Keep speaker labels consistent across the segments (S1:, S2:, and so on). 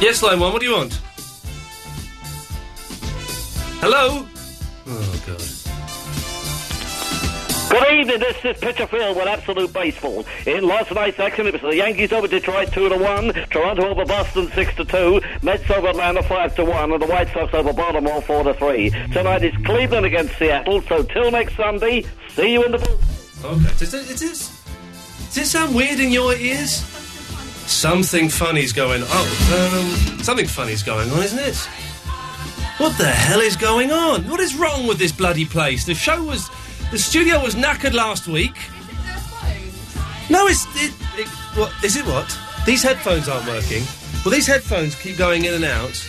S1: Yes, line one, what do you want? Hello? Oh, God.
S2: Good evening, this is Pitcher Phil with Absolute Baseball. In last night's action, it was the Yankees over Detroit 2 to 1, Toronto over Boston 6 to 2, Mets over Atlanta 5 to 1, and the White Sox over Baltimore 4 to 3. Tonight is Cleveland against Seattle, so till next Sunday, see you in the.
S1: Okay. Does it, is this, does it sound weird in your ears? Something funny's going Oh, um, something funny's going on, isn't it? What the hell is going on? What is wrong with this bloody place? The show was. The studio was knackered last week. No, it's. It, it, what, is it what? These headphones aren't working. Well, these headphones keep going in and out.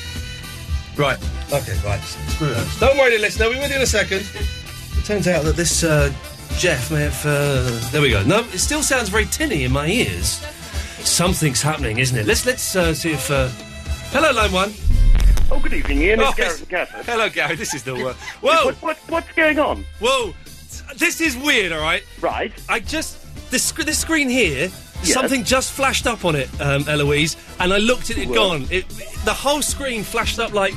S1: Right. Okay, right. Screw that. Don't worry, listener. We'll be with you in a second. It turns out that this uh, Jeff may have. Uh, there we go. No, it still sounds very tinny in my ears. Something's happening, isn't it? Let's let's uh, see if. Uh... Hello, line one.
S2: Oh, good evening, Ian.
S1: Oh, it's- Hello, Gary. This is the worst. Whoa! What,
S2: what's going on?
S1: Whoa! This is weird. All right.
S2: Right.
S1: I just this sc- this screen here.
S2: Yes.
S1: Something just flashed up on it, um, Eloise, and I looked at it
S2: Whoa.
S1: gone. It, the whole screen flashed up like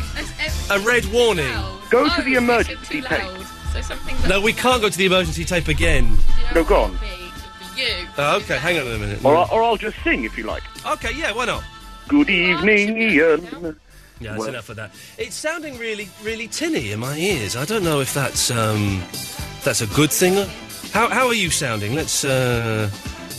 S1: a red warning.
S2: Go
S3: Oh,
S4: Oh,
S2: to the emergency
S4: tape. So something
S1: No, we can't go to the emergency tape again.
S2: No, go on.
S4: for you.
S1: Oh, okay, hang on a minute.
S2: Or, or I'll just sing if you like.
S1: Okay, yeah, why not?
S2: Good evening, Ian.
S1: Yeah, that's
S2: Well-
S1: enough of that. It's sounding really, really tinny in my ears. I don't know if that's um, that's a good thing. How how are you sounding? Let's uh,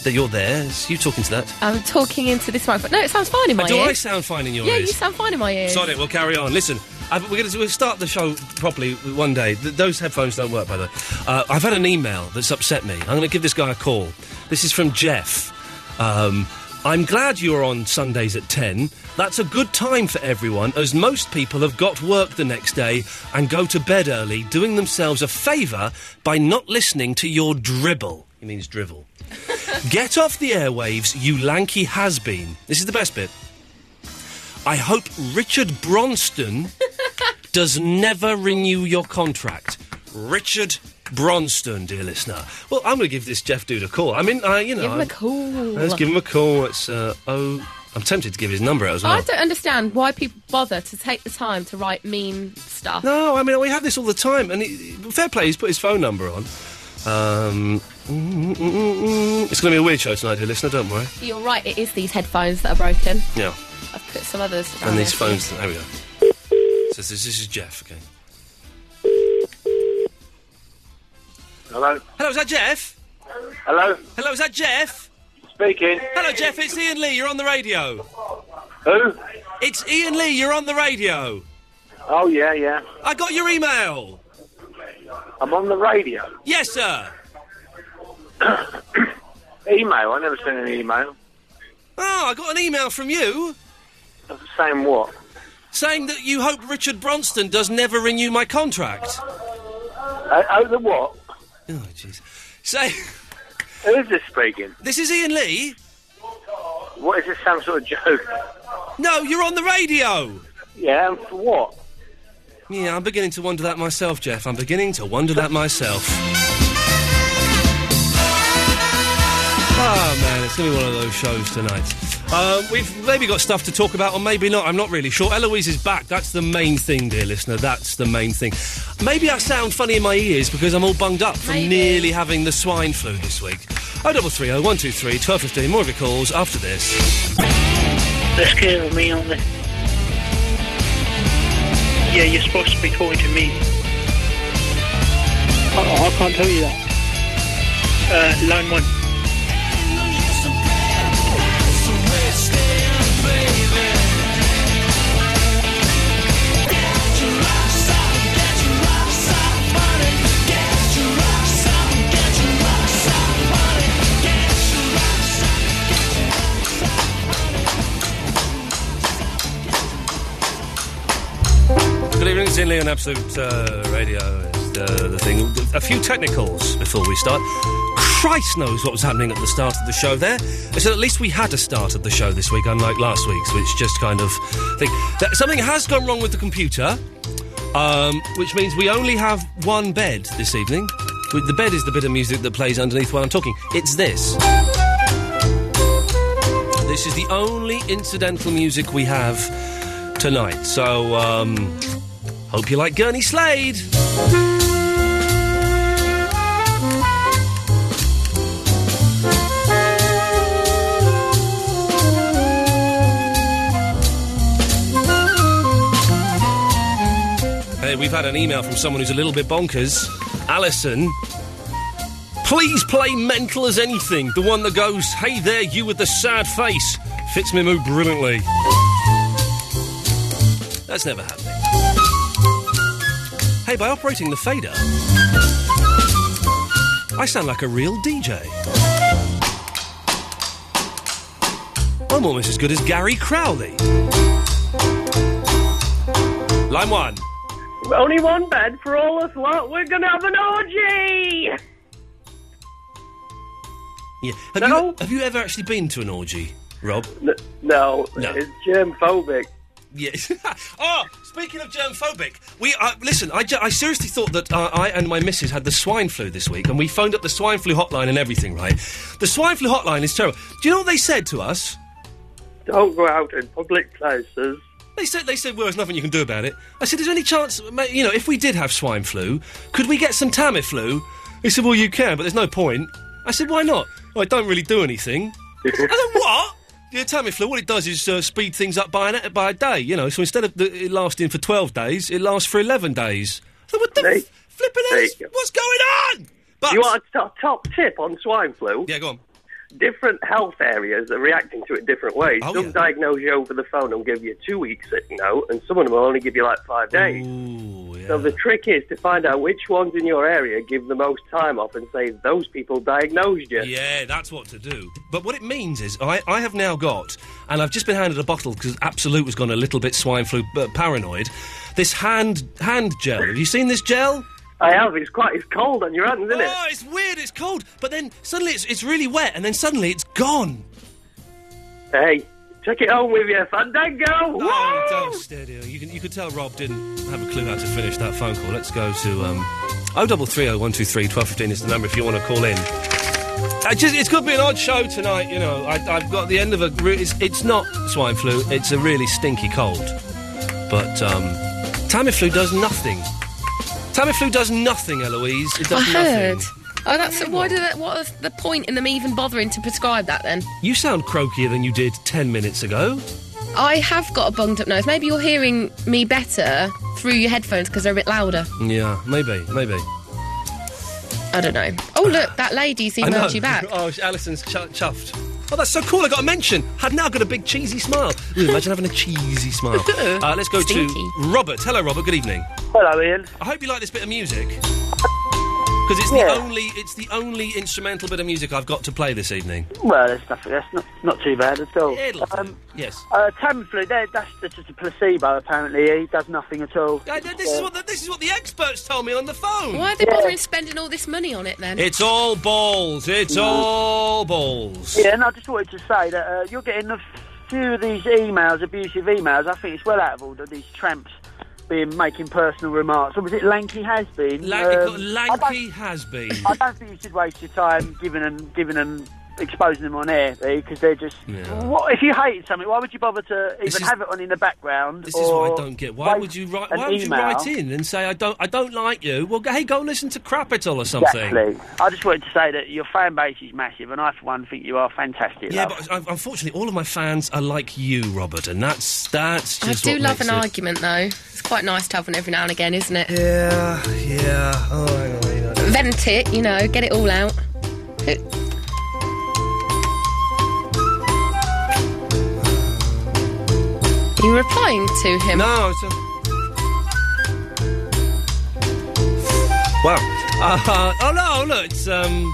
S1: that you're there. It's you talking to that?
S4: I'm talking into this microphone. No, it sounds fine in my
S1: Do
S4: ears.
S1: I sound fine in your
S4: yeah,
S1: ears?
S4: you sound fine in my ears.
S1: Sod it, we'll carry on. Listen, I, we're going to we'll start the show properly one day. Th- those headphones don't work, by the way. Uh, I've had an email that's upset me. I'm going to give this guy a call. This is from Jeff. Um, I'm glad you're on Sundays at 10. That's a good time for everyone, as most people have got work the next day and go to bed early, doing themselves a favour by not listening to your dribble. He means drivel. Get off the airwaves, you lanky has been. This is the best bit. I hope Richard Bronston does never renew your contract. Richard Bronston, dear listener. Well, I'm going to give this Jeff dude a call. I mean, I, you know.
S4: Give him
S1: I'm-
S4: a call.
S1: Let's give him a call. It's, uh, oh. I'm tempted to give his number out as well.
S4: Oh, I don't understand why people bother to take the time to write mean stuff.
S1: No, I mean, we have this all the time. And it, fair play, he's put his phone number on. Um, mm, mm, mm, mm. it's going to be a weird show tonight, dear listener, don't worry.
S4: You're right, it is these headphones that are broken.
S1: Yeah.
S4: I've put some others down.
S1: And
S4: there.
S1: these phones. There we go. So this, this is Jeff. Okay.
S5: Hello.
S1: Hello, is that Jeff?
S5: Hello.
S1: Hello, is that Jeff?
S5: Speaking.
S1: Hello, Jeff. It's Ian Lee. You're on the radio.
S5: Who?
S1: It's Ian Lee. You're on the radio.
S5: Oh yeah, yeah.
S1: I got your email.
S5: I'm on the radio.
S1: Yes, sir.
S5: Email. I never sent an email.
S1: Oh, I got an email from you
S5: Saying what?
S1: saying that you hope Richard Bronston does never renew my contract.
S5: Uh, oh, the what?
S1: Oh, jeez. Say,
S5: Who is this speaking?
S1: this is Ian Lee.
S5: What is this? Some sort of joke?
S1: No, you're on the radio.
S5: Yeah. And for what?
S1: Yeah, I'm beginning to wonder that myself, Jeff. I'm beginning to wonder that myself. Oh man, it's gonna be one of those shows tonight. Um, we've maybe got stuff to talk about, or maybe not. I'm not really sure. Eloise is back. That's the main thing, dear listener. That's the main thing. Maybe I sound funny in my ears because I'm all bunged up from
S4: Maybe.
S1: nearly having the swine flu this week. Oh double three oh one two three twelve fifteen. More of your calls after this.
S6: Let's get me on the. Yeah, you're supposed to be talking to me. Oh, I can't tell you that. Uh, line one.
S1: Good evening, it's Inley on Absolute uh, Radio. Is the, the thing. A few technicals before we start. Christ knows what was happening at the start of the show there. So at least we had a start of the show this week, unlike last week's, which just kind of think that something has gone wrong with the computer, um, which means we only have one bed this evening. With- The bed is the bit of music that plays underneath while I'm talking. It's this. This This is the only incidental music we have tonight. So, um, hope you like Gurney Slade. Hey, we've had an email from someone who's a little bit bonkers. Alison, please play Mental as Anything, the one that goes, Hey there, you with the sad face. Fits my mood brilliantly. That's never happening. Hey, by operating the fader, I sound like a real DJ. I'm almost as good as Gary Crowley. Line one.
S7: Only one bed for all us lot. We're gonna have an orgy.
S1: Yeah. Have, you, have you ever actually been to an orgy, Rob?
S5: No,
S1: No.
S5: it's germ phobic.
S1: Yes. oh, speaking of germphobic, we uh, listen. I, ju- I seriously thought that uh, I and my missus had the swine flu this week, and we phoned up the swine flu hotline and everything. Right, the swine flu hotline is terrible. Do you know what they said to us?
S5: Don't go out in public places.
S1: They said they said well, there's nothing you can do about it. I said, is there any chance, ma- you know, if we did have swine flu, could we get some Tamiflu? He said, well, you can, but there's no point. I said, why not? Well, it don't really do anything. I said, what? Yeah, Tamiflu. What it does is uh, speed things up by an, by a day. You know, so instead of the, it lasting for twelve days, it lasts for eleven days. So what the f- flipping hell is- What's going on? But
S5: you want a top, top tip on swine flu?
S1: Yeah, go on.
S5: Different health areas are reacting to it different ways.
S1: Oh,
S5: some diagnose you over the phone and give you a two week sick note, and some of them will only give you like five days. So the trick is to find out which ones in your area give the most time off and say those people diagnosed you.
S1: Yeah, that's what to do. But what it means is, I, I have now got, and I've just been handed a bottle because Absolute has gone a little bit swine flu uh, paranoid. This hand hand gel. Have you seen this gel?
S5: I have. It's quite it's cold on your hands, isn't it?
S1: Oh, it's weird. It's cold, but then suddenly it's it's really wet, and then suddenly it's gone.
S5: Hey, take it home with you, Fandango!
S1: Oh, don't steady. You can you could tell Rob didn't have a clue how to finish that phone call. Let's go to um, oh, 0330 1215 is the number if you want to call in. I just, it's going to be an odd show tonight, you know. I, I've got the end of a. re- It's, it's not swine flu, it's a really stinky cold. But um, Tamiflu does nothing. Tamiflu does nothing, Eloise. It
S4: I
S1: does
S4: heard.
S1: nothing.
S4: Oh, that's why did that, what was the point in them even bothering to prescribe that then?
S1: You sound croakier than you did 10 minutes ago.
S4: I have got a bunged up nose. Maybe you're hearing me better through your headphones because they're a bit louder.
S1: Yeah, maybe, maybe.
S4: I don't know. Oh, look, that lady's
S1: I know.
S4: emailed you back.
S1: Oh, sh- Alison's ch- chuffed. Oh, that's so cool. I got to mention. Had now got a big cheesy smile. Ooh, imagine having a cheesy smile. Uh, let's go
S4: Stinky.
S1: to Robert. Hello, Robert. Good evening.
S8: Hello, Ian.
S1: I hope you like this bit of music because it's
S8: Yeah.
S1: the only it's the only instrumental bit of music I've got to play this evening.
S8: Well, that's nothing. That's not, not too bad at all.
S1: It'll do. Yes.
S8: Uh, Tamiflu, that- that's that's just a placebo. Apparently, it does nothing at all.
S1: I- th- this is what the, this is what the experts told me on the phone.
S4: Why are they bothering spending all this money on it then?
S1: It's all balls. It's all balls.
S8: Mm. Yeah, and I just wanted to say that uh, you're getting a few of these emails, abusive emails. I think it's well out of order. These tramps being making personal remarks. Or was it Lanky has been?
S1: Lanky,
S8: Um,
S1: lanky has been.
S8: I, don't, I don't think you should waste your time giving them, giving them, exposing them on air because they're just. What if you hated something? Why would you bother to even
S1: This is-
S8: have it on in the background?
S1: This is what I
S8: or
S1: don't get. Why
S8: waste
S1: would you write?
S8: an
S1: Why would you
S8: email?
S1: write in and say I don't? I don't like you. Well, g- hey, go and listen to Crapital or something.
S8: Exactly. I just wanted to say that your fan base is massive, and I, for one, think you are fantastic.
S1: Yeah,
S8: love.
S1: but un- unfortunately, all of my fans are like you, Robert, and that's that's
S4: I
S1: just.
S4: do
S1: what
S4: love an
S1: makes it-
S4: argument though. It's quite nice to have one every now and again, isn't it?
S1: Yeah, yeah. Oh, hang on, hang on.
S4: Vent it, you know, get it all out. Who- Are you replying to him?
S1: No, it's a... Wow. Uh, oh no! Look, it's um,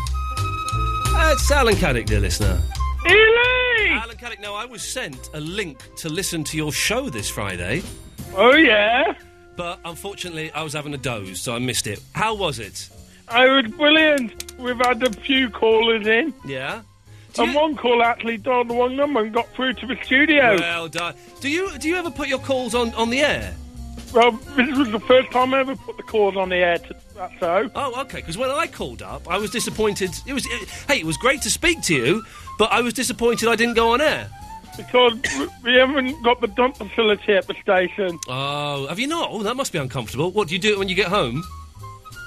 S1: uh, it's Alan Caddick, dear listener. Alan Caddick. Now, I was sent a link to listen to your show this Friday.
S6: Oh, yeah.
S1: But unfortunately, I was having a doze, so I missed it. How was it?
S6: I was brilliant. We've had a few callers in.
S1: Yeah.
S6: and one call actually dialed the wrong number and got through to the studio.
S1: Well done. Do you do you ever put your calls on, on the air?
S6: Well, this was the first time I ever put the calls on the air. To, that's so.
S1: Oh, okay. Because when I called up, I was disappointed. It was it, hey, it was great to speak to you, but I was disappointed I didn't go on air.
S6: because we- we haven't got the dump facility at the station.
S1: Oh, have you not? Oh, that must be uncomfortable. What do you do it when you get home?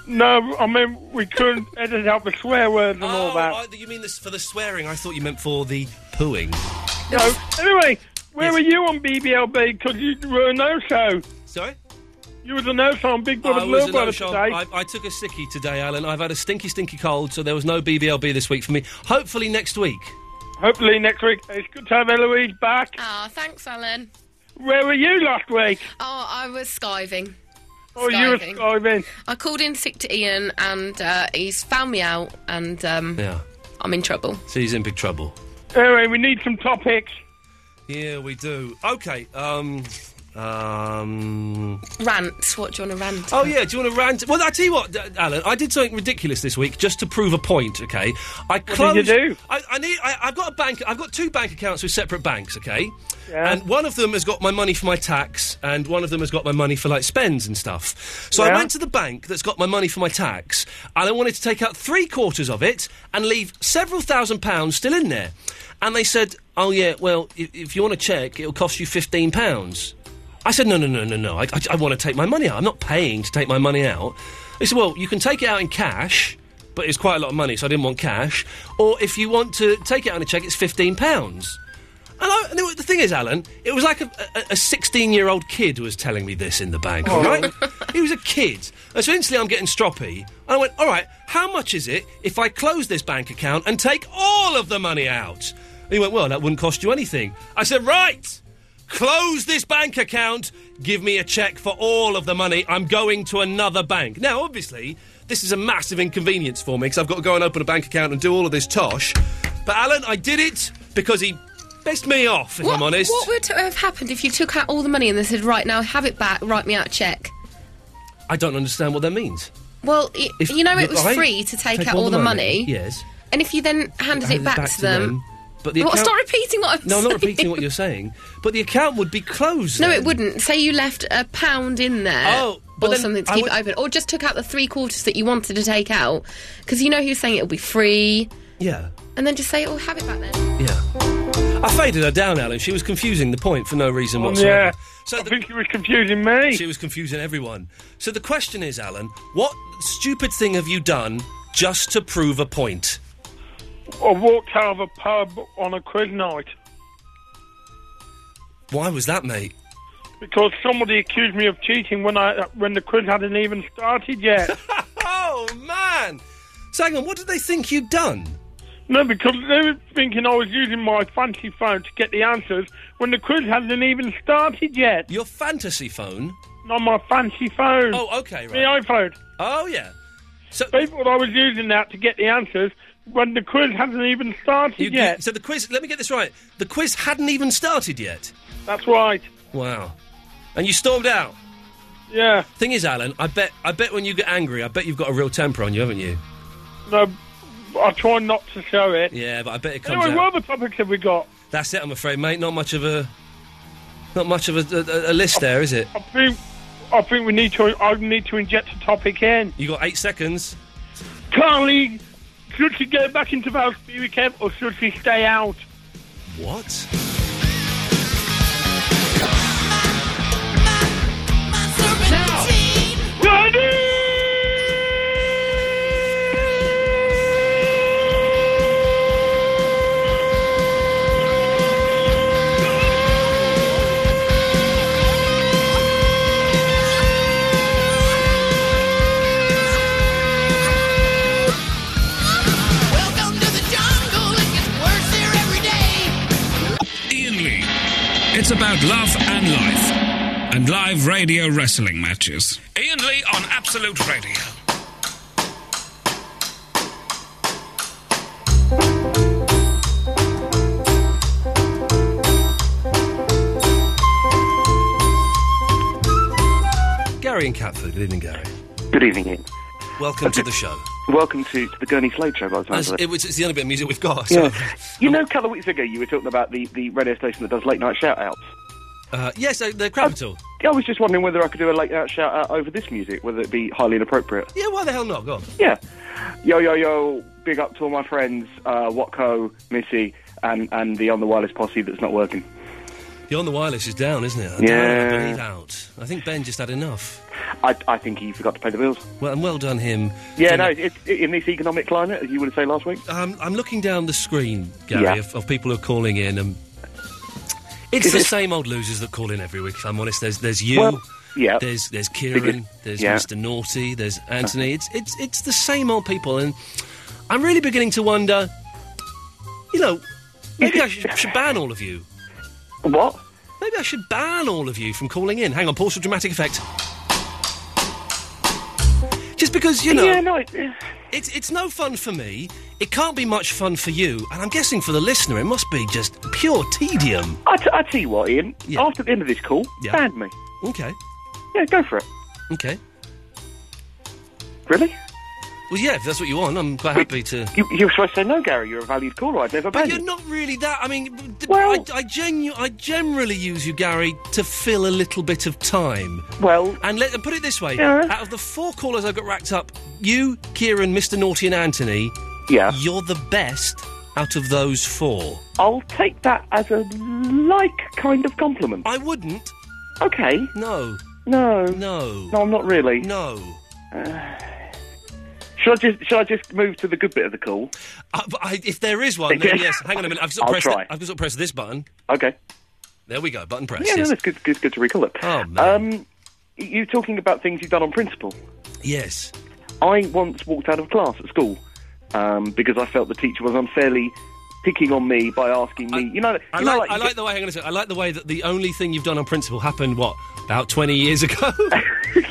S6: No, I mean, we couldn't edit out the swear words and all that.
S1: I, you mean this for the swearing? I thought you meant for the pooing.
S6: No. Anyway, where were you on BBLB? Because you were a no-show.
S1: Sorry?
S6: You was a no-show on Big Brother
S1: I was
S6: Little
S1: a
S6: Brother
S1: no-show.
S6: today.
S1: I, I took a sickie today, Alan. I've had a stinky, stinky cold, so there was no BBLB this week for me. Hopefully next week.
S6: Hopefully next week. It's good to have Eloise back.
S4: Ah, thanks, Alan.
S6: Where were you last week?
S4: Oh, I was skiving.
S6: Oh, you were skiving.
S4: I called in sick to Ian, and uh, he's found me out, and um,
S1: Yeah.
S4: I'm in trouble.
S1: So he's in big trouble.
S6: Anyway, we need some topics.
S1: Yeah, we do. Okay. Um. Um.
S4: Rant. What do you want to rant?
S1: Oh yeah, do you want to rant? Well, I tell you what, D- Alan, I did something ridiculous this week just to prove a point. Okay, I
S6: did
S1: closed.
S6: you do?
S1: I, I need. I, I've got a bank. I've got two bank accounts with separate banks. Okay, and one of them has got my money for my tax, and one of them has got my money for like spends and stuff. So I
S9: Yeah.
S1: went to the bank that's got my money for my tax, and I wanted to take out three quarters of it and leave several thousand pounds still in there, and they said, "Oh yeah, well, if, if you want to check, it'll cost you fifteen pounds." I said, no, no, no, no, no. I, I, want to take my money out. I'm not paying to take my money out. They said, well, you can take it out in cash, but it's quite a lot of money, so I didn't want cash. Or if you want to take it out in a cheque, it's £15. And, I, and it- the thing is, Alan, it was like a- a 16 year old kid was telling me this in the bank, all right? he was a kid. And so instantly I'm getting stroppy. And I went, all right, how much is it if I close this bank account and take all of the money out? And he went, well, that wouldn't cost you anything. I said, right close this bank account, give me a check for all of the money. I'm going to another bank. Now, obviously, this is a massive inconvenience for me because I've got to go and open a bank account and do all of this tosh. But Alan, I did it because he pissed me off, if
S4: what,
S1: I'm honest.
S4: What would have happened if you took out all the money and they said, right now, have it back, write me out a check?
S1: I don't understand what that means.
S4: Well, y-
S1: If-
S4: you know, it was
S1: I
S4: free to take, out all, the money.
S1: Yes.
S4: And if you then handed
S1: Hand
S4: it back, to them.
S1: But the
S4: Well,
S1: account...
S4: stop repeating what I'm
S1: No, I'm not
S4: saying.
S1: repeating what you're saying. But the account would be closed.
S4: No,
S1: then.
S4: it wouldn't. Say you left a pound in there.
S1: Oh, but
S4: or
S1: then
S4: something to
S1: I
S4: keep
S1: would-
S4: it open. Or just took out the three quarters that you wanted to take out. Because you know he was saying it'll be free.
S1: Yeah.
S4: And then just say, oh, have it back then.
S1: I faded her down, Alan. She was confusing the point for no reason whatsoever.
S6: Oh, yeah.
S1: So I
S6: think she was confusing me.
S1: She was confusing everyone. So the question is, Alan, what stupid thing have you done just to prove a point?
S6: I walked out of a pub on a quiz night
S1: Why was that, mate?
S6: because somebody accused me of cheating when I when the quiz hadn't even started yet.
S1: oh man! So hang on, what did they think you'd done?
S6: No, because they were thinking I was using my fancy phone to get the answers when the quiz hasn't even started yet.
S1: Your fantasy phone?
S6: Not my fancy phone.
S1: Oh, okay,
S6: The iPhone.
S1: Oh, yeah. So
S6: they thought I was using that to get the answers when the quiz hasn't even started
S1: You- you-
S6: yet.
S1: so the quiz. Let me get this right. The quiz hadn't even started yet.
S6: That's right.
S1: Wow. And you stormed out.
S6: Yeah.
S1: Thing is, Alan, I bet. I bet when you get angry, I bet you've got a real temper on you, haven't you?
S6: No, I try not to show it.
S1: Yeah, but I bet it comes
S6: Anyway,
S1: out.
S6: what other topics have we got?
S1: That's it, I'm afraid, mate. Not much of a, not much of a, a, a list there, is it?
S6: I think, I think we need to. I need to inject a topic in.
S1: You got eight seconds.
S6: Carly, should she go back into Valsby weekend or should she stay out?
S1: What?
S10: Ian Lee. It's about love and life and live radio wrestling matches. Ian Lee on Absolute Radio.
S1: Gary and Catford. Good evening, Gary.
S11: Good evening, Ian.
S1: Welcome to the show.
S11: Welcome to, to the Gurney Slade Show, by the time
S1: As- it was, it's the only bit of music we've got. so-
S11: yeah. You know, a couple of weeks ago, you were talking about the, the radio station that does late night shout outs.
S1: Uh, yes, uh, the capital.
S11: I was just wondering whether I could do a late night shout out over this music, whether it be highly inappropriate.
S1: Yeah, why the hell not? Go on.
S11: Yeah. Yo, yo, yo, big up to all my friends, uh, Watco, Missy, and, and the on the wireless posse that's not working.
S1: The on the wireless is down, isn't it?
S11: Yeah.
S1: Down, I out. I think Ben just had enough.
S11: I, I think he forgot to pay the bills.
S1: Well, and well done him.
S11: Yeah,
S1: Doing
S11: no,
S1: it-
S11: it's, it's, in this economic climate, as you would say last week.
S1: Um, I'm looking down the screen, Gary,
S11: Yeah.
S1: of, of people who are calling in, and it's
S11: Is
S1: the
S11: it-
S1: same old losers that call in every week. If I'm honest, there's there's you,
S11: Well, yeah.
S1: there's there's Kieran,
S11: Because-
S1: there's
S11: yeah. Uh-huh.
S1: Mr. Naughty, there's Anthony. It's it's it's the same old people, and I'm really beginning to wonder. You know, maybe I should, should ban all of you.
S11: What?
S1: Maybe I should ban all of you from calling in. Hang on, pause for dramatic effect. Just because you know.
S11: Yeah, no, it,
S1: It's it's no fun for me. It can't be much fun for you, and I'm guessing for the listener, it must be just pure tedium.
S11: I, t- I tell you what, Ian. After the end of this call,
S1: Yeah.
S11: ban me.
S1: Okay.
S11: Yeah, go for it.
S1: Okay.
S11: Really?
S1: Well, yeah, if that's what you want, I'm quite happy to.
S11: You, you were supposed to say no, Gary. You're a valued caller. I'd never
S1: But
S11: ban
S1: you're
S11: you.
S1: not really that. I mean, b- d- I, I, genu- I generally use you, Gary, to fill a little bit of time.
S11: Well,
S1: and let and put it this way:
S11: Yeah.
S1: out of the four callers I've got racked up, you, Kieran, Mr. Naughty, and Anthony,
S11: yeah,
S1: you're the best out of those four.
S11: I'll take that as a like kind of compliment.
S1: I wouldn't.
S11: Okay.
S1: No.
S11: No.
S1: No.
S11: No, I'm not really. Uh,
S1: No.
S11: Should I just should I just move to the good bit of the call?
S1: Uh, but I, if there is one, then yes. Hang on a minute. I've just
S11: I'll
S1: pressed.
S11: try.
S1: I've just pressed this button.
S11: Okay.
S1: There we go. Button press.
S11: yeah, no,
S1: yes.
S11: that's good, good. Good to recall it.
S1: Oh man.
S11: Um, you talking about things you've done on principle?
S1: yes.
S11: I once walked out of class at school um, because I felt the teacher was unfairly picking on me by asking me. you know,
S1: I
S11: you know,
S1: like, I like the way. Hang on a second. I like the way that the only thing you've done on principle happened what about twenty years ago.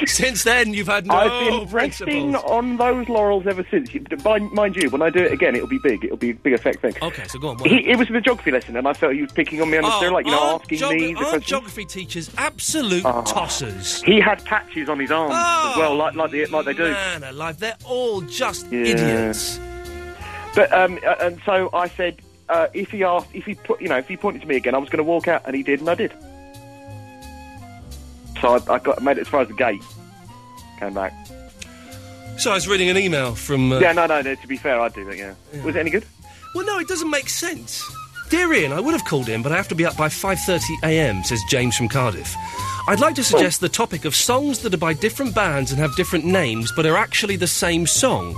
S1: Since then, you've had no
S11: I've been resting
S1: principles.
S11: on those laurels ever since. You- By, mind you, when I do it again, it'll be big. It'll be a big effect thing.
S1: Okay, so go on. Oh, what
S11: He, it was the geography lesson, and I felt he was picking on me unnecessarily, like you know,
S1: aren't
S11: asking
S1: geog-
S11: me the
S1: aren't
S11: questions. Ah.
S1: geography teachers absolute tossers?
S11: he had patches on his arms
S1: Oh,
S11: as well, like like, the, like they do.
S1: Man alive, they're all just
S11: Yeah.
S1: idiots.
S11: But um, uh, and so I said, uh, if he asked, if he put, you know, if he pointed to me again, I was going to walk out, and he did, and I did. So I, I got made it as far as the gate. Came back.
S1: So I was reading an email from. Uh,
S11: yeah, no, no, no. To be fair, I do that. Yeah. Was it any good?
S1: Well, no, it doesn't make sense. Dear Ian, I would have called in, but I have to be up by 5:30 a.m. says James from Cardiff. I'd like to suggest the topic of songs that are by different bands and have different names, but are actually the same song.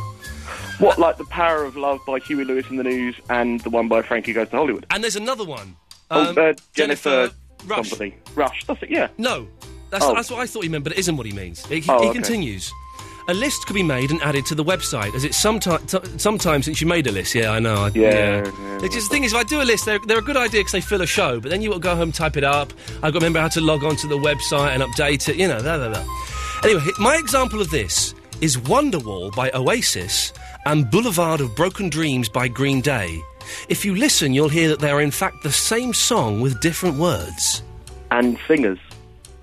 S11: What, like the Power of Love by Huey Lewis in the News, and the one by Frankie Goes to Hollywood.
S1: And there's another one. Um,
S11: oh, uh, Jennifer,
S1: Rush.
S11: somebody. Rush. That's it. Yeah.
S1: No, that's,
S11: Oh.
S1: that's what I thought he meant, but it isn't what he means. He, he-
S11: Oh,
S1: he
S11: okay.
S1: continues. A list could be made and added to the website, as it's sometimes t- sometimes since you made a list. Yeah, I know. I,
S11: Yeah, yeah,
S1: It's just the thing is, if I do a list, they're, they're a good idea because they fill a show, but then you got to go home, type it up. I've got to remember how to log on to the website and update it. You know, blah blah blah. Anyway, my example of this is Wonderwall by Oasis and Boulevard of Broken Dreams by Green Day. If you listen, you'll hear that they are in fact the same song with different words
S11: And singers.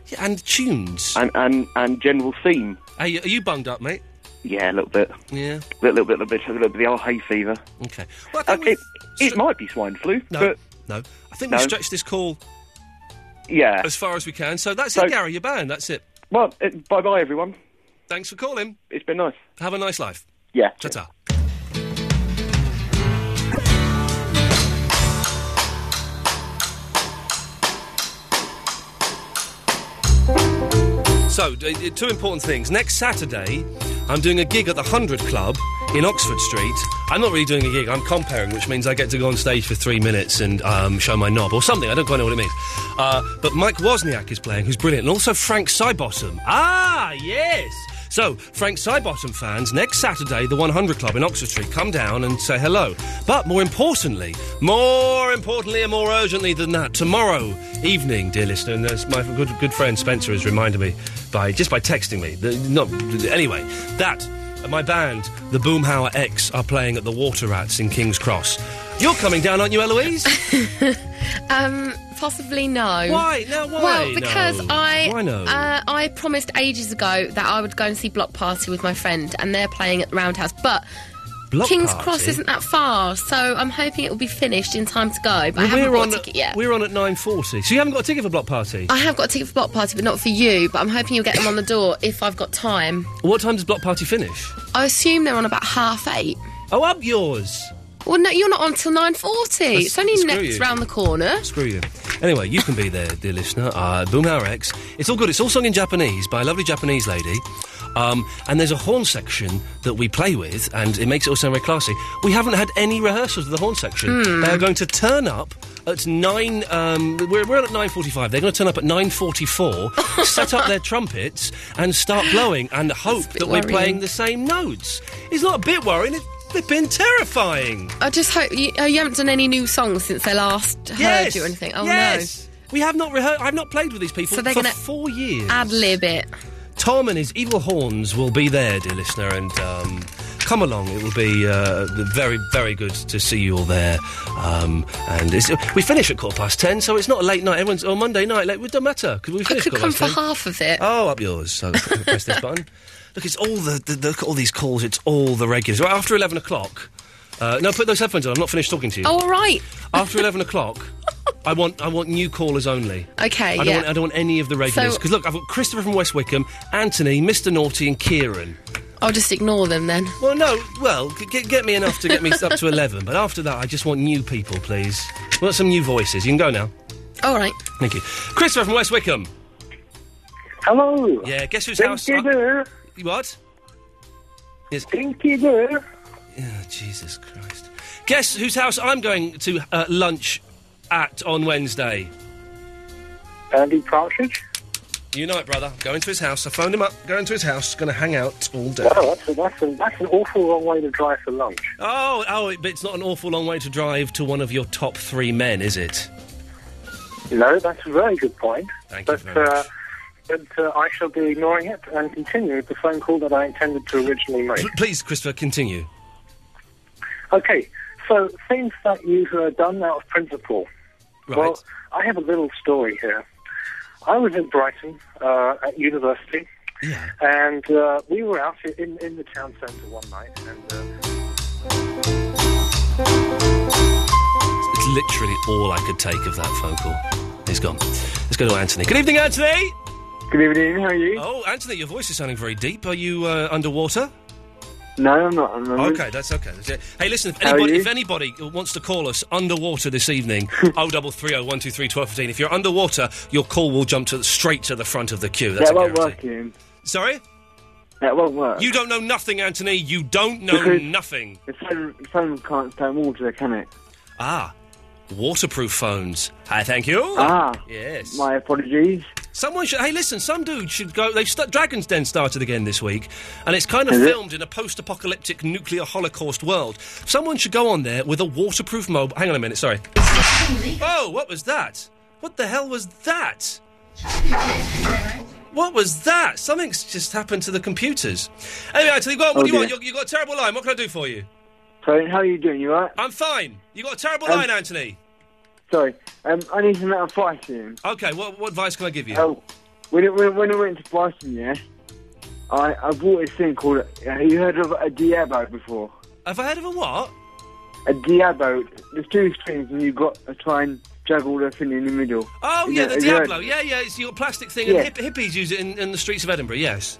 S1: Yeah, and tunes.
S11: And and and general theme.
S1: Hey, are you bunged up, mate?
S11: Yeah, a little bit.
S1: Yeah.
S11: A little bit, a little bit, a little bit. The old hay fever.
S1: Okay. Well, I
S11: Uh,
S1: think
S11: it, it might be swine flu,
S1: No,
S11: but
S1: no. I think
S11: No.
S1: we stretch this call
S11: yeah.
S1: as far as we can. So that's
S11: So-
S1: it, Gary. You're banned. That's it.
S11: Well, bye bye, everyone.
S1: Thanks for calling.
S11: It's been nice.
S1: Have a nice life.
S11: Yeah.
S1: Ta-ta. So, d- d- two important things. Next Saturday, I'm doing a gig at the 100 Club in Oxford Street. I'm not really doing a gig, I'm comparing, which means I get to go on stage for three minutes and um, show my knob or something. I don't quite know what it means. Uh, but Mike Wozniak is playing, who's brilliant, and also Frank Sybottom. Ah, yes! So, Frank Sybottom fans, next Saturday, the 100 Club in Oxford Street, come down and say hello. But more importantly, more importantly and more urgently than that, tomorrow evening, dear listener, and there's my good, good friend Spencer has reminded me by just by texting me. The, not, anyway, that and my band, the Boomhauer X, are playing at the Water Rats in King's Cross. You're coming down, aren't you, Eloise?
S4: Um, possibly no.
S1: Why? No, why
S4: Well,
S1: no?
S4: because I
S1: Why no?
S4: Uh, I promised ages ago that I would go and see Block Party with my friend, and they're playing at the Roundhouse. But
S1: Block
S4: King's
S1: Party?
S4: Cross isn't that far, so I'm hoping it will be finished in time to go. But I haven't
S1: we're
S4: got
S1: on.
S4: a ticket yet.
S1: We're on at nine forty. So you haven't got a ticket for Block Party.
S4: I have got a ticket for Block Party, but not for you. But I'm hoping you'll get them on the door if I've got time.
S1: what time does Block Party finish?
S4: I assume they're on about half eight.
S1: Oh, up yours.
S4: Well, no, you're not on till nine forty.
S1: That's-
S4: It's only
S1: screw
S4: next
S1: you.
S4: round the corner.
S1: Screw you. Anyway, you can be there, dear listener. Uh, Boomhauer X. It's all good. It's all sung in Japanese by a lovely Japanese lady. Um, and there's a horn section that we play with, and it makes it all sound very classy. We haven't had any rehearsals of the horn section.
S12: Hmm.
S1: They are going to turn up at nine. Um, we're, we're at nine forty-five. They're going to turn up at nine forty-four, set up their trumpets, and start blowing, and hope that we're
S4: worrying.
S1: playing the same notes. It's not a bit worrying. It's flipping terrifying.
S4: I just hope you, oh, you haven't done any new songs since they last heard you or anything. Oh
S1: yes. We have not rehearsed. I've not played with these people
S4: So they're
S1: for
S4: gonna-
S1: four years.
S4: no, ad lib it.
S1: Tom and his evil horns will be there, dear listener, and um, come along. It will be uh, very, very good to see you all there. Um, and it's, we finish at quarter past ten, so it's not a late night. Everyone's or Monday night. Like, it doesn't matter because we
S4: I
S1: finish.
S4: could
S1: quarter
S4: come
S1: past
S4: for
S1: 10.
S4: half of it.
S1: Oh, up yours. So press this button. Look, it's all the, the look at all these calls. It's all the regulars. Right after eleven o'clock. Uh, no, put those headphones on. I'm not finished talking to you.
S4: Oh, all right.
S1: After eleven o'clock, I want I want new callers only.
S4: Okay,
S1: I don't,
S4: Uh, yeah.
S1: want, I don't want any of the regulars
S4: So-
S1: because look, I've got Christopher from West Wickham, Anthony, Mr. Naughty, and Kieran.
S4: I'll just ignore them then.
S1: Well, no, well, g- g- get me enough to get me up to eleven, but after that, I just want new people, please. We want some new voices. You can go now.
S4: All right.
S1: Thank you, Christopher from West Wickham.
S3: Hello.
S1: Yeah, guess whose house?
S3: Pinky Bear.
S1: What? Yes.
S3: Pinky Bear.
S1: Oh, Jesus Christ! Guess whose house I'm going to uh, lunch at on Wednesday.
S3: Andy Partridge.
S1: You know it, brother. Going to his house. I phoned him up. Going to his house. Going to hang out all day.
S3: Wow, that's, a, that's, a, that's an awful long way to drive for lunch.
S1: Oh, oh, it- but it's not an awful long way to drive to one of your top three men, is it?
S3: No, that's a very good point.
S1: Thank
S3: but,
S1: you very
S3: uh, But uh, I shall be ignoring it and continue with the phone call that I intended to originally make.
S1: P- please, Christopher, continue.
S3: Okay, so things that you've uh, done out of principle.
S1: Right.
S3: Well, I have a little story here. I was in Brighton uh, at university, and uh, we were out in, in the town centre one night, and uh,
S1: It's literally all I could take of that phone call. He's gone. Let's go to Anthony. Good evening, Anthony.
S13: Good evening. How are you?
S1: Oh, Anthony, your voice is sounding very deep. Are you uh, underwater?
S13: No, I'm not. I'm not.
S1: Okay, that's okay. That's it. Hey, listen, if
S13: How are
S1: anybody,
S13: you?
S1: if anybody wants to call us underwater this evening, 0330 123 1215. If you're underwater, your call will jump to, straight to the front of the queue. That's
S13: that
S1: a
S13: won't
S1: guarantee.
S13: work, Ian.
S1: Sorry?
S13: That won't work.
S1: You don't know nothing, Anthony. You don't know
S13: Because-
S1: nothing.
S13: The phone, the phone can't stand water, can it?
S1: Ah, waterproof phones. Hi, thank you.
S13: Ah.
S1: Yes.
S13: My apologies.
S1: Someone should. Hey, listen, some dude should go. They st- Dragon's Den started again this week, and it's kind of
S13: Is it?
S1: filmed in a post-apocalyptic nuclear holocaust world. Someone should go on there with a waterproof mobile. Hang on a minute, sorry. Oh, what was that? What the hell was that? What was that? Something's just happened to the computers. Anyway, Anthony, go on. What
S13: Oh,
S1: do you want?
S13: dear.
S1: You've got a terrible line. What can I do for you?
S13: So, how are you doing? You alright?
S1: I'm fine. You got a terrible
S13: Um,
S1: line, Anthony.
S13: Sorry. Um, I need some advice, Ian.
S1: Okay, what, what advice can I give you?
S13: Oh, when, I- when, when I went to Brighton, yeah, I, I bought this thing called. Have you heard of a Diabo before?
S1: Have I heard of a what?
S13: A Diabo. There's two strings, and you got to try and juggle the thing in the middle.
S1: Oh,
S13: Is
S1: yeah,
S13: that-
S1: the
S13: have you heard-
S1: Diablo. Yeah, yeah, it's your plastic thing,
S13: Yeah.
S1: and hip- hippies use it in, in the streets of Edinburgh, yes.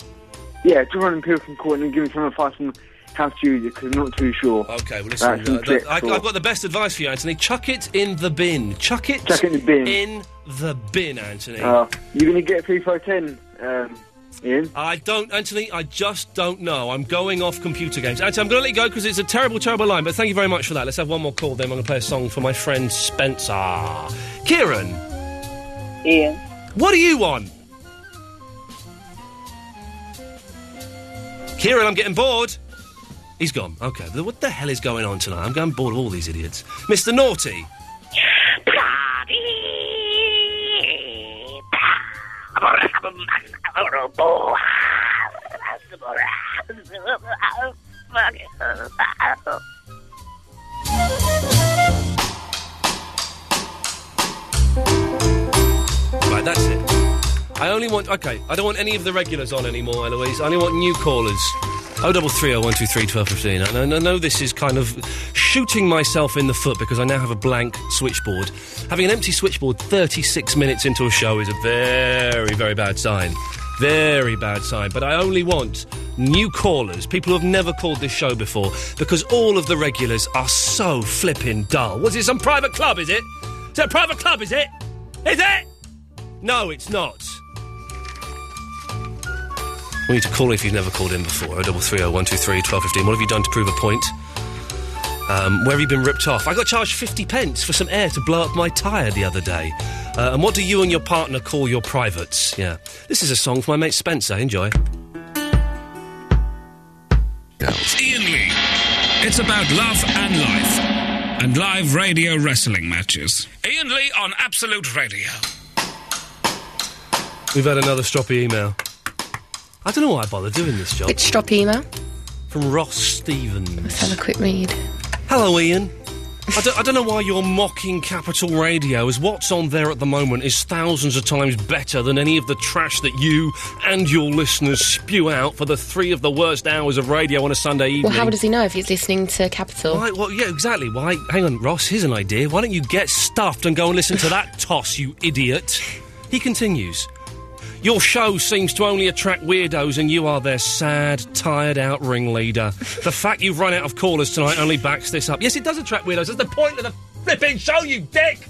S13: Yeah, John and Pearson Court and give me some advice on how to use it because I'm not too sure.
S1: Okay, well,
S13: Ah,
S1: Listen, uh, the- I, I've got the best advice for you, Anthony. Chuck it in the bin. Chuck it,
S13: Chuck it in the bin.
S1: in the bin, Anthony.
S13: Uh, you're going to get three five ten, um, Ian.
S1: I don't, Anthony, I just don't know. I'm going off computer games. Anthony, I'm going to let you go because it's a terrible, terrible line, but thank you very much for that. Let's have one more call, then I'm going to play a song for my friend Spencer. Kieran,
S14: Ian.
S1: what are you on? Kieran, I'm getting bored. He's gone. Okay, but what the hell is going on tonight? I'm getting bored of all these idiots. Mr. Naughty. Right, that's it. I only want. Okay, I don't want any of the regulars on anymore, Eloise. I only want new callers. Oh double three oh one two three twelve fifteen. And I- and I know this is kind of shooting myself in the foot because I now have a blank switchboard. Having an empty switchboard thirty six minutes into a show is a very very bad sign. Very bad sign. But I only want new callers, people who have never called this show before, because all of the regulars are so flipping dull. Was it some private club, is it? Is it a private club, is it? Is it? No, it's not. We need to call if you've never called in before. 0330 123 1215. What have you done to prove a point? Um, where have you been ripped off? I got charged 50 pence for some air to blow up my tyre the other day. Uh, and what do you and your partner call your privates? Yeah. This is a song for my mate Spencer. Enjoy.
S10: Ian Lee. It's about love and life and live radio wrestling matches. Ian Lee on Absolute Radio.
S1: We've had another stroppy email. I don't know why I bother doing this job.
S4: Which drop email?
S1: From Ross Stevens.
S4: Let's have a quick read.
S1: Hello, Ian. I don't, I don't know why you're mocking Capital Radio, as what's on there at the moment is thousands of times better than any of the trash that you and your listeners spew out for the three of the worst hours of radio on a Sunday evening.
S4: Well, how does he know if he's listening to Capital?
S1: Why, well, yeah, exactly. Why? Hang on, Ross. Here's an idea. Why don't you get stuffed and go and listen to that toss, you idiot? He continues. Your show seems to only attract weirdos, and you are their sad, tired out ringleader. The fact you've run out of callers tonight only backs this up. Yes, it does attract weirdos. That's the point of the flipping show, you dick!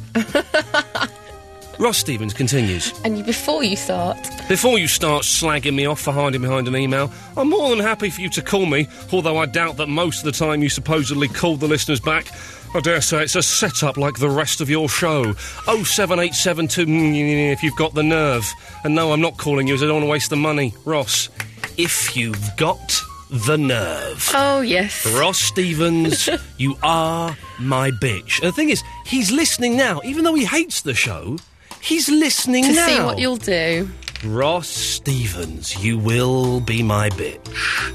S1: Ross Stevens continues.
S4: And you, before you start,
S1: Before you start slagging me off for hiding behind an email, I'm more than happy for you to call me, although I doubt that most of the time you supposedly called the listeners back. I dare say it's a setup like the rest of your show. 07872 mm, if you've got the nerve. And no, I'm not calling you as I don't want to waste the money. Ross, if you've got the nerve.
S4: oh yes,
S1: Ross Stevens, you are my bitch. And the thing is, he's listening now. Even though he hates the show, he's listening
S4: to
S1: now.
S4: see what you'll do.
S1: Ross Stevens, you will be my bitch.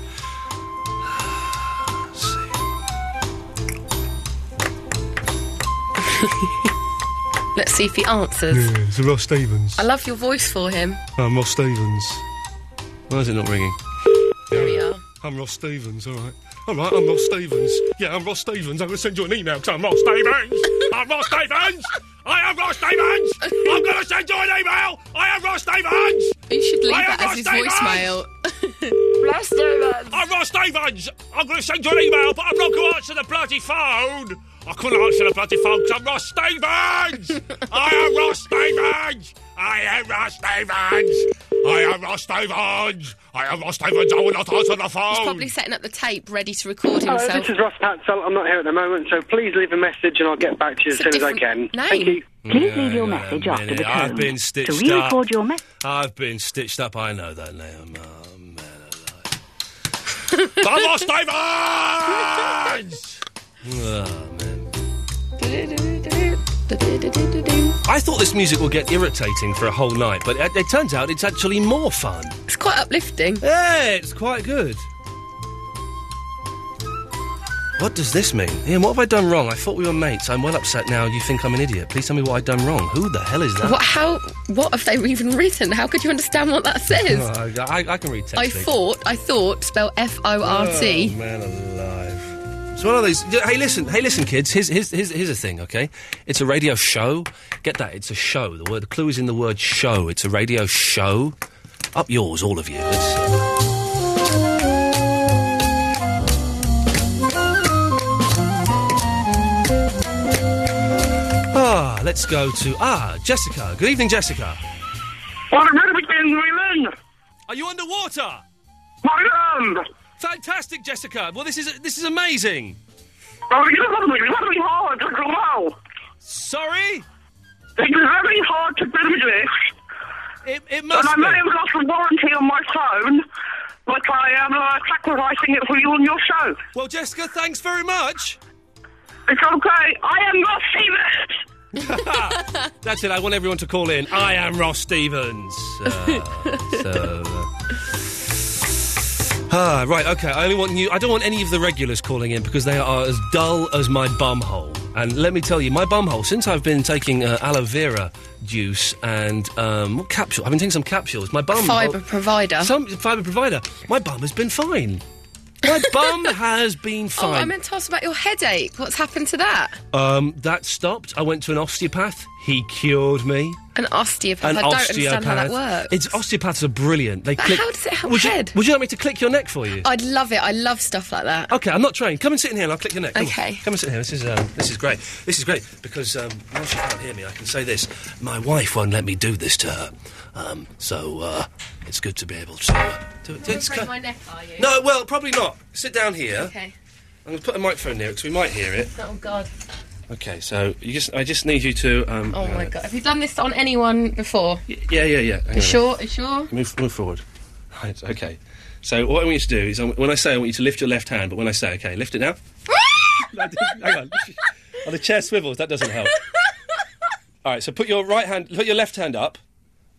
S4: Let's see if he answers.
S1: it's Ross Stevens.
S4: I love your voice for him.
S1: I'm Ross Stevens. Why is it not ringing?
S4: There we are.
S1: I'm Ross Stevens, all right. All right, I'm Ross Stevens. Yeah, I'm Ross Stevens. I'm going to send you an email because I'm Ross Stevens. I'm Ross Stevens. I am Ross Stevens. I'm going to send you an email. I am Ross Stevens.
S4: You should leave
S1: I am
S4: that as
S1: Ross
S4: his
S1: Stevens.
S4: voicemail.
S1: Ross Stevens. I'm Ross Stevens. I'm going to send you an email, but I'm not going to answer the bloody phone. I couldn't answer the bloody phone 'cause I'm Ross Stevens. I am Ross Stevens. I am Ross Stevens. I am Ross Stevens. I am Ross Stevens. I will not answer the
S4: He's
S1: phone.
S4: probably setting up the tape, ready to record
S1: Oh,
S4: himself.
S15: Hello, this is Ross Patzell. I'm not here at the moment, so please leave a message and I'll get back to you as soon as I can. Thank you.
S1: Please leave your message after the tone. I've been stitched up.
S15: your message.
S1: I've been stitched up. I know that now. I'm, uh, man alive. I'm Ross Stevens. Ah, man. I thought this music would get irritating for a whole night, but it, it turns out it's actually more fun.
S4: It's quite uplifting.
S1: Yeah, it's quite good. What does this mean? Ian, what have I done wrong? I thought we were mates. I'm well upset now. You think I'm an idiot. Please tell me what I've done wrong. Who the hell is that?
S4: What? How? What have they even written? How could you understand what that says?
S1: Oh, I, I- I can read text.
S4: I
S1: things.
S4: thought. I thought. Spell F O R T.
S1: Oh, man alive. It's one of those. yeah, Hey, listen, hey, listen, kids. Here's, here's, here's, here's a thing, okay? It's a radio show. Get that? It's a show. The word, the clue is in the word show. It's a radio show. Up yours, all of you. Let's- ah, let's go to ah, Jessica. Good evening, Jessica.
S15: What a rubbish in England!
S1: Are you underwater?
S15: My land!
S1: Fantastic, Jessica. Well, this is this is amazing.
S15: Oh, it's very hard to come out.
S1: Sorry?
S15: It was very hard to do this.
S1: It, it
S15: and
S1: must
S15: I may
S1: be.
S15: have lost the warranty on my phone, but I am uh, sacrificing it for you on your show.
S1: Well, Jessica, thanks very much.
S15: It's okay. I am not Stevens.
S1: That's it. I want everyone to call in. I am Ross Stevens. Uh, so, uh, Ah, right. Okay. I only want you. I don't want any of the regulars calling in because they are as dull as my bumhole. And let me tell you, my bumhole. Since I've been taking uh, aloe vera juice and um, what capsule? I've been taking some capsules. My bum
S4: Fibre provider.
S1: Some fibre provider. My bum has been fine. My bum has been
S4: Oh, I
S1: fine.
S4: meant to ask about your headache. What's happened to that?
S1: Um, that stopped. I went to an osteopath. He cured me.
S4: An osteopath.
S1: An
S4: I don't understand how that
S1: osteopath.
S4: works.
S1: It's osteopaths are brilliant. They
S4: But
S1: click.
S4: how does it help
S1: would
S4: head? Oh.
S1: You, would you like me to click your neck for you?
S4: I'd love it. I love stuff like that.
S1: Okay, I'm not trained. Come and sit in here, and I'll click your neck. Come on.
S4: Okay.
S1: Come and sit in here. This is um, this is great. This is great because um, while she can't hear me, I can say this. My wife won't let me do this to her, um, so uh, it's good to be able to. Uh, do it. It's co-
S4: my neck, are you?
S1: no, well, probably not. Sit down here.
S4: Okay.
S1: I'm going to put a microphone near it because we might hear it.
S4: Oh God.
S1: Okay, so you just I just need you to. Um,
S4: Oh
S1: hang on
S4: my
S1: a-
S4: God. Have you done this on anyone before?
S1: Yeah, Uh. yeah, yeah. hang on
S4: You
S1: a-
S4: sure? You sure?
S1: Move, move forward. Right, okay. So what I want you to do is, I- when I say, I want you to lift your left hand, but when I say, okay, lift it now. Hang on. Oh, the chair swivels. That doesn't help. All right, so put your right hand, put your left hand up,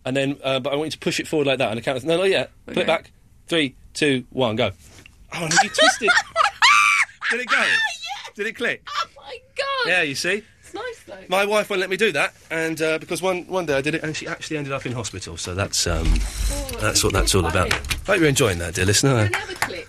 S1: and then, uh, but I want you to push it forward like that on the count. Of, no, not yet. Put it
S9: Okay.
S1: back. Three, two, one, go. Oh, no, you twisted. Did it go? Did it click?
S4: Oh my God.
S1: Yeah, you see.
S4: It's nice though.
S1: My wife won't let me do that, and uh, because one one day I did it, and she actually ended up in hospital. So that's
S4: Oh,
S1: um, that's what that's all about. Hope you're enjoying that, dear listener.
S4: Another clip.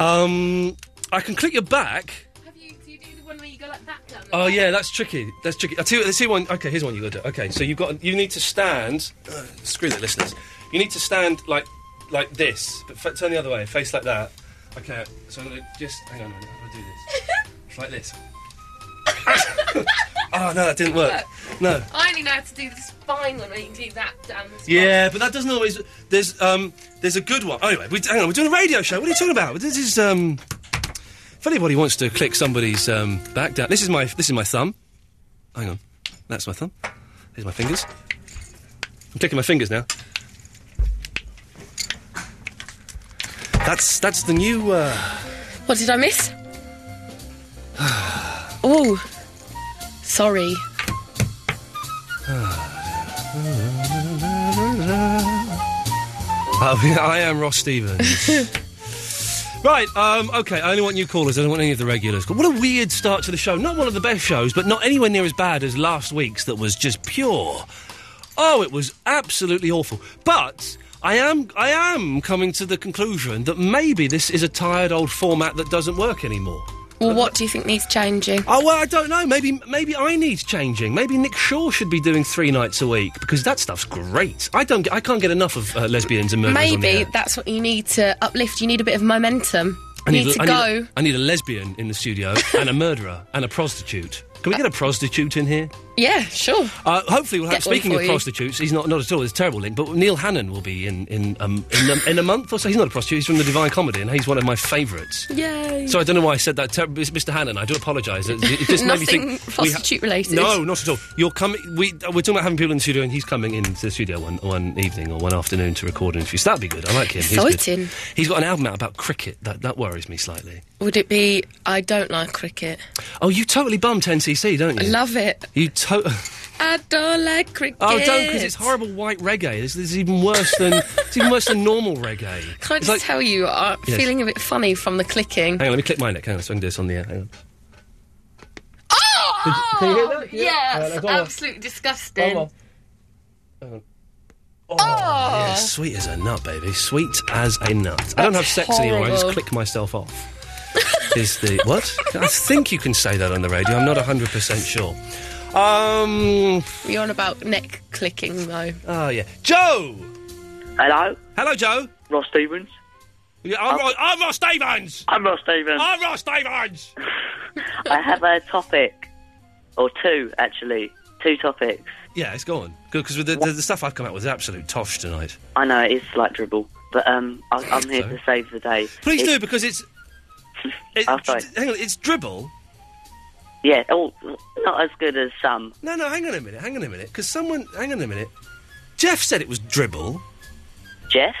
S1: Um, I can click your back.
S4: The one where you go like that down.
S1: Oh yeah, that's tricky. That's tricky. I tell you, let's see one. Okay, here's one you got to do. Okay, so you've got you need to stand. Uh, screw the listeners. You need to stand like like this, but f- turn the other way, face like that. Okay, so I'm gonna just hang on a minute. How do I do this? like this. oh no, that didn't work. No.
S4: I only know how to do the spine one where you do that down the spine.
S1: Yeah, but that doesn't always. There's um, there's a good one. Anyway, we, hang on, we're doing a radio show. What are you talking about? This is um, if anybody wants to click somebody's um back down. This is my this is my thumb. Hang on, that's my thumb. Here's my fingers. I'm clicking my fingers now. That's that's the new. Uh,
S4: What did I miss? oh, sorry.
S1: Uh, I am Ross Stevens. right, um, okay, I only want new callers. I don't want any of the regulars. What a weird start to the show. Not one of the best shows, but not anywhere near as bad as last week's that was just pure. Oh, it was absolutely awful. But I am, I am coming to the conclusion that maybe this is a tired old format that doesn't work anymore.
S4: Well, what do you think needs changing?
S1: Oh well, I don't know. Maybe maybe I need changing. Maybe Nick Shaw should be doing three nights a week because that stuff's great. I don't. Get, I can't get enough of uh, lesbians and murderers. on the
S4: Maybe
S1: air.
S4: that's what you need to uplift. You need a bit of momentum. You need, to
S1: I
S4: go.
S1: Need, I need a lesbian in the studio and a murderer and a prostitute. Can we get a prostitute in here?
S4: yeah, sure.
S1: Uh, hopefully, we'll have.
S4: Get one
S1: Speaking
S4: for
S1: of
S4: you.
S1: prostitutes, he's not not at all. It's a terrible link. But Neil Hannon will be in in um, in, a, in a month or so. He's not a prostitute. He's from the Divine Comedy, and he's one of my favourites.
S4: Yay.
S1: So I don't know why I said that, ter- Mis- Mr. Hannon. I do apologise. It, it just made me think
S4: Nothing
S1: we
S4: prostitute related.
S1: No, not at all. You're coming. We uh, we're talking about having people in the studio, and he's coming into the studio one one evening or one afternoon to record an interview. So that'd be good. I like him. He's good.
S4: Exciting.
S1: He's got an album out about cricket. That that worries me slightly.
S4: Would it be? I don't like cricket.
S1: Oh, you totally bum 10cc, don't
S4: I
S1: you?
S4: love it.
S1: You to-
S4: I don't like cricket.
S1: Oh, don't because it's horrible white reggae. This, this is even worse than it's even worse than normal reggae.
S4: Can I
S1: It's
S4: just tell you? I'm
S1: Yes.
S4: feeling a bit funny from the clicking.
S1: Hang on, let me click my neck. Hang on, so I can do this on the air. Hang on.
S4: Oh,
S1: Can you hear that?
S4: Yeah,
S1: Yeah. Uh,
S4: it's
S1: go on.
S4: absolutely disgusting.
S1: Go on. Hang on. Oh,
S4: Oh.
S1: yeah, sweet as a nut, baby. Sweet as a nut. I don't have
S4: That's
S1: sex anymore. I just
S4: horrible.
S1: click myself off. is the what? I think you can say that on the radio. I'm not 100 percent sure. Um.
S4: You're on about neck clicking though.
S1: Oh yeah, Joe.
S16: Hello.
S1: Hello, Joe.
S16: Ross Stevens.
S1: Yeah, I'm, Ro- I'm Ross Stevens.
S16: I'm Ross Stevens.
S1: I'm Ross Stevens.
S16: I have a topic, or two actually, two topics.
S1: Yeah, it's gone. Good because the, the, the stuff I've come out with is absolute tosh tonight.
S16: I know it is slight dribble, but um, I, I'm here to save the day.
S1: Please
S16: It's-
S1: do because it's. it-
S16: Oh, sorry.
S1: hang on, it's dribble.
S16: Yeah, oh, not as good as some.
S1: No, no, hang on a minute, hang on a minute, because someone, hang on a minute. Jeff said it was dribble.
S16: Jeff?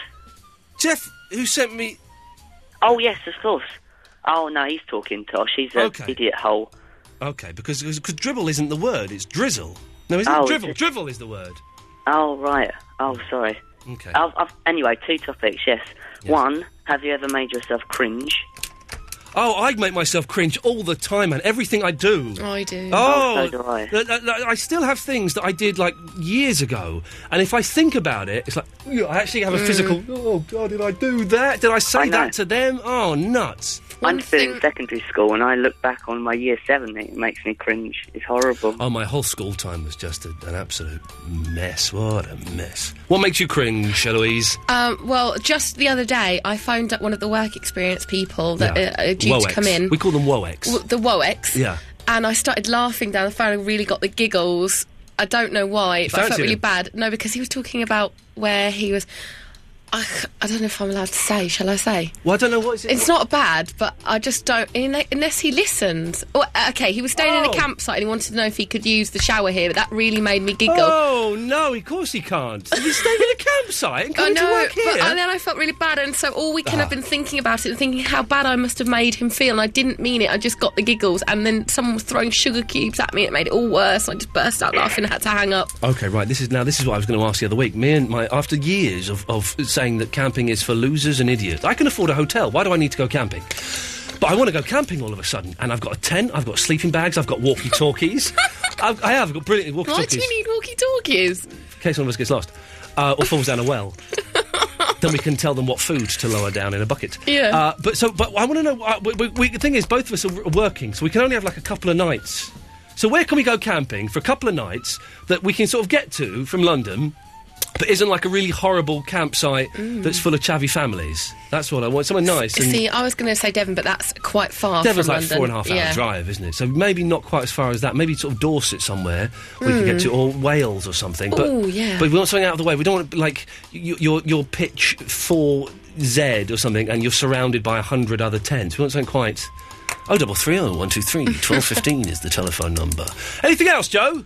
S1: Jeff, who sent me?
S16: Oh yes, of course. Oh no, he's talking Tosh. He's an
S1: Okay.
S16: idiot hole.
S1: Okay, because because dribble isn't the word; it's drizzle. No, isn't
S16: Oh,
S1: it
S16: is
S1: drivel?
S16: it?
S1: Drivel is the word.
S16: Oh right. Oh sorry.
S1: Okay.
S16: I've, I've, anyway, two topics. Yes. One, have you ever made yourself cringe?
S1: Oh, I make myself cringe all the time, and everything I do.
S4: I do.
S1: Oh,
S16: so do I.
S1: th- th- th- I still have things that I did like years ago, and if I think about it, it's like "Ugh," I actually have a
S16: Mm.
S1: physical. Oh God, did I do that? Did I say
S16: I know.
S1: that to them? Oh nuts!
S16: I'm still in secondary school, and I look back on my year seven. It makes me cringe. It's horrible.
S1: Oh, my whole school time was just a, an absolute mess. What a mess. What makes you cringe, Eloise?
S4: Um, well, just the other day, I phoned up one of the work experience people that
S1: Yeah.
S4: are, are uh, due
S1: Woex.
S4: to come in.
S1: We call them Woex.
S4: W- the Woex.
S1: Yeah.
S4: And I started laughing down the phone and really got the giggles. I don't know why, but I felt
S1: fancied
S4: really
S1: him?
S4: bad. No, because he was talking about where he was. I, c- I don't know if I'm allowed to say. Shall I say?
S1: Well, I don't know what is it.
S4: It's not bad, but I just don't. unle- Unless he listens. Well, okay, he was staying
S1: Oh.
S4: in a campsite and he wanted to know if he could use the shower here, but that really made me giggle.
S1: Oh no! Of course he can't. He's staying in a campsite and
S4: I
S1: coming
S4: know,
S1: to work here.
S4: Oh, but and then I felt really bad, and so all weekend
S1: Ah.
S4: I've been thinking about it and thinking how bad I must have made him feel, and I didn't mean it. I just got the giggles, and then someone was throwing sugar cubes at me, and it made it all worse. And I just burst out laughing, and had to hang up.
S1: Okay, right. This is now. This is what I was going to ask the other week. Me and my after years of, of saying that camping is for losers and idiots. I can afford a hotel. Why do I need to go camping? But I want to go camping all of a sudden, and I've got a tent, I've got sleeping bags, I've got walkie talkies. I've, I have got brilliant walkie
S4: Why
S1: talkies
S4: do you need walkie talkies?
S1: in case one of us gets lost uh, or falls down a well. then we can tell them what food to lower down in a bucket.
S4: Yeah.
S1: Uh, but so, but I want to know. Uh, we, we, we, the thing is, both of us are w- working, so we can only have like a couple of nights. So where can we go camping for a couple of nights that we can sort of get to from London, but isn't like a really horrible campsite that's full of chavvy families? That's what I want. Somewhere nice. And
S4: See, I was going to say Devon, but that's quite far.
S1: Devon's
S4: from
S1: like
S4: London.
S1: four and a half hour
S4: yeah.
S1: drive, isn't it? So maybe not quite as far as that. Maybe sort of Dorset somewhere we could get
S4: Hmm.
S1: to, or Wales or something. But,
S4: Ooh, yeah.
S1: But we want something out of the way. We don't want like y- your your pitch four Z or something, and you're surrounded by a hundred other tents. We want something quite. Oh, double three oh one two three twelve fifteen is the telephone number. Anything else, Joe?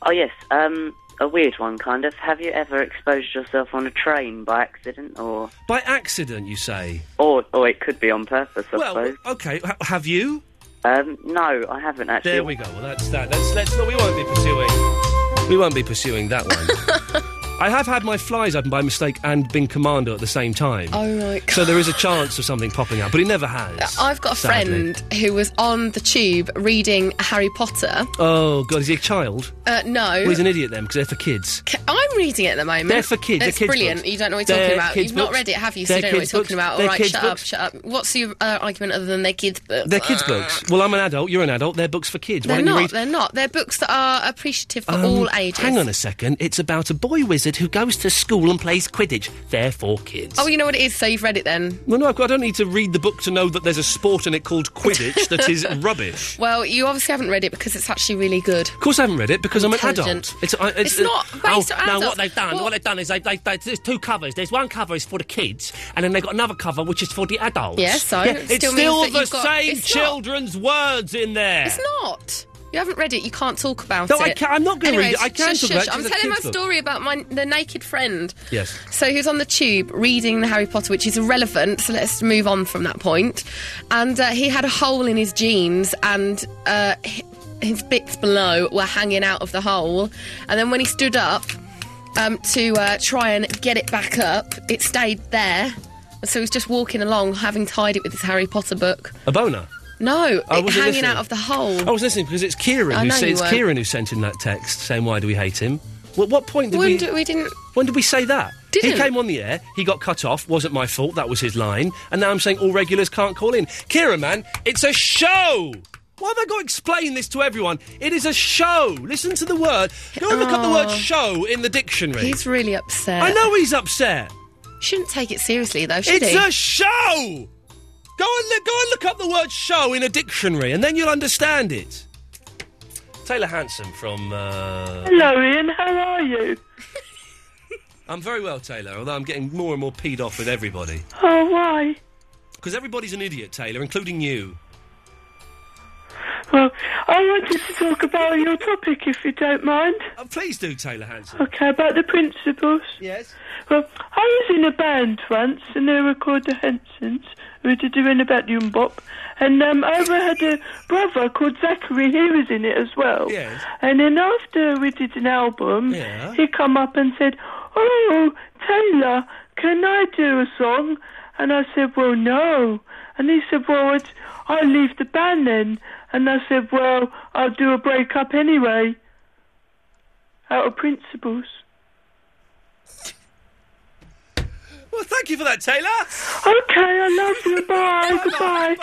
S16: Oh yes, um, a weird one, kind of. Have you ever exposed yourself on a train by accident, or
S1: By accident, you say?
S16: or or it could be on purpose? I
S1: Well,
S16: suppose.
S1: okay. H- have you?
S16: Um, no, I haven't actually.
S1: There we go. Well, that's that. Let's let's not. We won't be pursuing. We won't be pursuing that one. I have had my flies open by mistake and been commando at the same time.
S4: Oh my
S1: So there is a chance of something popping up, but it never has.
S4: Uh, I've got a
S1: sadly.
S4: friend who was on the tube reading Harry Potter.
S1: Oh god, is he a child?
S4: Uh, no.
S1: Well, he's an idiot then because they're for kids.
S4: K- I'm reading it at the moment.
S1: They're for kids, they're
S4: It's
S1: kids'
S4: brilliant.
S1: books.
S4: You don't know what you're talking
S1: They're
S4: about.
S1: kids'
S4: You've not
S1: books.
S4: read it, have you? So you
S1: They're
S4: don't know what
S1: kids' books.
S4: you're talking about. All
S1: They're
S4: right,
S1: kids'
S4: shut
S1: books.
S4: up, shut up. What's your uh, argument other than they're kids' books?
S1: They're kids'
S4: Uh,
S1: books. Well, I'm an adult. You're an adult. They're books for kids. Why don't
S4: They're
S1: you
S4: not.
S1: read?
S4: They're not. They're books that are appreciative for
S1: Um,
S4: all ages.
S1: Hang on a second. It's about a boy wizard who goes to school and plays Quidditch. They're for kids.
S4: Oh, you know what it is. So you've read it then.
S1: Well, no, I've got- I don't need to read the book to know that there's a sport in it called Quidditch that is rubbish.
S4: Well, you obviously haven't read it because it's actually really good.
S1: Of course, I haven't read it because I'm an
S4: Intelligent.
S1: adult. It's, I,
S4: It's not based
S1: oh,
S4: on
S1: Now,
S4: adults.
S1: what they've done,
S4: Well-
S1: what they've done is they've, they've, they there's two covers. There's one cover is for the kids, and then they've got another cover which is for the adults.
S4: Yes, so it
S1: it's
S4: still
S1: still,
S4: means that
S1: the
S4: you've got-
S1: same
S4: it's not-
S1: children's words in there.
S4: It's not. You haven't read it. You can't talk about
S1: No,
S4: it.
S1: I can't- I'm not gonna read
S4: Anyways,
S1: it. I can
S4: shush,
S1: talk about
S4: shush.
S1: it.
S4: I'm
S1: It's a
S4: telling my
S1: kid's book.
S4: story about my the naked friend.
S1: Yes.
S4: So he was on the tube reading the Harry Potter, which is irrelevant. So let's move on from that point. And uh, he had a hole in his jeans, and uh, hi- his bits below were hanging out of the hole. And then when he stood up um, to uh, try and get it back up, it stayed there. So he was just walking along, having tied it with his Harry Potter book.
S1: A boner.
S4: No,
S1: I
S4: it
S1: wasn't
S4: hanging
S1: Oh, listening. Oh,
S4: out of the hole.
S1: I was listening because it's Kieran
S4: I
S1: who
S4: know
S1: says
S4: you
S1: it's
S4: were.
S1: Kieran who sent in that text saying why do we hate him. Well, what point did
S4: when
S1: we?
S4: do- we didn't.
S1: When did we say that? He
S4: Didn't.
S1: came on the air, he got cut off, wasn't my fault, that was his line, and now I'm saying all regulars can't call in. Kira, man, it's a show! Why have I got to explain this to everyone? It is a show! Listen to the word. Go and look up the word
S4: Aw.
S1: show in the dictionary.
S4: Oh. He's really upset.
S1: I know he's upset.
S4: Shouldn't take it seriously though, should
S1: It's
S4: he?
S1: a show! Go and, look, go and look up the word show in a dictionary, and then you'll understand it. Taylor Hanson from. Uh...
S7: Hello, Ian. How are you?
S1: I'm very well, Taylor, although I'm getting more and more peed off with everybody.
S7: Oh, why?
S1: Because everybody's an idiot, Taylor, including you.
S7: Well, I wanted to talk about your topic, if you don't mind.
S1: Oh, please do, Taylor Hanson.
S7: Okay, about the principles.
S1: Yes.
S7: Well, I was in a band once, and they were called the Hensons. We did doing a bedroom bop, and um, I had a brother called Zachary. He was in it as well.
S9: Yes.
S7: And then after we did an album,
S9: Yeah.
S7: he come up and said, "Oh, Taylor, can I do a song?" And I said, "Well, no." And he said, "Well, it's, I leave the band then." And I said, "Well, I'll do a breakup anyway." Out of principles.
S1: Well, thank Thank you for that, Taylor.
S7: Okay, I love you. Bye. Goodbye.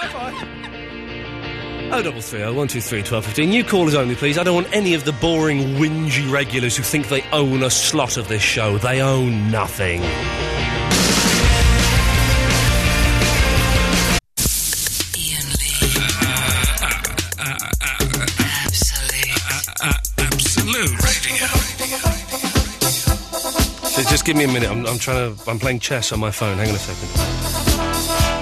S1: Oh, double three, oh, one, two, three, twelve, fifteen. New callers only, please. I don't want any of the boring, whingy regulars who think they own a slot of this show. They own nothing.
S10: Absolute radio.
S1: So just give me a minute. I'm, I'm trying to. I'm playing chess on my phone. Hang on a second.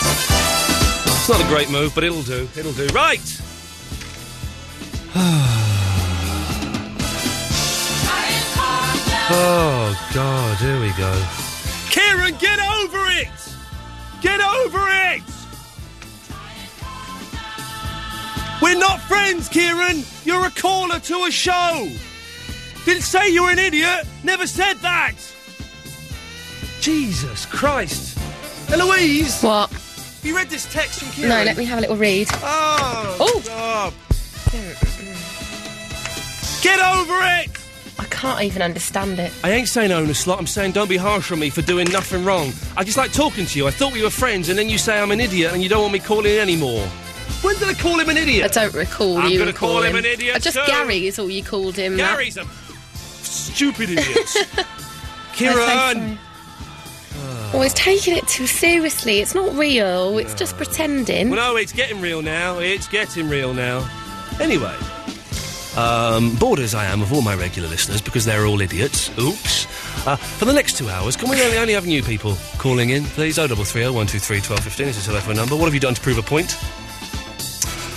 S1: It's not a great move, but it'll do. It'll do. Right. Oh God, here we go. Kieran, get over it! Get over it! We're not friends, Kieran! You're a caller to a show! Didn't say you were an idiot! Never said that! Jesus Christ! Eloise!
S4: What?
S1: Have you read this text from
S4: No,
S1: Kieran?
S4: let me have a little read.
S1: Oh!
S4: Oh.
S1: stop. Get over it!
S4: I can't even understand it.
S1: I ain't saying own a slot. I'm saying don't be harsh on me for doing nothing wrong. I just like talking to you. I thought we were friends, and then you say I'm an idiot, and you don't want me calling in anymore. When did I call him an idiot?
S4: I don't recall
S1: I'm
S4: you.
S1: gonna call him
S4: calling.
S1: an idiot
S4: Uh, just
S1: too.
S4: Gary is all you called him. that.
S1: Gary's a stupid idiot.
S4: Oh,
S1: Kieran!
S4: Always Oh, taking it too seriously. It's not real. It's just pretending.
S1: Well, no, it's getting real now. It's getting real now. Anyway, um, bored as I am of all my regular listeners because they're all idiots. Oops. Uh, for the next two hours, can we only, only have new people calling in, please? Oh, 0330 123 1215 is the telephone number. What have you done to prove a point?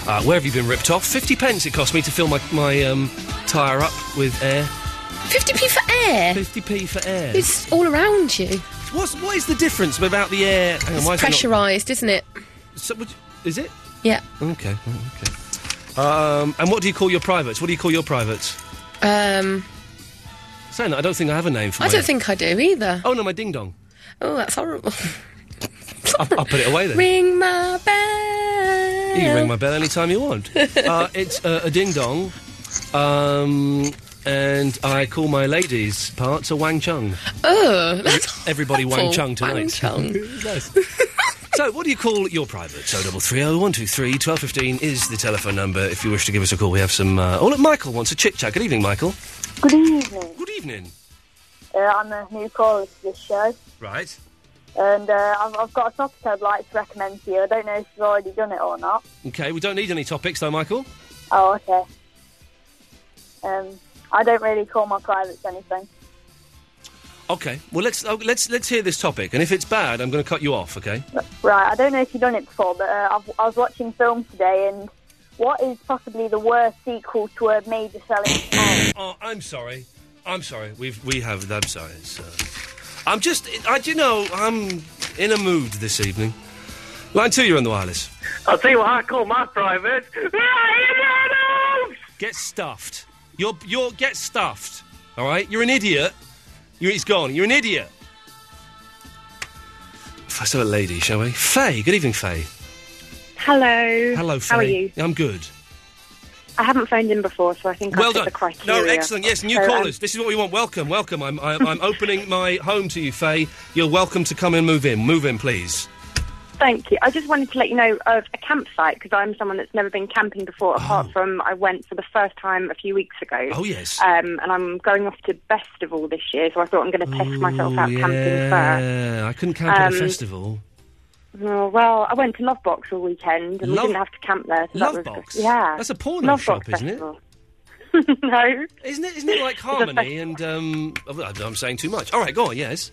S1: Uh, where have you been ripped off? 50 pence it cost me to fill my, my um, tyre up with air.
S4: 50p for air.
S1: 50p for air.
S4: It's all around you.
S1: What's, what is the difference about the air? Hang on,
S4: It's
S1: why is it not-
S4: pressurised, isn't it?
S1: So, would you- is it?
S4: Yeah.
S1: Okay, okay. Um, and what do you call your privates? What do you call your privates?
S4: Um,
S1: Saying that, I don't think I have a name for
S4: I
S1: my-
S4: don't think I do either.
S1: Oh no, my ding dong.
S4: Oh, that's horrible.
S1: I'll, I'll put it away then.
S4: Ring my bell.
S1: You can ring my bell anytime you want. uh, it's uh, a ding dong, um, and I call my ladies' parts a Wang Chung.
S4: Oh, that's
S1: Everybody Wang
S4: awful.
S1: Chung tonight.
S4: Wang Chung.
S1: Nice. So, what do you call your private? So, double three oh one two three twelve fifteen is the telephone number. If you wish to give us a call, we have some. Uh... Oh, look, Michael wants a chit chat. Good evening, Michael.
S9: Good evening.
S1: Good evening.
S9: Uh, I'm a new caller to this show,
S1: Right.
S9: and uh, I've, I've got a topic I'd like to recommend to you. I don't know if you've already done it or not.
S1: Okay, we don't need any topics though, Michael.
S9: Oh, okay. Um, I don't really call my privates anything.
S1: Okay. Well, let's oh, let's let's hear this topic, and if it's bad, I'm going to cut you off. Okay.
S9: Right, I don't know if you've done it before, but uh, I've, I was watching film today, and what is possibly the worst sequel to a major selling?
S1: Oh, I'm sorry. I'm sorry. We've we have. I'm sorry. It's, uh, I'm just. I do you know. I'm in a mood this evening. Line two, you're on the wireless.
S2: I'll tell you what I call my private.
S1: Get stuffed. You're you're get stuffed. All right. You're an idiot. You it's gone. You're an idiot. First of a lady, shall we? Faye. Good evening, Faye.
S17: Hello.
S1: Hello, Faye.
S17: How are you?
S1: I'm good.
S17: I haven't phoned in before, so I think
S1: well
S17: I've
S1: done.
S17: fit the criteria.
S1: No, excellent. Yes, new
S17: So, um,
S1: callers. this is what we want. Welcome, welcome. I'm, I'm, I'm opening my home to you, Faye. You're welcome to come and move in. Move in, please.
S17: thank you. I just wanted to let you know of a campsite because I'm someone that's never been camping before, apart from I went for the first time a few weeks ago.
S1: Oh, yes.
S17: Um, and I'm going off to Festival this year, so I thought I'm going to test myself out camping first.
S1: Yeah, I couldn't camp at a
S17: Um,
S1: festival.
S17: Oh, well, I went to Lovebox all weekend, and
S1: Love-
S17: we didn't have to camp there. So that was
S1: Lovebox?
S17: good. Yeah,
S1: That's a porno
S17: Lovebox
S1: shop, isn't it?
S17: Festival. no,
S1: isn't it? Isn't it like Harmony and um, oh, I- I'm saying too much. All right, go on. Yes.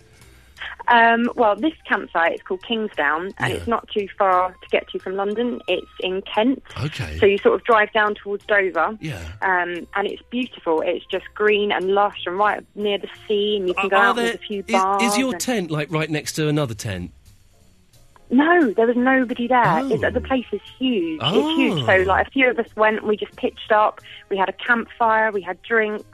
S17: Um, well, this campsite is called Kingsdown, and
S1: Yeah.
S17: it's not too far to get to from London. It's in Kent.
S1: Okay.
S17: So you sort of drive down towards Dover.
S1: Yeah.
S17: Um, and it's beautiful. It's just green and lush and right near the sea, and you can go
S1: Are
S17: out
S1: there-
S17: with a few
S1: is-
S17: bars.
S1: is, your
S17: and-
S1: tent like right next to another tent?
S17: No, there was nobody there. It's-
S1: Oh.
S17: the place is huge.
S3: Oh.
S17: It's huge. So, like, a few of us went and we just pitched up. We had a campfire, we had drinks,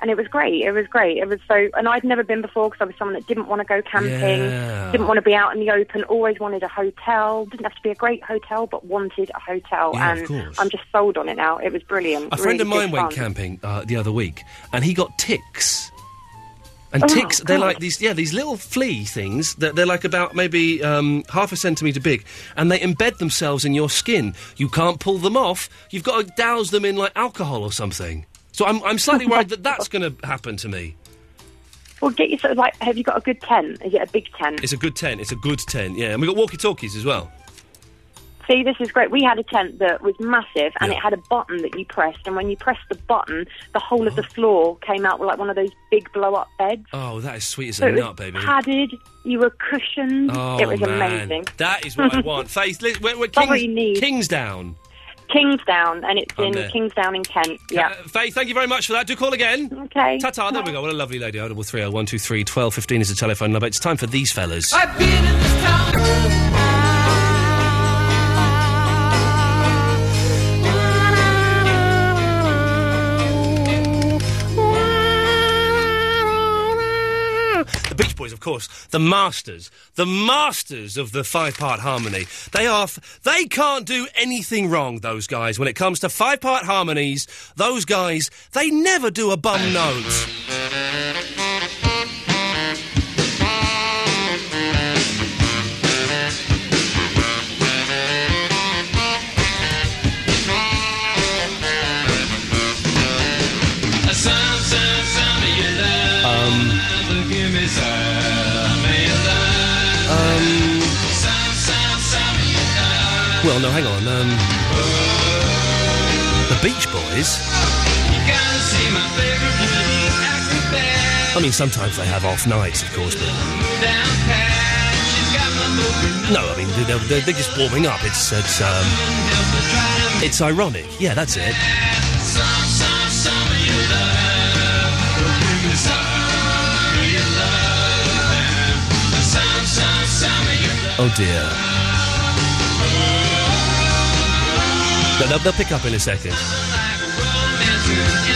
S17: and it was great. It was great. It was so, and I'd never been before because I was someone that didn't want to go camping,
S3: Yeah.
S17: didn't want to be out in the open, always wanted a hotel. Didn't have to be a great hotel, but wanted a hotel.
S1: Yeah, of
S17: and
S1: course.
S17: I'm just sold on it now. It was brilliant.
S1: A friend
S17: Really
S1: of mine
S17: good
S1: went
S17: fun.
S1: camping uh, the other week, and he got ticks. And
S17: Oh,
S1: ticks, they're
S17: God.
S1: like these, yeah, these little flea things that they're like about maybe um, half a centimetre big, and they embed themselves in your skin. You can't pull them off. You've got to douse them in like alcohol or something. So I'm, I'm
S17: Oh,
S1: slightly worried that that's going to happen to me.
S17: Well, get yourself like, have you got a good tent? Is it a big tent?
S1: It's a good tent. It's a good tent, yeah. And we've got walkie talkies as well.
S17: See, this is great. We had a tent that was massive, and it had a button that you pressed, and when you pressed the button, the whole of the floor came out like one of those big blow-up beds.
S1: Oh, that is sweet as
S17: So
S1: a
S17: it was
S1: nut, baby.
S17: padded. You were cushioned.
S1: Oh,
S17: it was
S1: man.
S17: amazing.
S1: That is what I want. Faith, li- we're, we're
S17: That's what
S1: Kings,
S17: you need.
S1: Kingsdown.
S17: Kingsdown, and it's
S1: I'm
S17: in
S1: there.
S17: Kingsdown in Kent. Yeah.
S1: Uh, Faith, thank you very much for that. Do call again.
S17: Okay.
S1: Ta-ta, there we go. What a lovely lady. 0330 123 1215 is the telephone number. It's time for these fellas.
S3: I've been in this town.
S1: The Beach Boys, of course, the masters, the masters of the five-part harmony. They are, f- they can't do anything wrong. Those guys, when it comes to five-part harmonies, those guys, they never do a bum note.
S3: Some, some, some of your love.
S1: Um,
S3: But give me some of your love.
S1: um,
S3: Some, some, some of your love.
S1: well, no, hang on. Um, the Beach Boys.
S3: You gotta see my favorite place. Acting bad,
S1: I mean, sometimes they have off nights, of course, but
S3: down pat. She's got my moving.
S1: no, I mean, they're, they're, they're just warming up. It's it's um, it's ironic. Yeah, that's it.
S3: Some, some, some of your love. But give me some of your love. Some, some, some of your
S1: Oh dear. No, they'll, they'll pick up in a second.
S3: in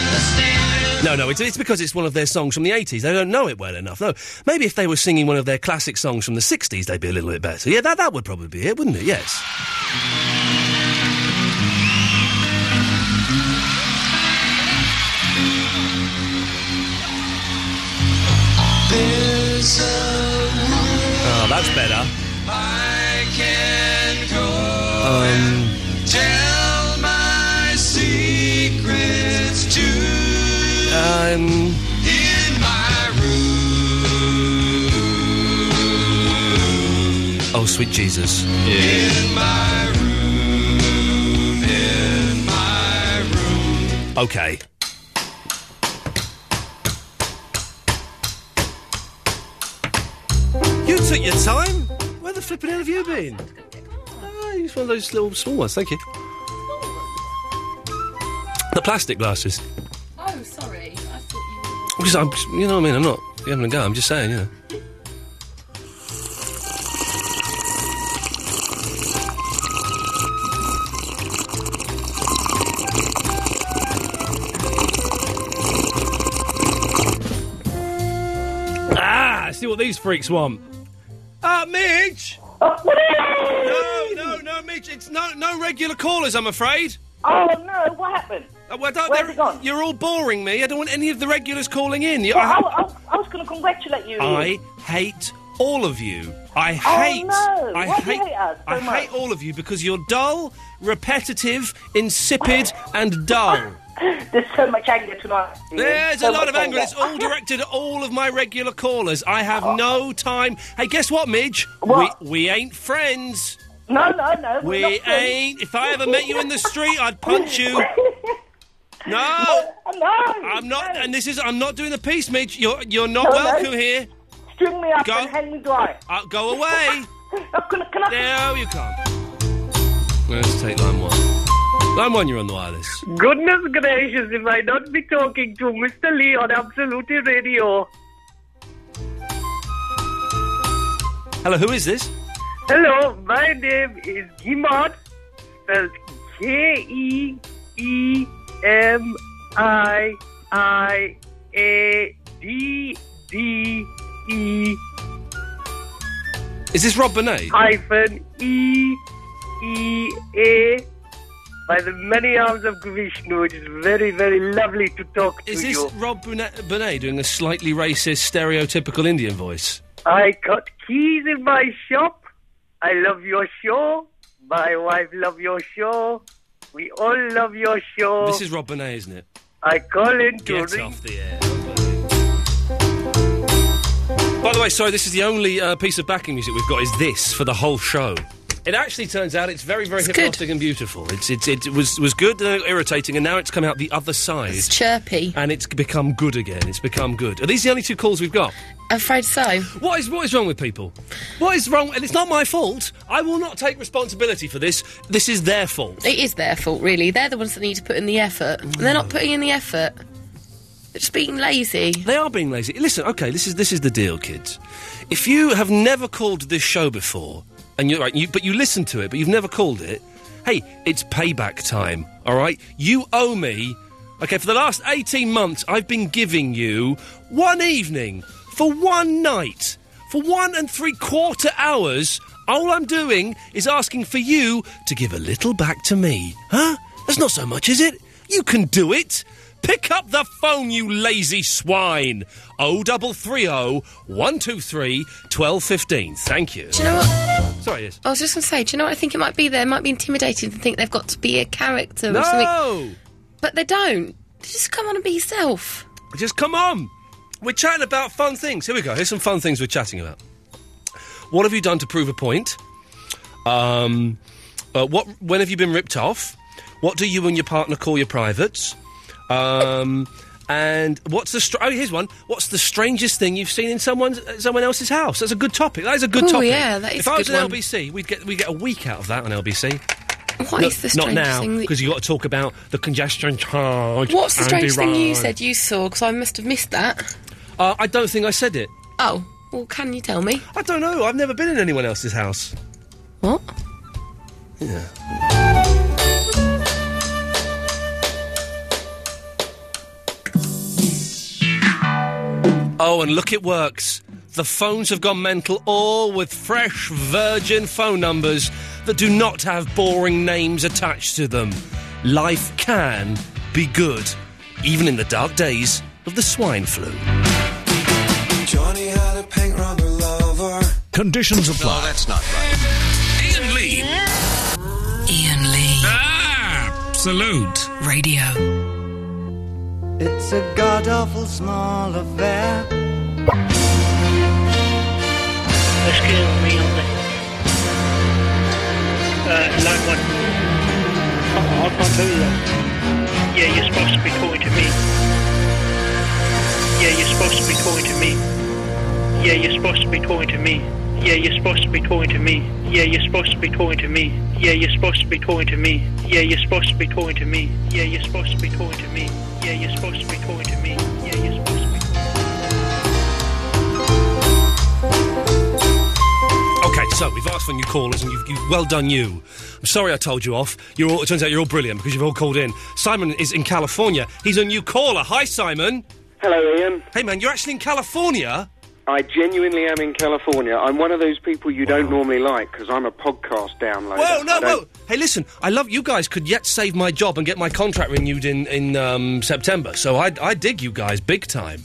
S3: the standard.
S1: No, no, it's, it's because it's one of their songs from the 80s. They don't know it well enough. No, maybe if they were singing one of their classic songs from the 60s, they'd be a little bit better. Yeah, that, that would probably be it, wouldn't it? Yes.
S3: There's a room
S1: Oh, that's better.
S3: I can go.
S1: Um,
S3: Tell my secrets to
S1: um,
S3: in my
S1: Um,
S3: room.
S1: oh, sweet Jesus.
S3: In
S1: um,
S3: my room. In my room.
S1: Okay. You took your time. Where the flipping hell have you been? Ah, it's one of those little small ones. Thank you. The plastic glasses.
S4: Oh, sorry. I thought
S1: I'm just- I'm just- you know what I mean? I'm not having a go. I'm just saying, you know. Ah, see what these freaks want. Ah, Midge!
S18: Oh,
S1: no, no, no, Midge. It's no, no regular callers, I'm afraid.
S18: Oh no! What happened?
S1: Uh, well, don't, Where's gone? You're all boring me. I don't want any of the regulars calling in. You-
S18: Well,
S1: I-
S18: I, I, I was going to congratulate you.
S1: I hate all of you. I
S18: Oh,
S1: hate.
S18: no.
S1: I
S18: Why do
S1: hate.
S18: you hate us so
S1: I
S18: much?
S1: hate all of you because you're dull, repetitive, insipid, and dull.
S18: There's so much anger tonight.
S1: There's a
S18: So
S1: lot
S18: much Oh.
S1: of anger. It's all directed at all of my regular callers. I have no time. Hey, guess what, Midge?
S18: What?
S1: We, we ain't friends.
S18: No, no, no. we're
S1: We
S18: not friends.
S1: ain't. If I ever met you in the street, I'd punch you. No,
S18: Uh, no,
S1: I'm not. And this is. I'm not doing the piece, Midge. You're you're not
S18: No, no.
S1: welcome here.
S18: String me up
S1: Go.
S18: and hang me dry.
S1: Uh, go away.
S18: Oh,
S1: No, you can't. Let's take line one. Line one, you're on the wireless.
S19: Goodness gracious, if I not be talking to Mr. Lee on Absolute Radio.
S1: Hello, who is this?
S19: Hello, my name is Gimard, spelled K E E M I I A D D E
S1: Is this Rob Bonet?
S19: hyphen E E A by the many arms of Vishnu. It is very, very lovely to talk to
S1: Is this
S19: you.
S1: Rob Bonet, Bonet doing a slightly racist, stereotypical Indian voice?
S19: I got keys in my shop. I love your show. My wife love your show. We all love your
S18: Oh.
S19: show.
S1: This is Rob Bonet, isn't it?
S19: I call in to
S1: Get
S19: ring-
S1: off the air. By the way, sorry, this is the only uh, piece of backing music we've got. Is this for the whole show? It actually turns out it's very, very hypnotic and beautiful. It's, it's, it was was good, then irritating, and now it's come out the other side. It's
S4: chirpy,
S1: and it's become good again. It's become good. Are these the only two calls we've got?
S4: Afraid so.
S1: What is what is wrong with people? What is wrong? And it's not my fault. I will not take responsibility for this. This is their fault.
S4: It is their fault, really. They're the ones that need to put in the effort. And they're not putting in the effort. They're just being lazy.
S1: They are being lazy. Listen, okay, this is this is the deal, kids. If you have never called this show before, and you're right, you, but you listen to it, but you've never called it, hey, it's payback time. All right, you owe me. Okay, for the last eighteen months, I've been giving you one evening for one night for one and three quarter hours. All I'm doing is asking for you to give a little back to me, huh? That's not so much, is it? You can do it. Pick up the phone, you lazy swine. Oh, 0330 123 1215. Thank you.
S4: Do you know what?
S1: Sorry, yes.
S4: I was just going to say, do you know what I think it might be? They might be intimidated and think they've got to be a character or something.
S1: No!
S4: But they don't. They just come on and be yourself.
S1: Just come on. We're chatting about fun things. Here we go. Here's some fun things we're chatting about. What have you done to prove a point? Um, uh, what? When have you been ripped off? What do you and your partner call your privates? Um, and what's the? Str- oh, here's one. What's the strangest thing you've seen in someone's uh, someone else's house? That's a good topic. That is a good
S4: Ooh,
S1: topic.
S4: yeah, that is
S1: If
S4: a
S1: I was
S4: good
S1: an
S4: one.
S1: LBC, we'd get we get a week out of that on LBC.
S4: What
S1: not,
S4: is the
S1: not
S4: strangest
S1: now
S4: thing that-
S1: because you got to talk about the congestion charge.
S4: What's the
S1: and
S4: strange thing you
S1: Iran.
S4: said you saw? Because I must have missed that.
S1: Uh, I don't think I said it.
S4: Oh, well, can you tell me?
S1: I don't know. I've never been in anyone else's house.
S4: What?
S1: Yeah. Oh, and look, it works. The phones have gone mental, all with fresh, virgin phone numbers that do not have boring names attached to them. Life can be good, even in the dark days of the swine flu.
S3: Johnny had a pink rubber lover.
S10: Conditions
S3: No, that's not right.
S10: Ian Lee.
S3: Ian Lee.
S1: Ah!
S10: Ah, Absolute Radio.
S20: It's a god awful small affair.
S14: Excuse me on the uh, line one. I, I can't hear you. Yeah, you're supposed to be calling to me. Yeah, you're supposed to be calling to me. Yeah, you're supposed to be calling to me. Yeah, you're supposed to be calling to me. Yeah, you're supposed to be calling to me. Yeah, you're supposed to be calling to me. Yeah, you're supposed to be calling to me. Yeah, you're supposed to be calling to me. Yeah, you're supposed to be calling to me. Yeah, you're supposed to be
S1: Okay, so we've asked for new callers, and you've, you've well done you. I'm sorry I told you off. You're all, it turns out you're all brilliant because you've all called in. Simon is in California. He's a new caller. Hi, Simon.
S13: Hello, Ian.
S1: Hey, man, you're actually in California.
S13: I genuinely am in California. I'm one of those people you don't normally like because I'm a podcast downloader.
S1: Whoa,
S13: I
S1: no,
S13: don't-
S1: whoa. Hey, listen, I love you guys. Could yet save my job and get my contract renewed in in um, September. So I, I dig you guys big time.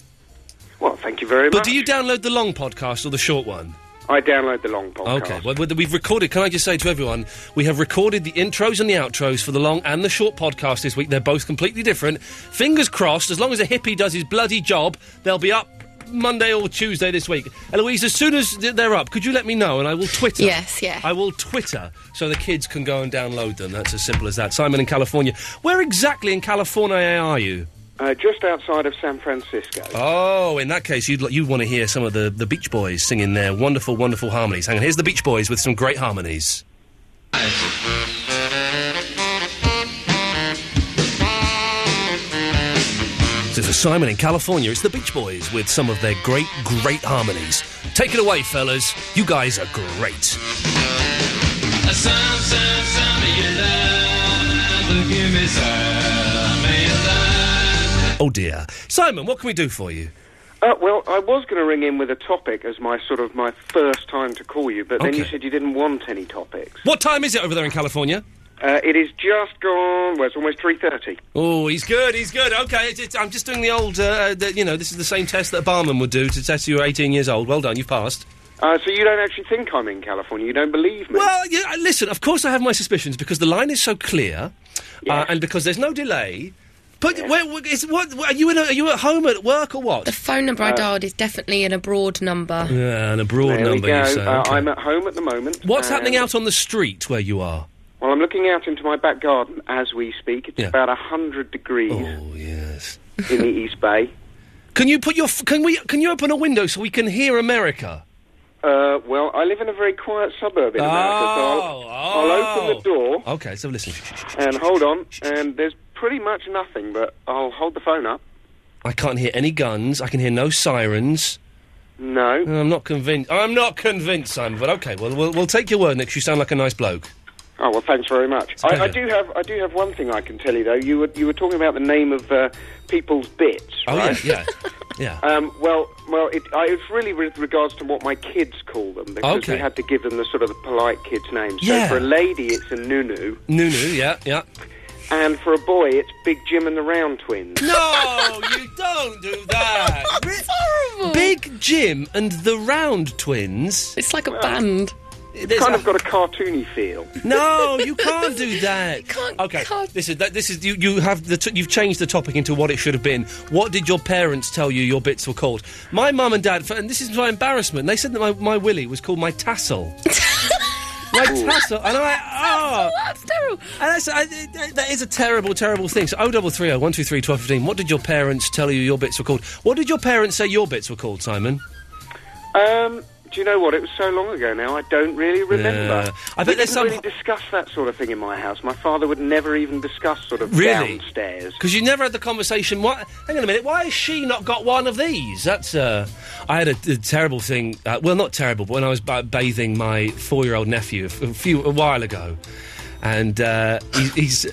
S13: Well, thank you very
S1: but
S13: much.
S1: do you download the long podcast or the short one?
S13: I download the long podcast.
S1: Okay, well, well, we've recorded. Can I just say to everyone, we have recorded the intros and the outros for the long and the short podcast this week. They're both completely different. Fingers crossed, as long as a hippie does his bloody job, they'll be up Monday or Tuesday this week. Eloise, as soon as th- they're up, could you let me know and I will Twitter?
S4: Yes, yeah.
S1: I will Twitter so the kids can go and download them. That's as simple as that. Simon in California. Where exactly in California are you?
S13: Uh, just outside of San Francisco.
S1: Oh, in that case, you'd, li- you'd want to hear some of the, the Beach Boys singing their wonderful, wonderful harmonies. Hang on, here's the Beach Boys with some great harmonies. It's a Simon in California. It's the Beach Boys with some of their great, great harmonies. Take it away, fellas. You guys are great.
S3: Some, some, some of your love. Well, Give me some of your love.
S1: Oh dear. Simon, what can we do for you?
S13: Uh, well, I was going to ring in with a topic as my sort of my first time to call you, but then you
S1: Okay.
S13: said you didn't want any topics.
S1: What time is it over there in California?
S13: Uh, it is just gone. Well, it's almost three thirty.
S1: Oh, he's good. He's good. Okay, it's, it's, I'm just doing the old. Uh, the, you know, this is the same test that a barman would do to test you were 18 years old. Well done, you've passed.
S13: Uh, so you don't actually think I'm in California? You don't believe me?
S1: Well, yeah, I- listen. Of course, I have my suspicions because the line is so clear, uh, and because there's no delay. But where, where, is, what, are you in? A, are you at home, at work, or what?
S4: The phone number I
S1: Uh,
S4: dialed is definitely an abroad number.
S1: Yeah, an abroad
S13: there
S1: number.
S13: we go.
S1: You say.
S13: Uh,
S1: okay.
S13: I'm at home at the moment.
S1: What's
S13: and-
S1: happening out on the street where you are?
S13: Well, I'm looking out into my back garden as we speak. It's
S1: Yeah.
S13: about about hundred degrees. Oh
S1: yes.
S13: In the East Bay.
S1: Can you put your? f- Can we? Can you open a window so we can hear America?
S13: Uh, well, I live in a very quiet suburb in America,
S1: Oh,
S13: so I'll, I'll open the door
S1: Okay, so listen.
S13: and hold on. And there's pretty much nothing, but I'll hold the phone up.
S1: I can't hear any guns. I can hear no sirens.
S13: No.
S1: I'm not convinced. I'm not convinced, Simon. But okay, well, we'll, we'll take your word, Nick. You sound like a nice bloke.
S13: Oh well, thanks very much.
S1: a
S13: I, I
S1: pleasure.
S13: do have I do have one thing I can tell you though. You were you were talking about the name of uh, people's bits,
S1: Oh yeah,
S13: right?
S1: yeah, yeah.
S13: Um, well, well, it, I, it's really with regards to what my kids call them because
S1: Okay.
S13: we had to give them the sort of the polite kids' names.
S1: Yeah.
S13: So for a lady, it's a Nunu,
S1: Nunu, yeah, yeah.
S13: and for a boy, it's Big Jim and the Round Twins.
S1: No, you don't do that. That's
S4: horrible.
S1: Big Jim and the Round Twins.
S4: It's like a band.
S1: It's
S13: kind of got a cartoony feel.
S1: No, you can't do that. okay, this is that. This is you. You have the. T- you've changed the topic into what it should have been. What did your parents tell you your bits were called? My mum and dad, and this is my embarrassment. They said that my, my Willy was called my tassel. my tassel, and I oh,
S4: that's terrible.
S1: And that's, I, that- that is a terrible, terrible thing. So, 0330 123 1215, What did your parents tell you your bits were called? What did your parents say your bits were called, Simon?
S13: Um, do you know what? It was so long ago now. I don't really remember.
S1: Yeah. I bet there's
S13: we didn't
S1: some-
S13: really discuss that sort of thing in my house. My father would never even discuss sort of
S1: Really?
S13: downstairs.
S1: Because you never had the conversation. Why? Hang on a minute. Why has she not got one of these? That's. Uh, I had a, a terrible thing. Uh, well, not terrible, but when I was ba- bathing my four-year-old nephew a, f- a few a while ago, and uh, he, he's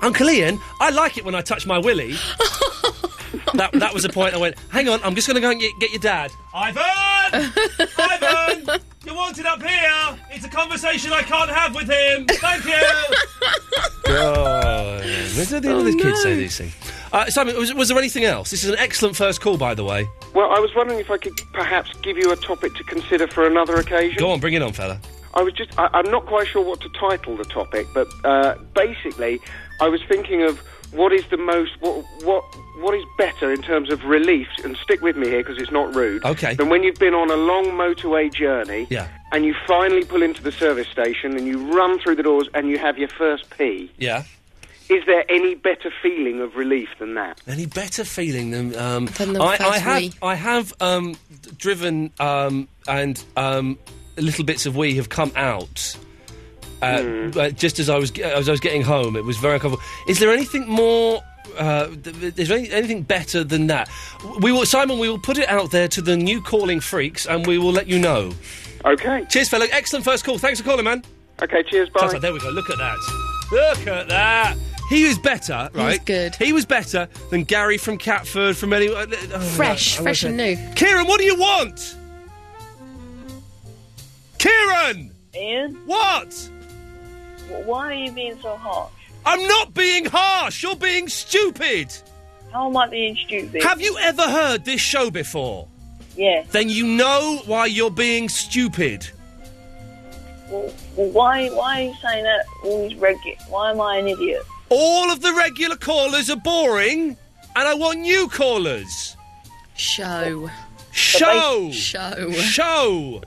S1: Uncle Ian. I like it when I touch my willy. that, that was a point I went. Hang on, I'm just going to go and get, get your dad. Ivan, Ivan, you're wanted up here. It's a conversation I can't have with him. Thank you. God. Why do the
S13: Oh,
S1: other kids say
S13: no.
S1: these things? Uh, Simon, was, was there anything else? This is an excellent first call, by the way.
S13: Well, I was wondering if I could perhaps give you a topic to consider for another occasion.
S1: Go on, bring it on, fella.
S13: I was just, I, I'm not quite sure what to title the topic, but uh, basically, I was thinking of what is the most, what, what, what is better in terms of relief, and stick with me here because it's not rude.
S1: Okay.
S13: Than when you've been on a long motorway journey
S1: Yeah.
S13: and you finally pull into the service station and you run through the doors and you have your first pee.
S1: Yeah.
S13: Is there any better feeling of relief than that?
S1: Any better feeling than um,
S13: Than the
S1: I, I
S13: first
S1: have?
S13: wee.
S1: I have um, d- driven um, and um, little bits of wee have come out. Uh,
S13: Hmm.
S1: uh, just as I was ge- as I was getting home, it was very uncomfortable. Is there anything more? Uh, th- th- is there any, anything better than that? We will, Simon. We will put it out there to the new calling freaks, and we will let you know.
S13: Okay.
S1: Cheers, fella. Excellent first call. Thanks for calling, man.
S13: Okay. Cheers. Bye.
S1: there we go. Look at that. Look at that. He was better,
S4: He was
S1: right? good. He was better than Gary from Catford, from any. uh, oh,
S4: Fresh,
S1: right, I
S4: fresh
S1: won't
S4: and
S1: say-
S4: new.
S1: Kieran, what do you want? Kieran!
S18: Ian,
S1: What?
S18: why are you being so harsh?
S1: I'm not being harsh. You're being stupid.
S18: How am I being stupid?
S1: Have you ever heard this show before?
S18: Yeah.
S1: Then you know why you're being stupid.
S18: Well, well, why, why are you saying that all is regular? Why am I an idiot?
S1: All of the regular callers are boring, and I want new callers.
S4: Show.
S1: Show.
S4: Show.
S1: Show.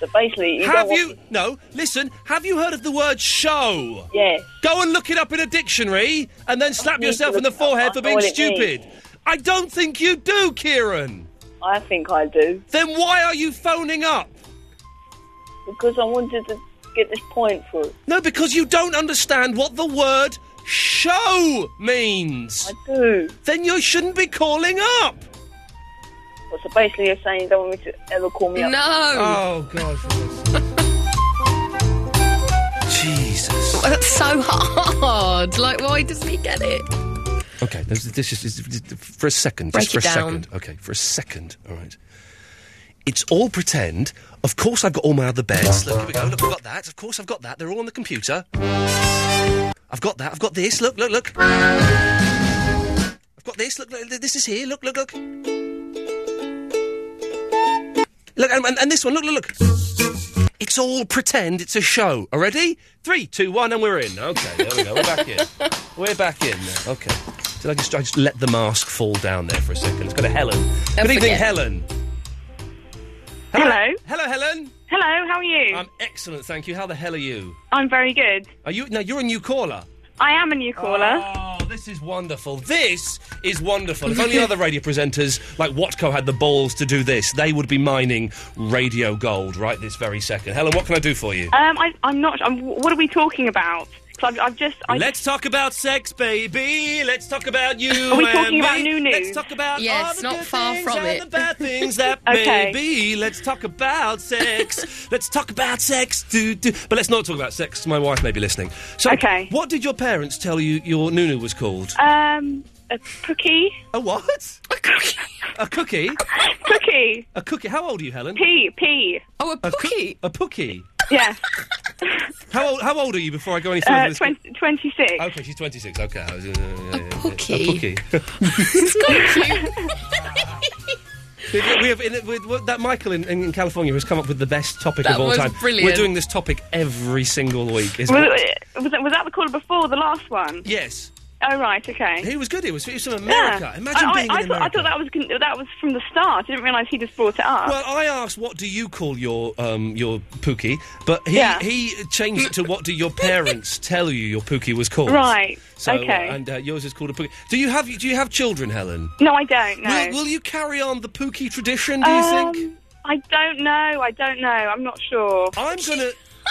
S18: So basically, you
S1: have
S18: don't
S1: you?
S18: Want...
S1: No, listen. Have you heard of the word show?
S18: Yes.
S1: Go and look it up in a dictionary, and then slap
S18: need
S1: yourself
S18: to
S1: in the
S18: look it up.
S1: forehead
S18: I
S1: for
S18: know
S1: being
S18: what it
S1: stupid. I don't think you do, Kieran.
S18: I think I do
S1: Then why are you phoning up?
S18: because I wanted to get this point through.
S1: No, because you don't understand what the word show means. I do. Then you shouldn't be calling up.
S21: Well, so basically, you're saying you don't want me to ever call me up.
S1: Oh God. Jesus.
S4: That's so hard. Like, why doesn't he get it?
S1: Okay, this, this is this is- for a second.
S4: Break
S1: Just for
S4: it
S1: a
S4: down.
S1: second. Okay, for a second. All right. It's all pretend. Of course, I've got all my other bets. Look, here we go. Look, I've got that. Of course, I've got that. They're all on the computer. I've got that. I've got this. Look, look, look. I've got this. Look, look this is here. Look, look, look. Look, and, and, and this one. Look, look, look. It's all pretend. It's a show. Are ready? Three, two, one, and we're in. Okay, there we go. We're back in. We're back in now. Okay. Did I just, I just let the mask fall down there for a second? Let's go to Helen. Good evening,
S3: forget.
S1: Helen. Hello. Hello, Helen.
S17: Hello, how are you?
S1: I'm excellent, thank you. How the hell are you?
S17: I'm very good.
S1: Are you? Now you're a new caller.
S17: I am a new caller.
S1: Oh, this is wonderful. This is wonderful. If only other radio presenters like Watco had the balls to do this, they would be mining radio gold right this very second. Helen, what can I do for you?
S17: Um, I, I'm not. I'm, what are we talking about? 'Cause I've, I've just. I,
S1: Let's talk about sex, baby. Let's talk about you.
S17: Are we talking
S1: and
S17: about
S1: me.
S17: new news?
S1: Let's talk about
S4: Yeah,
S1: all
S4: it's
S1: the
S4: not
S1: good
S4: far
S1: things
S4: from
S1: and
S4: it.
S1: the bad things that
S4: Okay.
S1: baby. Let's talk about sex. let's talk about sex. Do, do. But let's not talk about sex. My wife may be listening. So, okay. what did your parents tell you your Nunu was called?
S17: Um, a cookie.
S1: A what?
S17: A cookie.
S1: A cookie?
S17: cookie.
S1: A cookie. How old are you, Helen?
S17: P. P.
S4: Oh, a
S1: cookie. A pookie.
S17: Yeah.
S1: How old, how old are you before I go any further?
S17: Uh,
S1: with this-
S17: 20, 26.
S1: Okay, she's 26. Okay. I was, uh, yeah, yeah, yeah.
S17: pookie.
S1: A pookie. We have, we have in, with, with that Michael in, in California has come up with the best topic
S17: That
S1: of all
S17: was
S1: time.
S17: brilliant.
S1: We're doing this topic every single week.
S17: Was,
S1: Isn't it?
S17: was that, was that the caller before the last one?
S1: Yes.
S17: Oh right, okay.
S1: He was good. It was, he was from America.
S17: Yeah.
S1: Imagine
S17: I, I-
S1: being
S17: I,
S1: in
S17: thought, I
S1: America.
S17: thought that was con- that was from the start. I didn't realise he just brought it up.
S1: Well, I asked, "What do you call your um, your pookie?" But he
S17: Yeah.
S1: he changed it to, "What do your parents tell you your pookie was called?"
S17: Right.
S1: So, uh,
S17: Okay.
S1: and uh, yours is called a pookie. Do you have do you have children, Helen?
S17: no, I don't. No.
S1: Will, will you carry on the pookie tradition? Do you
S17: Um,
S1: think?
S17: I don't know. I don't know. I'm not sure.
S1: I'm gonna.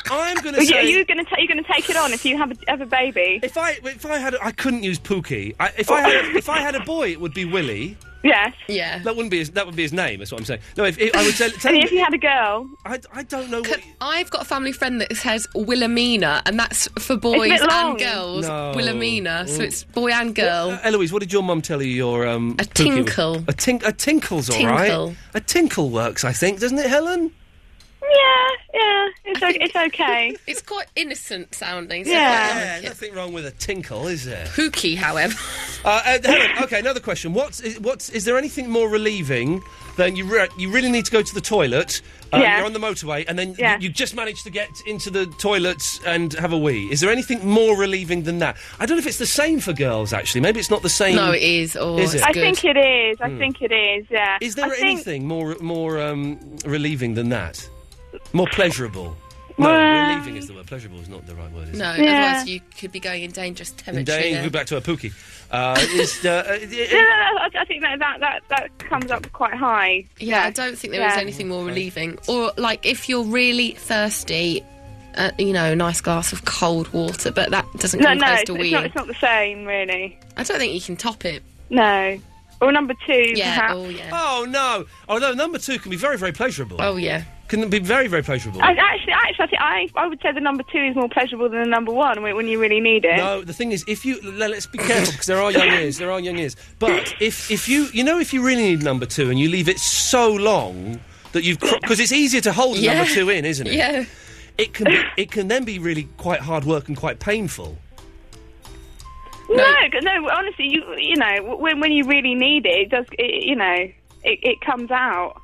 S1: I'm gonna
S17: Are you,
S1: say-
S17: are you gonna ta- you gonna take it on if you have a, have a baby?
S1: If I if I had a, I couldn't use Pookie. I, if I had, if I had a boy, it would be Willie.
S17: Yes.
S4: Yeah.
S1: That wouldn't be his, that would be his name. That's what I'm saying. No, if, if I would tell, tell
S17: And if you had a girl,
S1: I, I don't know
S17: what.
S4: I've got a family friend that says Wilhelmina, and that's for boys
S17: bit long.
S4: and girls.
S1: No.
S4: Wilhelmina, so
S1: Mm.
S4: it's boy and girl.
S1: Uh, Eloise, what did your mum tell you? Your um, a
S4: tinkle.
S1: A, tink, a tinkle's all
S17: Tinkle.
S1: right. A tinkle works, I think, doesn't it, Helen?
S17: Yeah, yeah, it's o- it's okay.
S4: it's quite innocent sounding. So
S1: yeah, nothing wrong with a tinkle, is there?
S4: Pookie, however.
S1: Uh, and Helen, okay, another question. What's is, what's is there anything more relieving than you re- you really need to go to the toilet? Uh,
S17: Yeah.
S1: You're on the motorway, and then y-
S17: Yeah.
S1: you, just manage to get into the toilets and have a wee. Is there anything more relieving than that? I don't know if it's the same for girls. Actually, maybe it's not the same.
S4: No, it is, Oh, or
S1: is it?
S17: I think it is. I
S1: Hmm.
S17: think it is. Yeah.
S1: Is there
S17: I think-
S1: anything more more um, relieving than that? More pleasurable? No,
S17: Well-
S1: relieving is the word. Pleasurable is not the right word. Is
S4: No,
S1: it?
S4: otherwise you could be going in dangerous
S1: And
S4: territory.
S1: Dane,
S4: there.
S1: go back to her pookie. Uh, is, uh, it- it-
S17: No, no, no, I, I think that, that that that comes up quite high.
S4: Yeah, I don't think there is
S17: Yeah.
S4: anything more relieving. Or like if you're really thirsty, uh, you know, a nice glass of cold water, but that doesn't
S17: No,
S4: come
S17: no,
S4: close
S17: it's,
S4: to
S17: it's
S4: wee.
S17: not. It's not the same, really.
S4: I don't think you can top it.
S17: No. Or number two,
S4: Yeah,
S17: perhaps.
S4: oh, yeah.
S1: Oh no! Although number two can be very, very pleasurable.
S17: Oh, yeah.
S1: can be very, very pleasurable.
S17: I, actually, actually, I, think I, I would say the number two is more pleasurable than the number one when, when you really need it.
S1: no, the thing is, if you le- let's be careful because there are young ears, there are young ears. But if if you you know if you really need number two and you leave it so long that you've because it's easier to hold
S3: Yeah.
S1: number two in, isn't it?
S3: Yeah.
S1: It can be, it can then be really quite hard work and quite painful.
S17: No, g- no. Honestly, you you know w- when when you really need it, it does. It, you know, it, it comes out.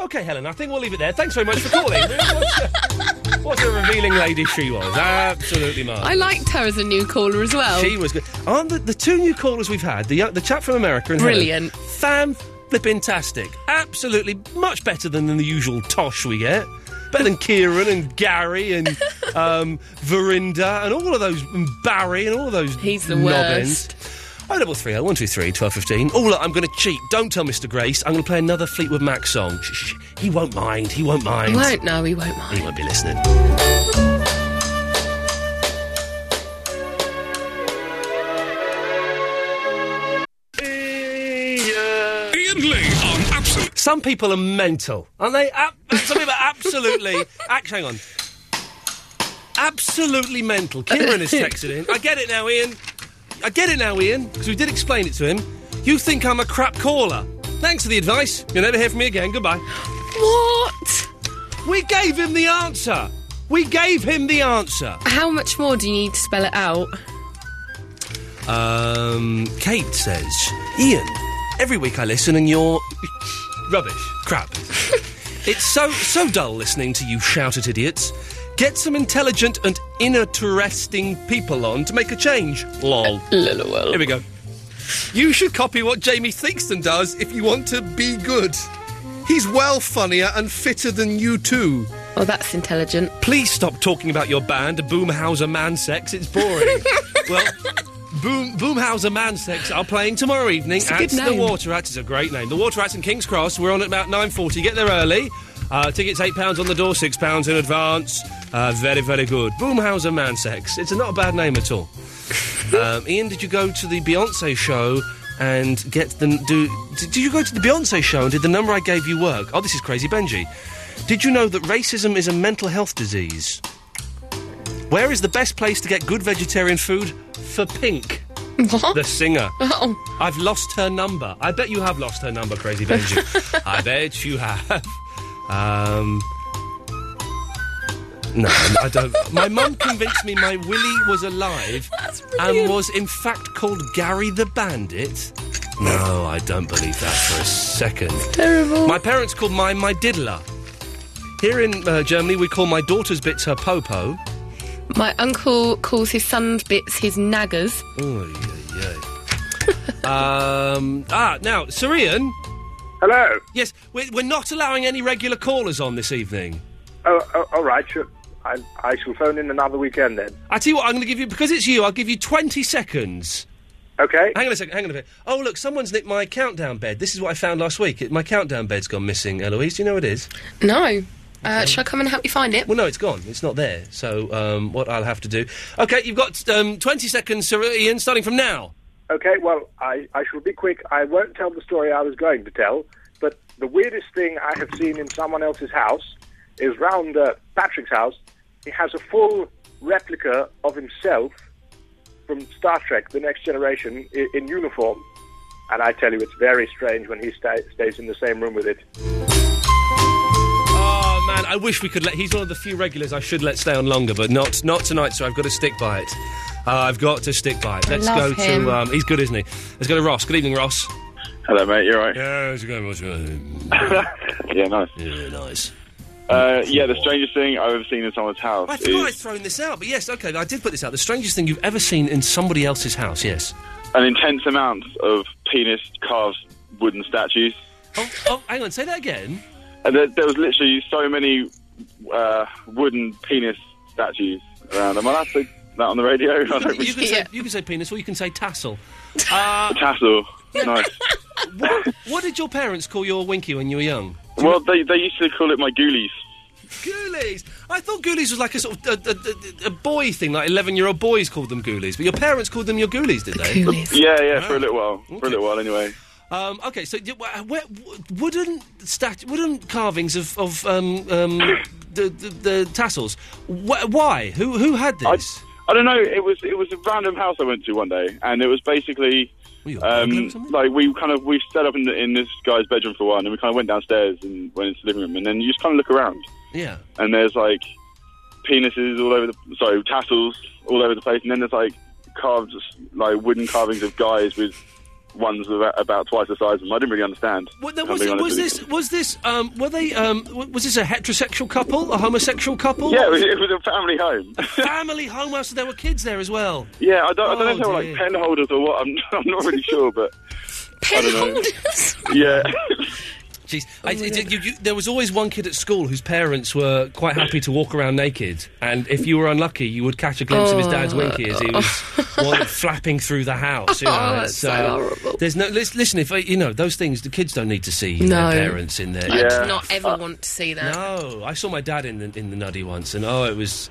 S1: Okay, Helen, I think we'll leave it there. Thanks very much for calling. what, a, what a revealing lady she was! Absolutely marvellous.
S4: I liked her as a new caller as well.
S1: She was good. Aren't the, the two new callers we've had, the, the chap from America and
S4: Brilliant.
S1: Helen, fan flipping tastic. Absolutely much better than, the usual tosh we get. Better than Kieran and Gary and um, Verinda and all of those, and Barry and all of those He's
S4: the worst.
S1: Oh, double three, oh, one, two, three, twelve, fifteen. Oh, look, I'm going to cheat. Don't tell Mr. Grace. I'm going to play another Fleetwood Mac song. Shh, shh, shh. He won't mind. He won't mind.
S4: He won't. No, he won't mind.
S1: He won't be listening. Some people are mental, aren't they? Ab- some people are absolutely. act, hang on. Absolutely mental. Kieran has texted in. I get it now, Ian. I get it now, Ian, because we did explain it to him. You think I'm a crap caller. Thanks for the advice. You'll never hear from me again. Goodbye. What? We gave him the answer. We gave him the answer.
S4: How much more do you need to spell it out?
S1: Um, Kate says, Ian, every week I listen and you're rubbish, crap. it's so so dull listening to you shout at idiots. Get some intelligent and interesting people on to make a change. Lol.
S4: Lol.
S1: Here we go. You should copy what Jamie Thinkston does if you want to be good. He's well funnier and fitter than you too.
S4: Oh, that's intelligent.
S1: Please stop talking about your band, Boomhauser Mansex. It's boring. well, Boom, Boomhauser Mansex are playing tomorrow evening
S4: It's a
S1: at
S4: good
S1: the
S4: name.
S1: Water Rats. It's a great name. The Water Rats in King's Cross. We're on at about 9.40. Get there early. Uh, tickets £8 on the door, £6 in advance. Uh, very, very good. Boomhauser Mansex. It's not a bad name at all. um, Ian, did you go to the Beyonce show and get the... Do, did, did you go to the Beyonce show and did the number I gave you work? Oh, this is crazy, Benji. Did you know that racism is a mental health disease? Where is the best place to get good vegetarian food? For Pink. The singer.
S4: Oh.
S1: I've lost her number. I bet you have lost her number, Crazy Benji. I bet you have. Um, no, I don't. My mum convinced me my Willie was alive and
S3: brilliant.
S1: was in fact called Gary the Bandit. No, I don't believe that for a second.
S4: terrible.
S1: My parents called mine my diddler. Here in uh, Germany, we call my daughter's bits her popo.
S4: My uncle calls his son's bits his naggers.
S1: Oy, oy, oy. um, ah, now, Sirian.
S5: Hello.
S1: Yes, we're, we're not allowing any regular callers on this evening.
S5: Oh, oh, all right. Sure. I, I shall phone in another weekend then.
S1: I tell you what, I'm going to give you, because it's you, I'll give you 20 seconds.
S5: Okay.
S1: Hang on a second, hang on a bit. Oh, look, someone's nicked my countdown bed. This is what I found last week. It, my countdown bed's gone missing, Eloise. Do you know what it is?
S4: No. Uh, shall I come and help you find it?
S1: Well, no, it's gone. It's not there. So, um, what I'll have to do. Okay, you've got um, 20 seconds, Sir Ian, starting from now.
S5: Okay, well, I, I shall be quick. I won't tell the story I was going to tell, but the weirdest thing I have seen in someone else's house is round uh, Patrick's house. He has a full replica of himself from Star Trek The Next Generation in, in uniform. And I tell you, it's very strange when he sta- stays in the same room with it.
S1: Oh man, I wish we could let. He's one of the few regulars I should let stay on longer, but not not tonight. So I've got to stick by it. Uh, I've got to stick by it.
S3: I
S1: Let's
S3: love
S1: go
S3: him.
S1: to. Um, he's good, isn't he? Let's go to Ross. Good evening, Ross.
S22: Hello, mate. You're right.
S1: Yeah, how's it going? What's going?
S22: Yeah, nice.
S1: Yeah, nice.
S22: Uh, yeah, the strangest thing I've ever seen in someone's house
S1: I
S22: is
S1: forgot I'd thrown this out, but yes, okay, I did put this out. The strangest thing you've ever seen in somebody else's house. Yes.
S22: an intense amount of penis carved wooden statues.
S1: Oh, hang on, say that again.
S22: And there, there was literally so many uh, wooden penis statues around. Am I allowed to say that on the radio?
S1: You can, you can say, you can say penis or you can say tassel. Uh,
S22: Tassel. Nice.
S1: what, what did your parents call your winky when you were young?
S22: Well, they, they used to call it my ghoulies.
S1: Ghoulies. I thought ghoulies was like a sort of a, a, a, a boy thing, like eleven-year-old boys called them ghoulies. But your parents called them your ghoulies, did they?
S22: Yeah, yeah, for
S1: Wow.
S22: a little while. For a little while, anyway.
S1: Um, okay, so d- wh- where, w- wooden stat- wooden carvings of of um, um, the, the, the tassels. Wh- why? Who who had this?
S22: I don't know. It was it was a random house I went to one day, and it was basically um, like we kind of we set up in, the, in this guy's bedroom for a while, and then we kind of went downstairs and went into the living room, and then you just kind of look around,
S1: yeah.
S22: and there's like penises all over the sorry tassels all over the place, and then there's like carved like wooden carvings of guys with ones about, about twice the size of them. I didn't really understand.
S1: What, the-
S22: if I'm
S1: was,
S22: being
S1: it,
S22: honest
S1: was
S22: with you.
S1: this was this um, were they um, w- was this a heterosexual couple, a homosexual couple?
S22: Yeah, it was, it was a family home.
S1: family home, so there were kids there as well.
S22: Yeah, I don't, I don't know if
S1: Oh,
S22: they were like
S1: dear.
S22: pen holders or what. I'm, I'm not really sure, but I don't know. Yeah.
S1: Jeez,
S3: Oh
S1: I, it- you, you, there was always one kid at school whose parents were quite happy to walk around naked, and if you were unlucky, you would catch a glimpse of his dad's
S3: Oh.
S1: winky as he was wa- flapping through the house. You know,
S3: Oh,
S1: it's,
S3: that's so
S1: uh,
S3: horrible.
S1: There's no lis- listen. If uh, you know those things, the kids don't need to see
S4: No.
S1: their parents in there.
S4: I
S1: Uh,
S4: do not ever want to see that.
S1: No, I saw my dad in the in the nuddy once, and oh, it was.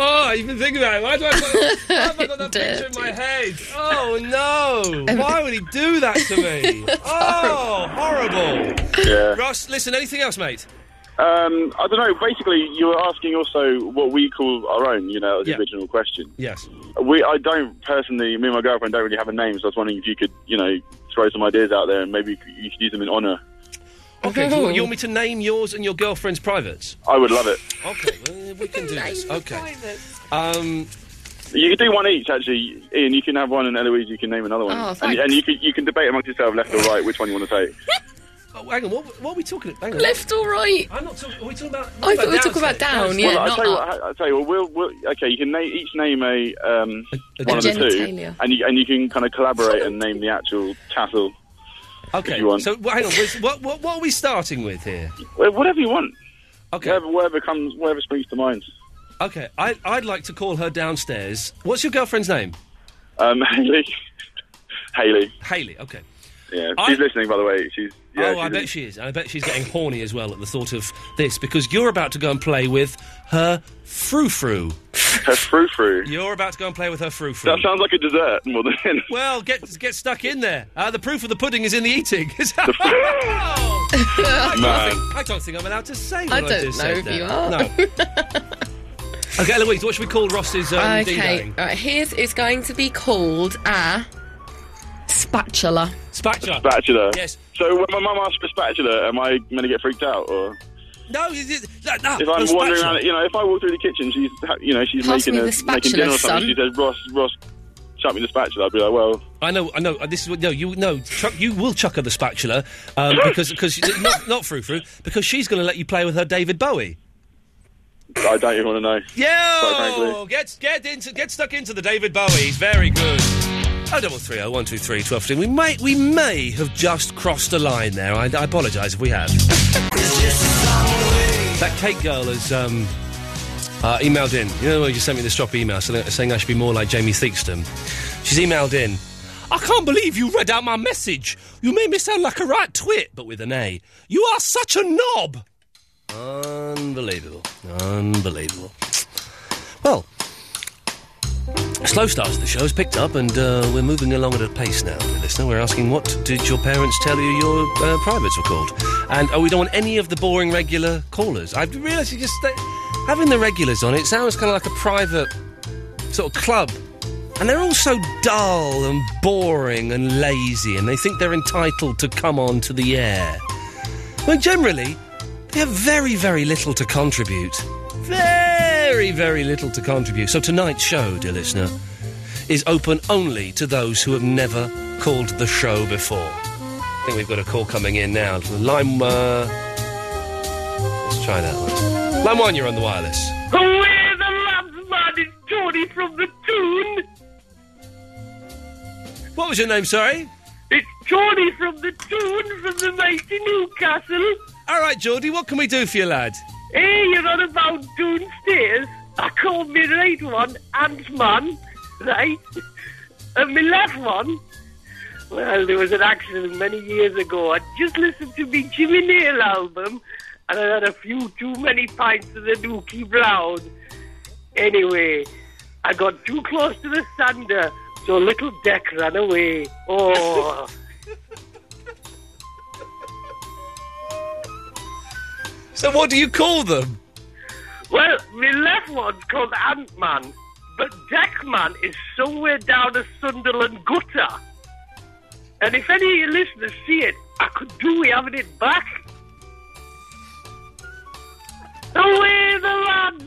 S1: Oh, I even think about it. Why do I put, why have I got that
S3: Uh,
S1: picture in my head? Oh no! Why would he do that to me? Oh, horrible!
S22: Yeah.
S1: Ross, listen. Anything else, mate?
S22: Um, I don't know. Basically, you were asking also what we call our own. You know, that was the
S1: Yeah.
S22: original question.
S1: Yes.
S22: We, I don't personally. Me and my girlfriend don't really have a name, so I was wondering if you could, you know, throw some ideas out there and maybe you could use them in honour.
S1: Okay. do you, want- you want me to name yours and your girlfriend's privates?
S22: I would love it.
S1: Okay. Well, we can do this. Okay. Um,
S22: You could do one each, actually. Ian, you can have one, and Eloise, you can name another one.
S1: Oh,
S22: and,
S1: thanks.
S22: and you can you can debate amongst yourself, left or right, which one you want to take.
S1: oh, hang on. What, what are we talking? Hang on.
S4: Left or right?
S1: I'm not talking. Are we talking about?
S4: I thought we were talking about down. Yeah,
S22: well, I'll
S4: not
S22: tell you
S4: up.
S22: what. I'll tell you what. We'll, we'll okay. You can na- each name a, um, one of the two,
S4: genitalia.
S22: and you, and you can kind of collaborate and name the actual tassel.
S1: Okay.
S22: If you want.
S1: So well, hang on. where's- What, what, what are we starting with here?
S22: Well, whatever you want.
S1: Okay.
S22: Whatever, whatever comes, whatever springs to mind.
S1: Okay. I, I'd like to call her downstairs. What's your girlfriend's name?
S22: Um, Haley. Haley.
S1: Haley. Okay.
S22: Yeah.
S1: I-
S22: She's listening, by the way. She's. Yeah,
S1: oh, I
S22: she's
S1: bet she is. And I bet she's getting horny as well at the thought of this because you're about to go and play with her frou frou.
S22: Her frou frou.
S1: You're about to go and play with her frou frou.
S22: That sounds like a dessert more than
S1: Well, get get stuck in there. Uh, the proof of the pudding is in the eating. I,
S19: Man.
S1: don't think, I don't think I'm allowed to say what
S19: I
S1: I,
S19: don't
S1: just
S19: know
S1: said
S19: if
S1: there.
S19: you are.
S1: No. okay, Eloise, what should we call Ross's um,
S4: okay,
S1: ding-dang?
S4: all right. His is going to be called a spatula.
S1: Spatula.
S22: Spatula.
S1: Yes.
S22: So when my mum asks for spatula, am I going to get freaked out or?
S1: No, you did- no, no,
S22: if I'm
S1: the Ah,
S22: wandering
S1: spatula.
S22: around, you know, if I walk through the kitchen, she's, ha- you know, she's
S1: Pass
S22: making
S1: me
S22: a,
S1: the
S22: making
S1: spatula,
S22: dinner or
S1: son.
S22: something. She says, "Ross, Ross, chuck me the spatula." I'd be like, "Well,
S1: I know, I know. uh, This is what no, you no, chuck, you will chuck her the spatula um, because because not not frou frou because she's going to let you play with her David Bowie.
S22: I don't even want to know." Quite
S1: Yo,
S22: frankly.
S1: get get into get stuck into the David Bowie. He's very good. Oh double three oh one two three twelve fifteen. We may we may have just crossed a line there. I, I apologise if we have. that cake girl has um, uh, emailed in. You know, when you sent me this drop email saying, saying I should be more like Jamie Theakston. She's emailed in. I can't believe you read out my message. You made me sound like a right twit, but with an A. You are such a knob. Unbelievable. Unbelievable. Well, slow starts to the show has picked up and uh, we're moving along at a pace now, dear listener. We're asking what did your parents tell you your uh, privates were called? And oh, we don't want any of the boring regular callers. I've realised you just that having the regulars on it sounds kind of like a private sort of club. And they're all so dull and boring and lazy, and they think they're entitled to come on to the air. Well, generally, they have very, very little to contribute. Very, very little to contribute. So tonight's show, dear listener, is open only to those who have never called the show before. I think we've got a call coming in now. Line, uh, let's try that one. Line one, you're on the wireless.
S19: Who is the last man is Tony from the Toon?
S1: What was your name, sorry?
S19: It's Tony from the Toon from the mighty Newcastle.
S1: All right, Geordie, what can we do for you, lad?
S19: Hey, you're on about Toon stairs. I called me right one Ant Man, right? And me left one. Well, there was an accident many years ago. I just listened to me Jimmy Nail album, and I had a few too many pints of the Dookie Brown. Anyway, I got too close to the sander, so little Deck ran away. Oh.
S1: So, what do you call them?
S19: Well, my left one's called Ant Man, but Deck Man is somewhere down a Sunderland gutter. And if any of your listeners see it, I could do with having it back. Away the lads!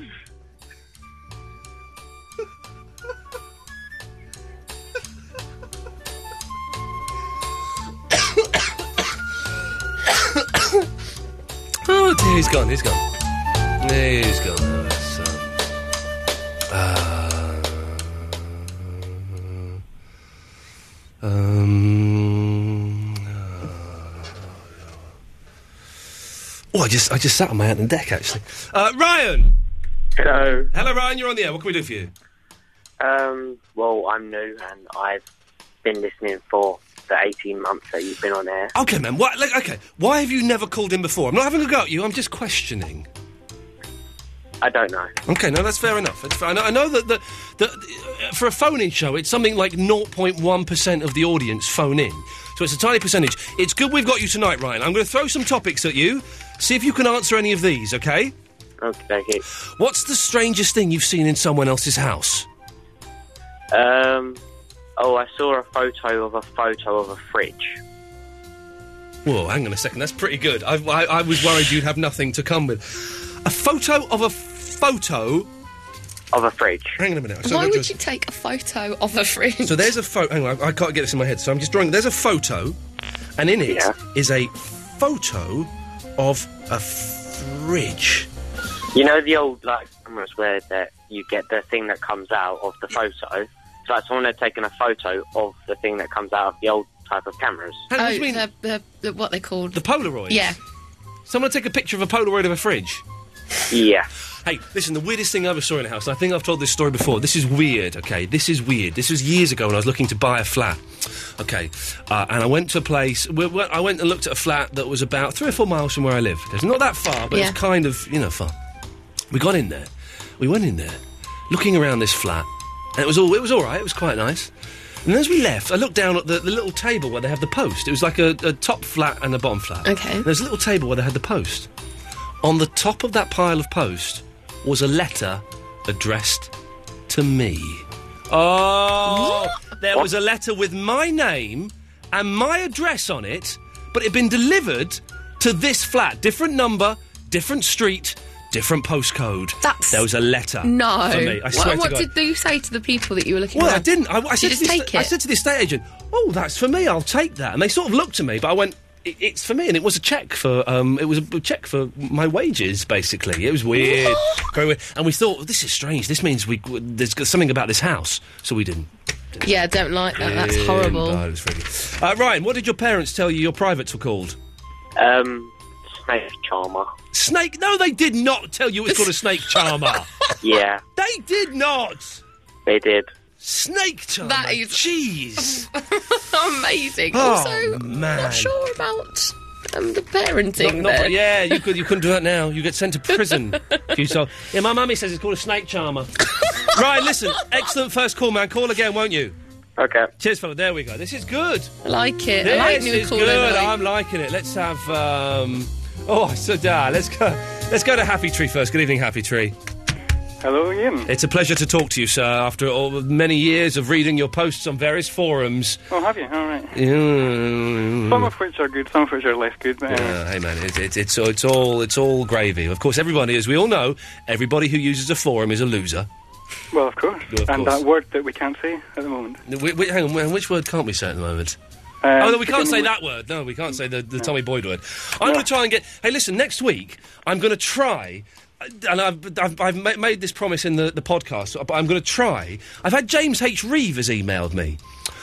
S1: Oh dear, he's gone, he's gone. He's gone. Oh, that's, um, uh, um, oh, I just, I just sat on my out on deck, actually. Uh, Ryan!
S23: Hello.
S1: Hello, Ryan, you're on the air. What can we do for you?
S23: Um, well, I'm new and I've been listening for the 18 months that you've been on air.
S1: Okay, man, why, like, okay, why have you never called in before? I'm not having a go at you, I'm just questioning.
S23: I don't know.
S1: Okay, no, that's fair enough. It's fair. I, know, I know that the, the, for a phone in show, it's something like 0.1% of the audience phone in. So it's a tiny percentage. It's good we've got you tonight, Ryan. I'm going to throw some topics at you. See if you can answer any of these, okay?
S23: Okay, okay.
S1: What's the strangest thing you've seen in someone else's house?
S23: Um, oh, I saw a photo of a photo of a fridge.
S1: Whoa, hang on a second. That's pretty good. I, I, I was worried you'd have nothing to come with. A photo of a photo
S23: of a fridge.
S1: Hang on a minute. So
S4: Why
S1: that
S4: would
S1: just-
S4: you take a photo of a fridge?
S1: So there's a photo. Hang on, I, I can't get this in my head. So I'm just drawing. There's a photo, and in it is a photo of a fridge.
S23: You know the old like cameras where that you get the thing that comes out of the photo. So like someone had taken a photo of the thing that comes out of the old type of cameras.
S4: oh, the, the, the, what they called?
S1: The Polaroid.
S4: Yeah.
S1: Someone take a picture of a Polaroid of a fridge.
S23: Yeah.
S1: Hey, listen, the weirdest thing I ever saw in a house, and I think I've told this story before. This is weird, okay? This is weird. This was years ago when I was looking to buy a flat, okay? Uh, and I went to a place, we- we- I went and looked at a flat that was about three or four miles from where I lived. It's not that far, but
S3: Yeah.
S1: it's kind of, you know, far. We got in there, we went in there, looking around this flat, and it was all, it was all right, it was quite nice. And as we left, I looked down at the, the little table where they have the post. It was like a, a top flat and a bottom flat.
S4: Okay.
S1: There's a little table where they had the post. On the top of that pile of post was a letter addressed to me. Oh, there was a letter with my name and my address on it, but it had been delivered to this flat. Different number, different street, different postcode.
S4: That's-
S1: There was a letter.
S4: No.
S1: For me. I
S4: What-
S1: swear to
S4: what
S1: God.
S4: did you say to the people that you were looking
S1: Well,
S4: at?
S1: I didn't. I, I
S4: Did
S1: said
S4: you
S1: to
S4: just
S1: the,
S4: take
S1: I
S4: it?
S1: said to the estate agent, "Oh, that's for me. I'll take that." And they sort of looked at me, but I went, "I- "It's for me." And it was a check for um, it was a check for my wages, basically. It was weird, very weird. And we thought, "This is strange. This means we w- there's got something about this house." So we didn't.
S4: yeah, don't like that. Oh, That's
S1: Didn't,
S4: horrible.
S1: but it was freaky. Uh, Ryan, what did your parents tell you your privates were called?
S23: Um, snake charmer.
S1: Snake? No, they did not tell you it was called a snake charmer.
S23: Yeah,
S1: they did not.
S23: they did.
S1: Snake charmer.
S4: That is
S1: jeez,
S4: amazing.
S1: Oh,
S4: also,
S1: man.
S4: not sure about um, the parenting.
S1: Not- not-
S4: there.
S1: yeah, you could you couldn't do that now. You get sent to prison. if you so yeah, my mummy says it's called a snake charmer. right, listen, excellent first call, man. Call again, won't you?
S23: Okay.
S1: Cheers, fella. There we go. This is good.
S4: I like it.
S1: This
S4: I like new
S1: is
S4: callers.
S1: good.
S4: I-
S1: I'm liking it. Let's have. Um, oh, so da. Let's go. Let's go to Happy Tree first. Good evening, Happy Tree.
S15: Hello, Ian.
S1: It's a pleasure to talk to you, sir. After all, many years of reading your posts on various forums.
S15: Oh, have you? All right. Some
S1: Yeah.
S15: of which are good, some of which are less good. But anyway.
S1: Yeah, hey man, it's it's it's, it's all it's all gravy. Of course, everybody, as we all know, everybody who uses a forum is a loser.
S15: Well, of course.
S1: Yeah, of
S15: and
S1: course.
S15: that word that we can't say at the moment.
S1: Wh- wh- hang on, wh- which word can't we say at the moment?
S15: Um,
S1: oh no, we can't say
S15: beginning
S1: that word. No, we can't say the, the Tommy Boyd word. I'm going to try and get. Hey, listen, next week I'm going to try. And I've, I've, I've ma- made this promise in the, the podcast, but I'm going to try. I've had James H. Reeve has emailed me.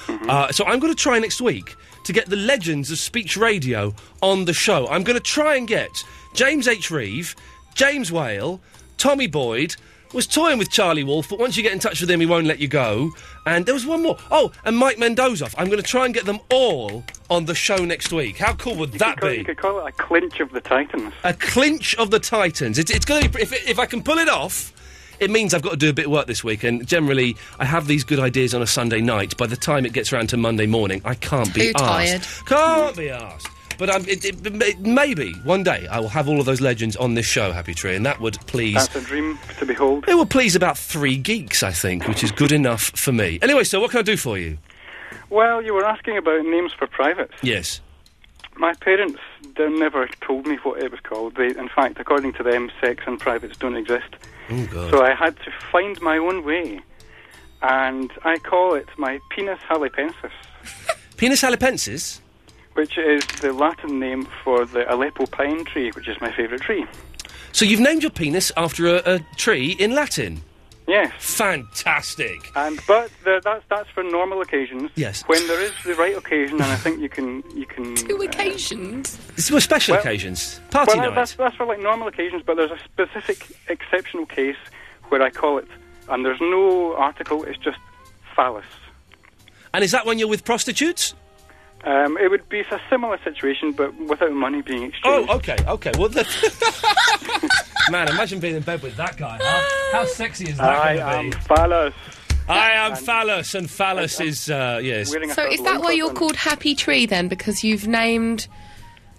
S1: Uh, so I'm going to try next week to get the legends of speech radio on the show. I'm going to try and get James H. Reeve, James Whale, Tommy Boyd. Was toying with Charlie Wolf, but once you get in touch with him, he won't let you go. And there was one more. Oh, and Mike Mendozoff. I'm going to try and get them all on the show next week. How cool would that
S15: Call-
S1: be?
S15: You could call it a clinch of the Titans.
S1: A clinch of the Titans. It's, it's going to be. If, if I can pull it off, it means I've got to do a bit of work this week. And generally, I have these good ideas on a Sunday night. By the time it gets around to Monday morning, I can't be
S3: Too tired.
S1: arsed. Can't be asked. But um, it, it, it- maybe one day I will have all of those legends on this show, Happy Tree, and that would please.
S15: That's a dream to behold.
S1: It will please about three geeks, I think, which is good enough for me. Anyway, so what can I do for you?
S15: Well, you were asking about names for privates.
S1: Yes.
S15: My parents they never told me what it was called. They, in fact, according to them, sex and privates don't exist.
S1: Oh God.
S15: So I had to find my own way, and I call it my penis halepensis,
S1: Penis halepensis.
S15: which is the Latin name for the Aleppo pine tree, which is my favourite tree.
S1: So you've named your penis after a, a tree in Latin.
S15: Yes.
S1: Fantastic.
S15: And but the, that's that's for normal occasions.
S1: Yes.
S15: When there is the right occasion, and I think you can you can two
S4: occasions.
S1: It's for special
S15: Well-
S1: occasions, party
S15: well,
S1: night.
S15: That's, that's for like normal occasions, but there's a specific exceptional case where I call it, and there's no article. It's just phallus.
S1: And is that when you're with prostitutes?
S15: Um, it would be a similar situation, but without money being exchanged.
S1: Oh, okay, okay. Well, the... Man, imagine being in bed with that guy. How, how sexy is that
S11: I
S1: going
S11: am
S1: to be?
S11: phallus.
S1: I am phallus, and phallus is uh, yes.
S4: So is that why you're called Happy Tree then? Because you've named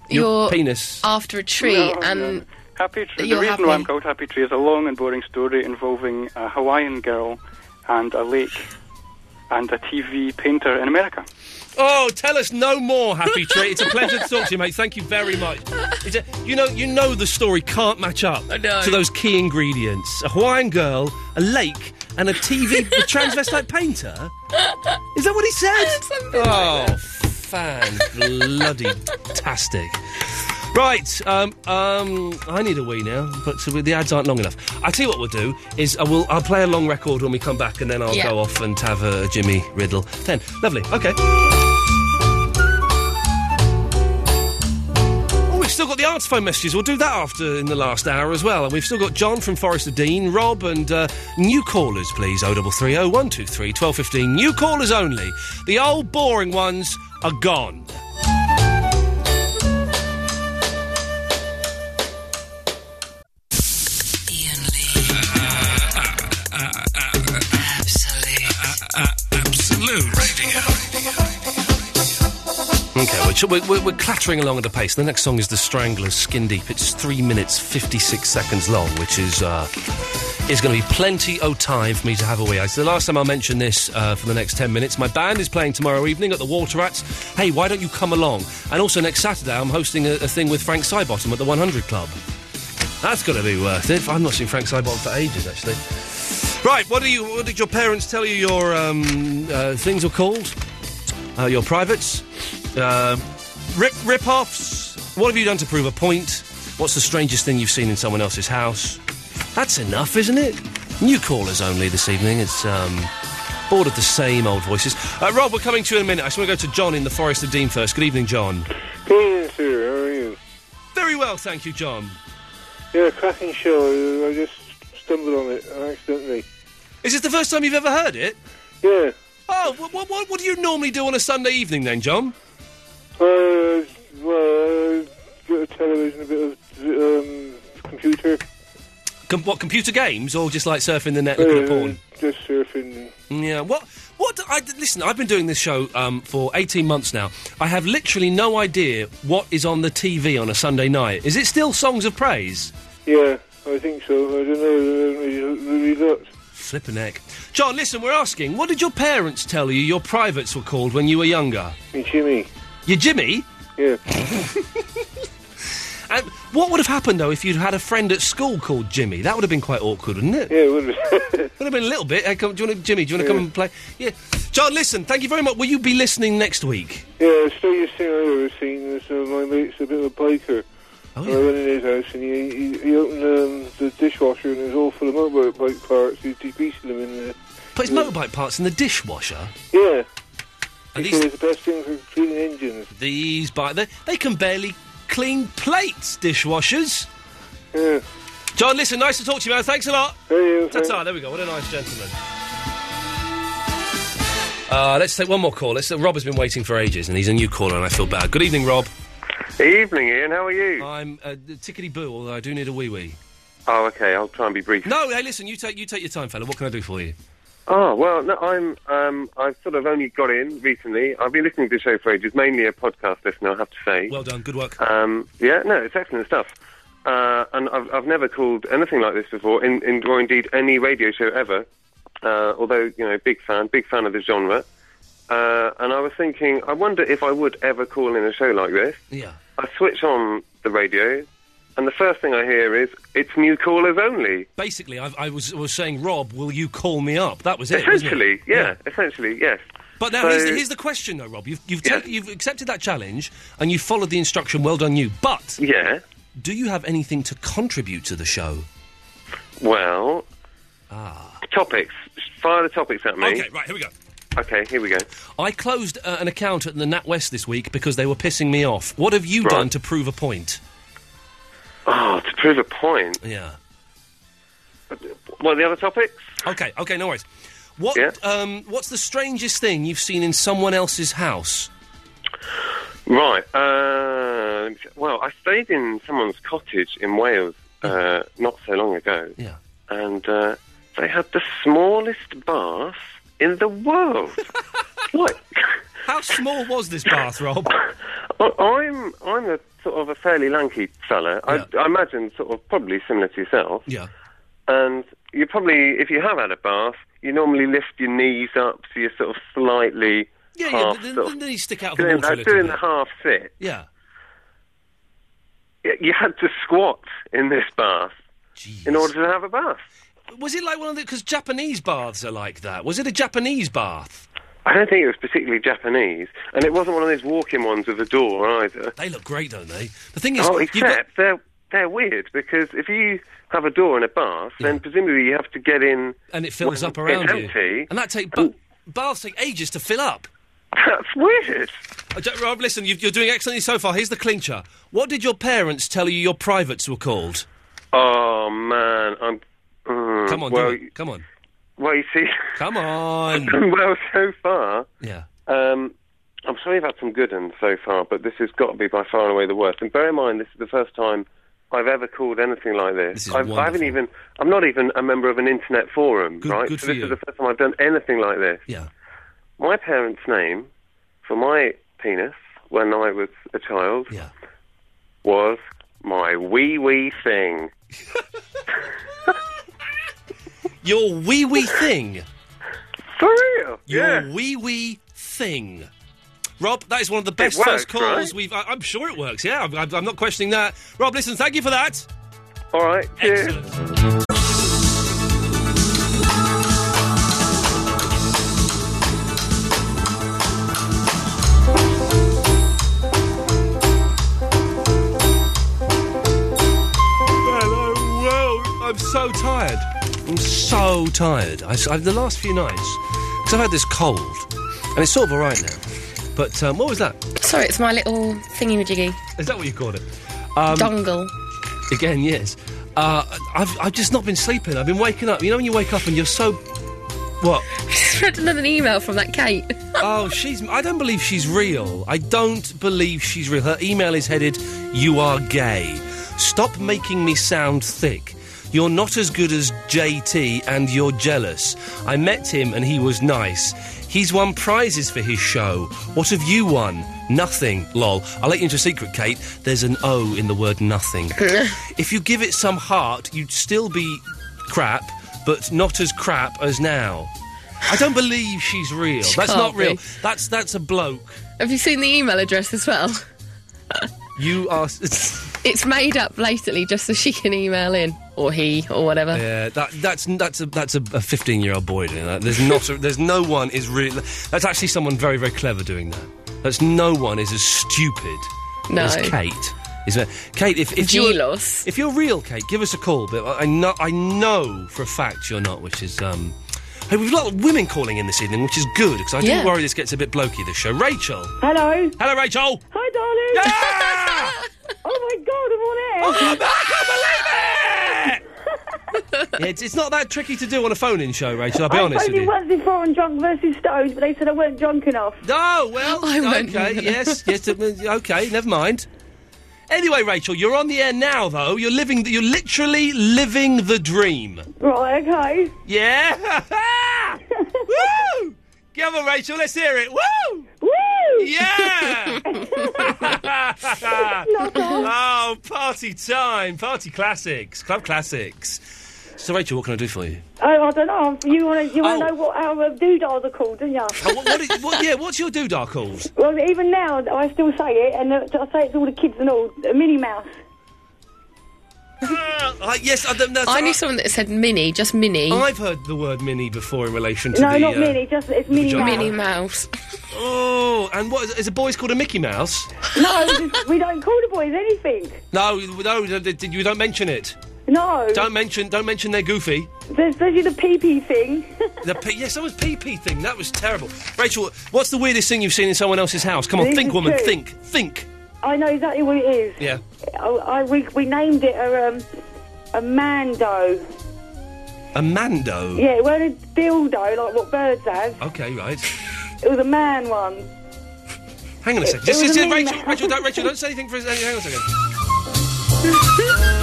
S1: Your
S4: your
S1: penis.
S4: after a tree
S11: No,
S4: and
S11: Happy Tree. The
S4: You're
S11: reason why I'm
S4: happy.
S11: called Happy Tree is a long and boring story involving a Hawaiian girl and a lake and a TV painter in America.
S1: Oh, tell us no more, Happy Tree. It's a pleasure to talk to you, mate. Thank you very much. It's a, you know, you know the story can't match up
S4: know.
S1: to those key ingredients: a Hawaiian girl, a lake, and a TV a transvestite painter. Is that what he said? oh, fan bloody tastic. Right, um, um, I need a wee now, but so the ads aren't long enough. I tell you what we'll do is I will I'll play a long record when we come back, and then I'll
S8: Yeah.
S1: go off and have a Jimmy Riddle. Then, lovely. Okay. Oh, we've still got the arts phone messages. We'll do that after in the last hour as well. And we've still got John from Forest of Dean, Rob, and uh, new callers, please. Oh, 0330 123 1215. New callers only. The old boring ones are gone.
S10: Absolute radio.
S1: Okay, we're, ch- we're, we're, we're clattering along at a pace. The next song is The Stranglers, Skin Deep. It's three minutes, 56 seconds long, which is uh, is going to be plenty of time for me to have away. It's the last time I'll mention this uh, for the next 10 minutes. My band is playing tomorrow evening at the Water Rats. Hey, why don't you come along? And also next Saturday, I'm hosting a, a thing with Frank Sybottom at the 100 Club. That's got to be worth it. I'm not seen Frank Sybottom for ages, actually. Right, what, do you, what did your parents tell you your um, uh, things are called? Uh, your privates? Um rip, rip-offs? What have you done to prove a point? What's the strangest thing you've seen in someone else's house? That's enough, isn't it? New callers only this evening. It's um, bored of the same old voices. Uh, Rob, we're coming to you in a minute. I just want to go to John in the Forest of Dean first. Good evening, John.
S24: Yes, sir. How are you?
S1: Very well, thank you, John.
S24: Yeah, cracking show. I just stumbled on it accidentally.
S1: Is this the first time you've ever heard it?
S24: Yeah.
S1: Oh, what, what, what, what do you normally do on a Sunday evening then, John?
S24: Uh, well, a bit of television, a bit of um, computer,
S1: Com- what, computer games or just like surfing the net looking at porn?
S24: Uh, just surfing.
S1: Yeah. What? What? do I listen. I've been doing this show um, for eighteen months now. I have literally no idea what is on the TV on a Sunday night. Is it still songs of praise?
S24: Yeah, I think so. I don't know. I haven't really, really looked.
S1: Flip a neck, John. Listen, we're asking. What did your parents tell you your privates were called when you were younger?
S24: Me Jimmy.
S1: Your Jimmy.
S24: Yeah.
S1: And what would have happened though if you'd had a friend at school called Jimmy? That would have been quite awkward, wouldn't it?
S24: Yeah, it would have. would
S1: have been a little bit. Hey, come, do you want to, Jimmy? Do you want to come and play? Yeah. John, listen. Thank you very much. Will you be listening next week?
S24: Yeah, the strangest thing I've ever seen is uh, my mate's a bit of a biker.
S1: Oh,
S24: And I went in his house and he, he, he opened um, the dishwasher and it was all full of motorbike parts. He depeced them in there.
S1: Put his motorbike parts in the dishwasher.
S24: Yeah.
S1: And
S24: he
S1: these-
S24: said it's the best thing for cleaning engines.
S1: These by they, they can barely clean plates, dishwashers.
S24: Yeah.
S1: John, listen, nice to talk to you, man. Thanks a lot. Ta-ta, there we go. What a nice gentleman. Uh, let's take one more call. Let's, Rob has been waiting for ages, and he's a new caller, and I feel bad. Good evening, Rob.
S25: Evening, Ian. How are you?
S1: I'm uh, tickety boo, although I do need a wee wee.
S25: Oh, okay. I'll try and be brief.
S1: No, hey, listen, you take you take your time, fella. What can I do for you?
S25: Oh well, no, I'm um, I've sort of only got in recently. I've been listening to the show for ages, mainly a podcast listener, I have to say.
S1: Well done, good work.
S25: Um, yeah, no, it's excellent stuff. Uh, and I've I've never called anything like this before, in, in or indeed any radio show ever. Uh, although you know, big fan, big fan of the genre. Uh, and I was thinking, I wonder if I would ever call in a show like this.
S1: Yeah.
S25: I switch on the radio, and the first thing I hear is it's new callers only.
S1: Basically, I've, I was was saying, Rob, will you call me up? That was it. wasn't it?
S25: Essentially, yeah, Essentially, yes.
S1: But now
S25: So-
S1: here's, the, here's the question, though, Rob. You've you've, taken you've accepted that challenge and you followed the instruction. Well done, you. But
S25: yeah,
S1: do you have anything to contribute to the show?
S25: Well, topics. Fire the topics at me.
S1: Ah. Okay, right. Here we go.
S25: Okay, here we go.
S1: I closed uh, an account at the NatWest this week because they were pissing me off. What have you done to prove a point?
S25: Oh, to prove a point.
S1: Yeah.
S25: What are the other topics?
S1: Okay, okay, no worries. What um, what's the strangest thing you've seen in someone else's house?
S25: Right. Uh, well, I stayed in someone's cottage in Wales uh, not so long ago.
S1: Yeah.
S25: And uh, they had the smallest bath in the world. like,
S1: How small was this bath, Rob?
S25: I- I'm I'm a sort of a fairly lanky fella. I, I imagine sort of probably similar to yourself.
S1: Yeah.
S25: And you probably, if you have had a bath, you normally lift your knees up so you're sort of slightly
S1: Yeah, yeah,
S25: half
S1: but then,
S25: sort of
S1: then you stick out of the
S25: doing,
S1: water a
S25: that,
S1: little
S25: doing
S1: bit.
S25: the half sit.
S1: Yeah.
S25: Y- You had to squat in this bath in order to have a bath.
S1: Was it like one of the... Because Japanese baths are like that. Was it a Japanese bath?
S25: I don't think it was particularly Japanese, and it wasn't one of those walk-in ones with a door either.
S1: They look great, don't they? The thing is,
S25: oh,
S1: you've
S25: except they're they're weird because if you have a door in a bath, then presumably you have to get in,
S1: And it fills
S25: when
S1: up around
S25: it's
S1: you.
S25: empty.
S1: And that take... But baths take ages to fill up.
S25: That's weird.
S1: Rob, listen, you you're doing excellently so far. Here's the clincher. What did your parents tell you your privates were called?
S25: Oh man, I'm. mm,
S1: Come on, do
S25: well,
S1: it. Come on.
S25: well, you see.
S1: Come on.
S25: well, so far.
S1: Yeah.
S25: Um, I'm sorry I've had some good ones so far, but this has got to be by far and away the worst. And bear in mind, this is the first time I've ever called anything like this.
S1: This is
S25: I've, I haven't even. I'm not even a member of an internet forum,
S1: Good-
S25: right?
S1: good
S25: so
S1: for
S25: this
S1: you.
S25: is the first time I've done anything like this.
S1: Yeah.
S25: My parents' name for my penis when I was a child was my wee wee thing.
S1: Your wee wee thing.
S25: For real?
S1: Your wee wee thing. Rob, that is one of the best
S25: works,
S1: first calls
S25: right?
S1: we've. I, I'm sure it works. Yeah, I'm, I'm- I'm not questioning that. Rob, listen, thank you for that.
S25: All right. Cheers.
S1: Hello world. I'm so tired. I'm so tired. I, have the last few nights because I've had this cold, and it's sort of all right now. But um, what was that?
S4: Sorry, it's my little thingy majiggy
S1: Is that what you called it? Um,
S4: dongle.
S1: Again, yes. Uh, I've, I've just not been sleeping. I've been waking up. You know when you wake up and you're so. What?
S4: Just read another email from that Kate.
S1: oh, she's. I don't believe she's real. I don't believe she's real. Her email is headed, You are gay. Stop making me sound thick. You're not as good as JT and you're jealous. I met him and he was nice. He's won prizes for his show. What have you won? Nothing, lol. I'll let you into a secret, Kate. There's an O in the word nothing. if you give it some heart, you'd still be crap, but not as crap as now. I don't believe she's real.
S4: She
S1: that's
S4: can't
S1: not real.
S4: be.
S1: That's that's a bloke.
S4: Have you seen the email address as well?
S1: You are.
S4: It's made up blatantly just so she can email in,
S1: Oh.
S4: or he, or whatever.
S1: yeah, that, that's that's a that's a a fifteen year old boy doing that. There's not a, there's no one is really. That's actually someone very very clever doing that. That's no one is as stupid
S4: No.
S1: as Kate. Is there- Kate, if, if you're if you're real, Kate, give us a call. But I I know I know for a fact you're not, which is um. Hey, we've got a lot of women calling in this evening, which is good because I do
S8: Yeah.
S1: worry this gets a bit blokey. This show, Rachel.
S8: Hello.
S1: Hello, Rachel.
S8: Hi, darling. oh my God, I'm on air.
S1: Yeah, it's, it's not that tricky to do on a phone-in show, Rachel. I'll be
S8: I
S1: honest with
S8: only
S1: you.
S8: once before on Drunk versus Stones, but they said I weren't drunk enough.
S1: No, well, okay, yes, yes. uh, Okay, never mind. Anyway, Rachel, you're on the air now, though. You're living. the- You're literally living the dream.
S8: Right, okay.
S1: Yeah. Woo! Come on, Rachel. Let's hear it. Woo!
S8: Woo!
S1: Yeah. oh, party time! Party classics, club classics. So, Rachel, what can I do for you?
S8: Oh, I don't know. You want to you want to know what our doodars are called, don't you?
S1: Oh, what, what is, what, yeah, what's your doodah called?
S8: Well, even now I still say it, and uh, I say it to all the kids and all. A Minnie Mouse.
S1: Uh, yes, I, don't, know.
S8: I
S1: knew
S4: someone that said mini, just mini.
S1: I've heard the word mini before in relation to
S8: No,
S1: the.
S8: not
S1: uh,
S8: Minnie. Just it's
S1: the
S8: Minnie
S1: vagina.
S8: Mouse.
S1: Minnie
S4: Mouse.
S1: Oh, and what is, is a boy's called a Mickey Mouse?
S8: no, we don't call the boys anything.
S1: No, no, d- d- you don't mention it.
S8: No,
S1: Don't mention, don't mention they're goofy.
S8: there's especially the pee pee thing.
S1: The P- yes, that was PP thing. That was terrible. Rachel, what's the weirdest thing you've seen in someone else's house? Come on,
S8: This
S1: think,
S8: is
S1: woman,
S8: true.
S1: think, think.
S8: I know exactly what it is.
S1: Yeah.
S8: I, I, we, we named it a, um, a mando.
S1: A mando.
S8: Yeah, it weren't a dildo like what birds have.
S1: Okay, right.
S8: It was a man one.
S1: Hang on a
S8: It-
S1: second.
S8: it
S1: Just,
S8: was
S1: just, just-
S8: a meme.
S1: Rachel, Rachel, don't, Rachel, don't say anything for a second. Hang on a second.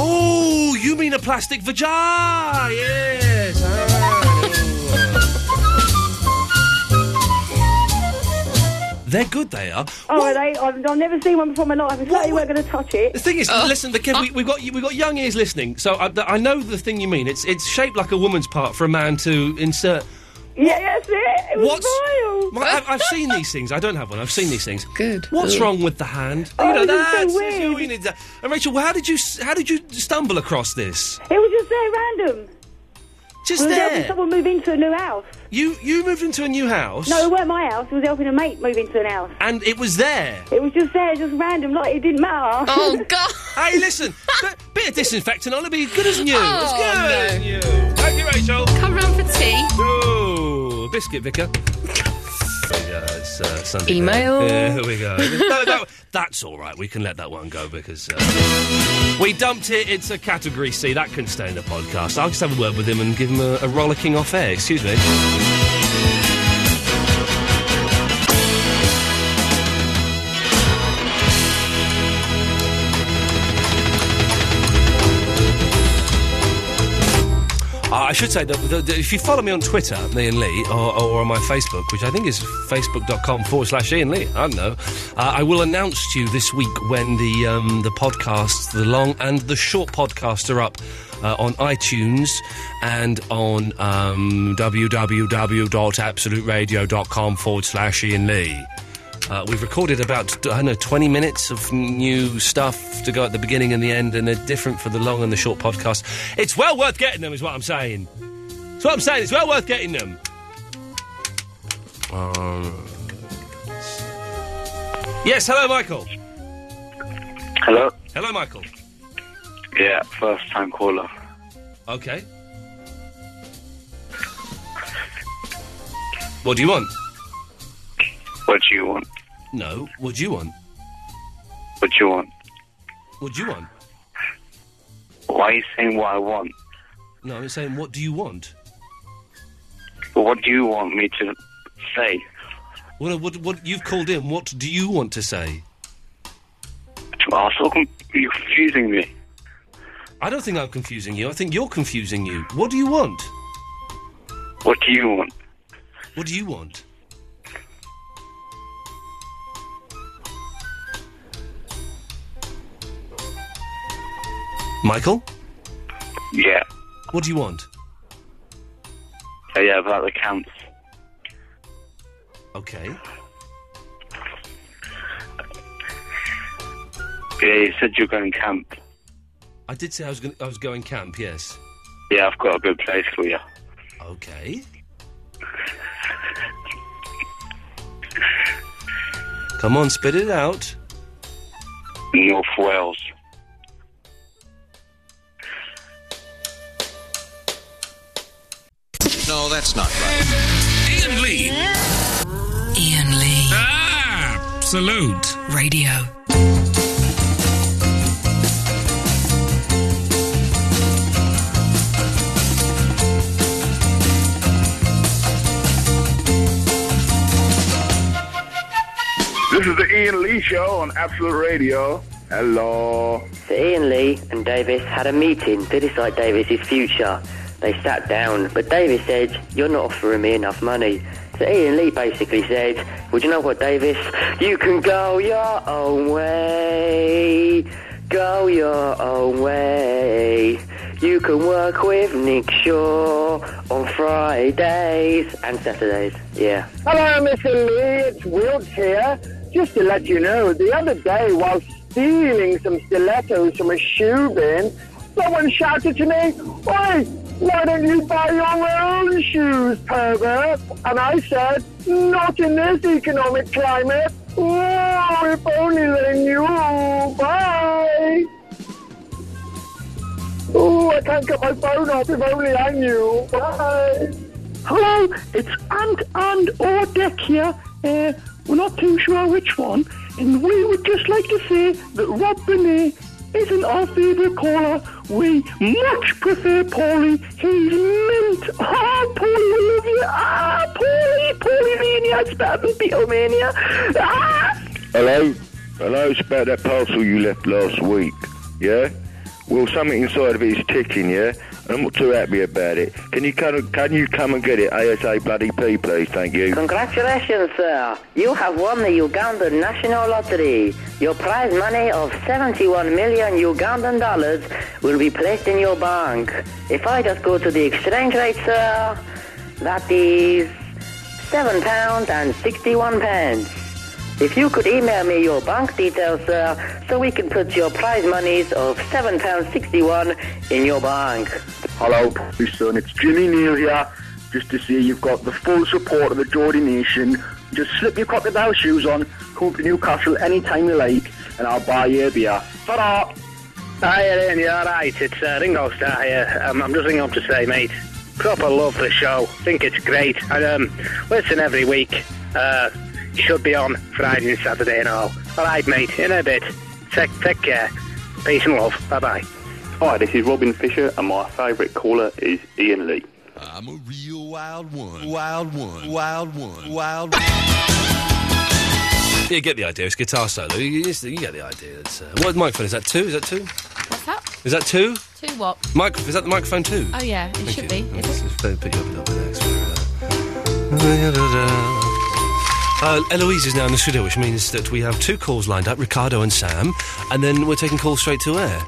S1: Oh, a plastic vagina. Yes. Ah. They're good. They are.
S8: Oh, are they? I've, I've never seen one before in my life. I'm certainly weren't going to touch it.
S1: The thing is, listen, the kid, we, we've got we've got young ears listening, so I, I know the thing you mean. It's it's shaped like a woman's part for a man to insert.
S8: Yeah, that's it. It was
S1: What's-
S8: vile.
S1: Well, I've, I've seen these things. I don't have one. I've seen these things. Good. What's
S8: Ugh.
S1: wrong with the hand?
S8: Oh,
S1: you know
S8: this is so
S1: that's
S8: weird.
S1: you need that. And Rachel, well, how did you s- how did you stumble across this?
S8: It was just there, random.
S1: Just
S8: we was
S1: there?
S8: helping someone move into a new house.
S1: You you moved into a new house.
S8: No, it weren't my house. It was helping a mate move into an house.
S1: And it was there.
S8: It was just there, just random. Like it didn't matter.
S1: Oh, God. Hey, listen, a bit of disinfectant on it be good as new. it's
S4: Oh,
S1: good
S4: no.
S1: as new. Thank you, Rachel.
S4: Come round for tea.
S1: Ooh, biscuit vicar. Yeah, it's uh, Sunday.
S4: Email.
S1: Yeah, here we go. No, that- that's all right. We can let that one go because uh, we dumped it. It's a category C. That can stay in the podcast. I'll just have a word with him and give him a, a rollicking off air. Excuse me. Uh, I should say that, that- that if you follow me on Twitter, Ian Lee, or, or on my Facebook, which I think is facebook.com forward slash Ian Lee, I don't know, uh, I will announce to you this week when the um, the podcasts, the long and the short podcasts, are up uh, on iTunes and on um, www.absoluteradio.com forward slash Ian Lee. Uh, we've recorded about, I don't know, 20 minutes of new stuff to go at the beginning and the end, and they're different for the long and the short podcast. It's well worth getting them, is what I'm saying. That's what I'm saying. It's well worth getting them. Um, yes, hello, Michael.
S7: Hello.
S1: Hello, Michael.
S7: Yeah, first time caller.
S1: Okay. What do you want?
S7: What do you want?
S1: No, what do you want?
S7: What do you want?
S1: What do you want?
S7: Why are you saying what I want?
S1: No, I'm saying, what do you want?
S7: What do you want me to say?
S1: What, what, what you've called in? What do you want to say?
S7: I was talking. You're confusing me.
S1: I don't think I'm confusing you. I think you're confusing you. What do you want?
S7: What do you want?
S1: What do you want? Michael,
S7: Yeah.
S1: what do you want?
S7: Oh, yeah, about the counts.
S1: Okay.
S7: Yeah, you said you're going camp.
S1: I did say I was going. I was going camp. Yes.
S7: Yeah, I've got a good place for you.
S1: Okay. Come on, spit it out.
S7: North Wales.
S10: No, that's not right. Ian Lee. Ian Lee. Ah, salute. Radio.
S15: This is the Ian Lee Show on Absolute Radio. Hello.
S16: So Ian Lee and Davis had a meeting to decide Davis's future. They sat down, but Davis said, You're not offering me enough money. So Ian Lee basically said, Well, do you know what, Davis? You can go your own way. Go your own way. You can work with Nick Shaw on Fridays and Saturdays. Yeah.
S26: Hello, Mr. Lee. It's Wilt here. Just to let you know, the other day, while stealing some stilettos from a shoe bin, someone shouted to me, Oi, why don't you buy your own shoes, pervert? And I said, Not in this economic climate. Oh, if only they knew. Bye. Oh, I can't get my phone off. If only I knew. Bye.
S27: Hello, it's Ant and or Deck here. Uh, we're not too sure which one, and we would just like to say that Rob Benet isn't our favourite caller. We much prefer Paulie. He's mint. Ah, Paulie, we love you. Ah, Paulie, Paulie Mania. It's better than Beatlemania. Ah,
S15: Hello. Hello. It's about that parcel you left last week. Yeah.
S2: Well, something inside of it is ticking, yeah? And I'm not too happy about it. Can you come, can you come and get it ASA bloody P, please? Thank you.
S16: Congratulations, sir. You have won the Ugandan National Lottery. Your prize money of 71 million Ugandan dollars will be placed in your bank. If I just go to the exchange rate, sir, that is seven pounds and 61 pence. If you could email me your bank details, sir, so we can put your prize monies of seven pounds 61 in your bank.
S9: Hello, Bobby son. It's Jimmy Neal here. Just to say you've got the full support of the Geordie Nation. Just slip your crocodile shoes on, come to Newcastle any time you like, and I'll
S19: Ah,
S9: buy you a beer.
S19: uh,
S17: Ta-da! Hi, Ian, you alright? It's uh, Ringo Starr here. Um, I'm just ringing up to say, mate, proper love the show. Think it's great. And um, listen every week. Uh, you should be on Friday and Saturday and all. Alright, mate, in a bit. Take, take care. Peace and love. Bye-bye.
S19: Hi, this is Robin Fisher, and my favourite caller is Ian Lee.
S20: I'm a real wild one. Wild one. Wild one. Wild
S1: You get the idea. It's guitar solo. You, you just- you get the idea. It's, uh, what microphone is that? Two? Is that two?
S28: What's that?
S1: Is that two?
S28: Two what?
S1: Mic? Is that the microphone two?
S28: Oh yeah, it
S1: Thank
S28: should
S1: you.
S28: be.
S1: Let's just put- put you up a little bit there, so, uh, uh, Eloise is now in the studio, which means that we have two calls lined up, Ricardo and Sam, and then we're taking calls straight to air.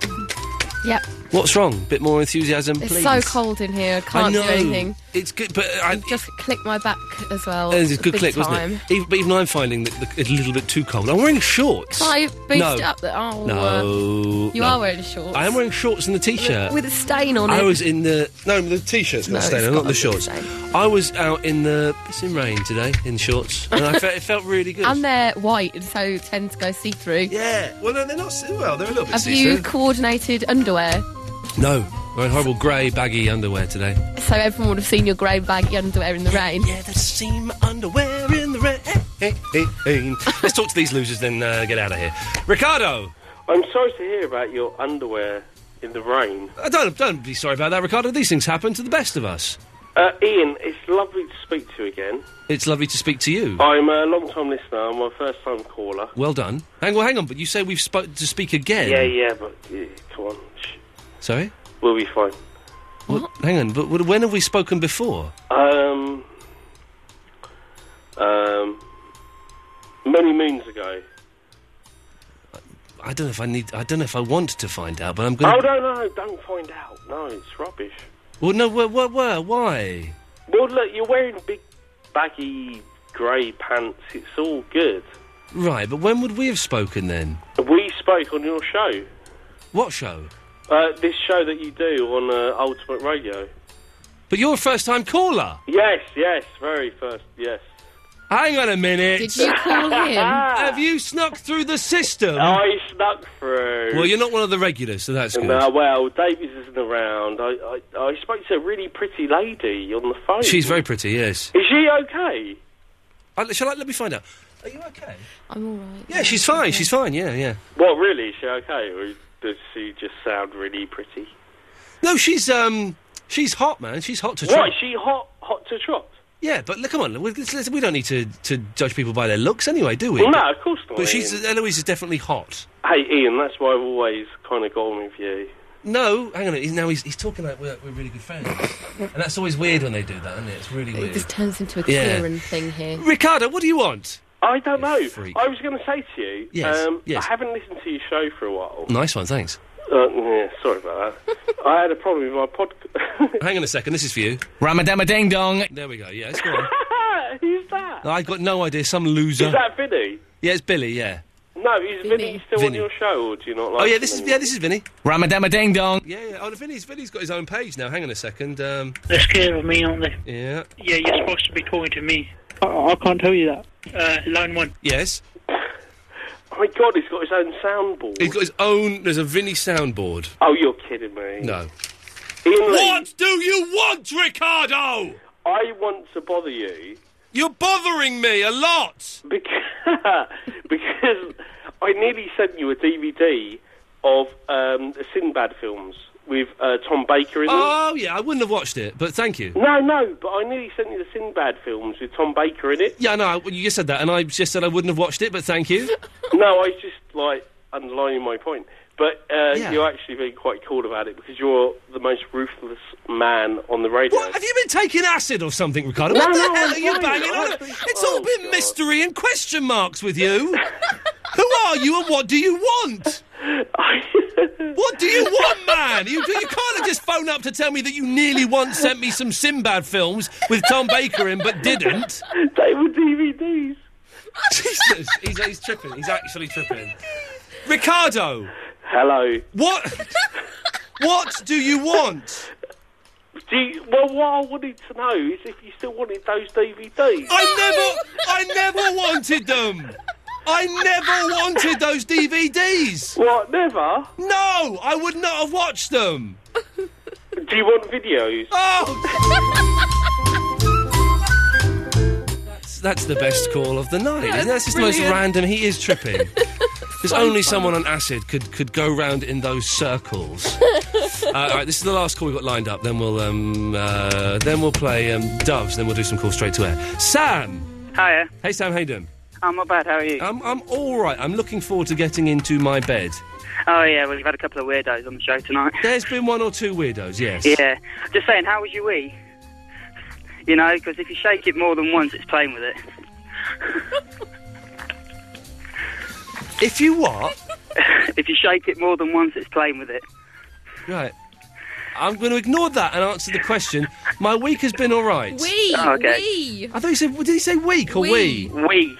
S28: Yep.
S1: What's wrong? Bit more enthusiasm,
S28: Mm-hmm. It's
S1: please.
S28: so cold in here. I can't
S1: I know.
S28: do anything.
S1: It's good, but I
S28: just clicked my back as well.
S1: Uh, it's a good
S28: big
S1: click,
S28: time.
S1: wasn't it? Even, but even I'm finding that the- it's a little bit too cold. I'm wearing shorts.
S28: Can I boost
S1: No.
S28: it up? That oh, uh,
S1: No,
S28: you
S1: no.
S28: are wearing shorts.
S1: I am wearing shorts and the t-shirt.
S28: with a stain on
S1: I
S28: it.
S1: was in the no, the t-shirt's got
S28: No,
S1: a stain,
S28: it's
S1: on,
S28: got
S1: not the
S28: a
S1: shorts. I was out in the pissing rain today in shorts, and I felt it felt really good.
S28: And they're white, so tend to go see through.
S1: Yeah. Well, no, they're not. see- Well, they're a little bit.
S28: Have
S1: see-through.
S28: you coordinated underwear
S1: No, we're in horrible grey baggy underwear today.
S28: so everyone would have seen your grey baggy underwear in the rain?
S1: Yeah, the seam underwear in the rain. Hey, hey, hey. Let's talk to these losers, then uh, get out of here. Ricardo,
S29: I'm sorry to hear about your underwear in the rain.
S1: uh, don't don't be sorry about that, Ricardo. These things happen to the best of us.
S29: Uh, Ian, it's lovely to speak to you again.
S1: It's lovely to speak to you.
S29: I'm a long time listener, I'm a first time caller.
S1: Well done. Hang on, hang on. But you say we've spoke to speak again.
S29: Yeah, yeah, but yeah, come on. Shh,
S1: Sorry.
S29: We'll be fine.
S1: What? Hang on. But w- when have we spoken before?
S29: Um, um, many moons ago.
S1: I don't know if I need. I don't know if I want to find out. But I'm
S29: Oh,
S1: going.
S29: no, no, don't find out. No, it's rubbish.
S1: Well, no. Where? Where? where why?
S29: Well, look, you're wearing big, baggy, grey pants. It's all good.
S1: Right. But when would we have spoken then?
S29: We spoke on your show.
S1: What show?
S29: Uh, this show that you do on uh, Ultimate Radio.
S1: But you're a first-time caller.
S29: Yes, yes, very first, yes.
S1: Hang on a minute.
S29: Did you call him?
S1: have you snuck through the system?
S29: I snuck through.
S1: Well, you're not one of the regulars, so that's good.
S29: No, well, Davies isn't around. I, I, I spoke to a really pretty lady on the phone.
S1: She's very pretty. Yes.
S29: Is she okay?
S1: I, shall I? Let me find out. Are you okay?
S28: I'm all right.
S1: Yeah, she's fine. She's fine. Yeah, yeah.
S29: What, really? Is she okay? Or does she just sound really pretty?
S1: No, she's um, she's hot, man. She's hot to
S29: What,
S1: trot.
S29: is she hot, hot to trot?
S1: Yeah, but look, come on. We, let's, let's, we don't need to, to judge people by their looks, anyway, do we?
S29: Well, no,
S1: But-
S29: of course not.
S1: But she's
S29: Ian.
S1: Eloise is definitely hot.
S29: Hey, Ian, that's why I've always kind of gone with you.
S1: No, hang on. He's, now he's, he's talking like we're, we're really good friends, and that's always weird when they do that, isn't it? It's really
S28: It
S1: weird.
S28: just turns into a
S1: Yeah.
S28: Kieran thing here.
S1: Ricardo, what do you want?
S29: I don't know.
S1: freak.
S29: I was going to say to you,
S1: Yes,
S29: um,
S1: yes.
S29: I haven't listened to your show for a while.
S1: Nice one, thanks.
S29: Uh, yeah, sorry about that. I had a problem with my podcast.
S1: hang on a second. This is for you.
S9: Ramadama ding dong.
S1: There we go. Yeah, it's good.
S29: Who's that?
S1: I got no idea. Some loser.
S29: Is that Vinny?
S1: Yeah, it's Billy. Yeah.
S29: No, is Vinny still
S1: Vinny.
S29: on your show, or do you not like
S1: oh yeah,
S29: him
S1: this is
S29: anymore?
S1: yeah, this is Vinny.
S9: Ramadama ding dong.
S1: Yeah, yeah. Oh, Vinny's Vinny's got his own page now. Hang on a second. Um,
S17: That's care of me, aren't they?
S1: yeah.
S17: Yeah, you're supposed to be talking to me.
S29: I, I can't tell you that.
S17: Uh, line one.
S1: Yes.
S29: Oh my god, he's got his own soundboard.
S1: He's got his own. There's a Vinny soundboard.
S29: Oh, you're kidding me.
S1: No.
S29: Ian Lee,
S1: What do you want, Ricardo?
S29: I want to bother you
S1: You're bothering me a lot.
S29: because, because I nearly sent you a DVD of um, the Sinbad films with uh, Tom Baker in them.
S1: Oh yeah, I wouldn't have watched it, but thank you.
S29: No, no, but I nearly sent you the Sinbad films with Tom Baker in it.
S1: Yeah, no, I- you just said that, and I just said I wouldn't have watched it, but thank you.
S29: no, I was just like underlining my point But uh,
S1: Yeah.
S29: you're actually being quite cool about it because you're the most ruthless man on the radio.
S1: What, have you been taking acid or something, Ricardo?
S29: No,
S1: What the
S29: no,
S1: hell
S29: I'm
S1: are you
S29: fine.
S1: banging
S29: I'm
S1: on?
S29: actually-
S1: It's all been mystery and question marks with you. Who are you and what do you want? what do you want, man? You, you can't have just phoned up to tell me that you nearly once sent me some Sinbad films with Tom Baker in, but didn't.
S29: They were DVDs.
S1: Jesus, he's, he's tripping. He's actually tripping. Ricardo.
S29: Hello.
S1: What? what do you want?
S29: Do you, well, what I wanted to know is if you still wanted those DVDs.
S1: I never, I never wanted them. I never wanted those DVDs.
S29: What? Never?
S1: No, I would not have watched them.
S29: Do you want videos?
S1: Oh! That's, that's the best call of the night. isn't it?
S29: That's
S1: That's just the most
S29: brilliant.
S1: random. He is tripping. There's only someone on acid could could go round in those circles. uh, all right, this is the last call we've got lined up. Then we'll um uh, then we'll play um, doves. Then we'll do some calls straight to air. Sam.
S5: Hiya.
S1: Hey Sam. How you doing?
S5: I'm not bad, how are you?
S1: I'm I'm all right. I'm looking forward to getting into my bed.
S5: Oh, yeah, well, you've had a couple of weirdos on the show tonight.
S1: There's been one or two weirdos. Yes.
S5: Yeah. Just saying, how was your wee? You know, because if you shake it more than once, it's playing with it.
S1: If you what?
S5: if you shake it more than once, it's playing with it.
S1: Right. I'm going to ignore that and answer the question. My week has been all right.
S5: Wee, Oh, okay. wee.
S1: I thought he said. Did he say week or
S5: Wee.
S1: wee? Wee.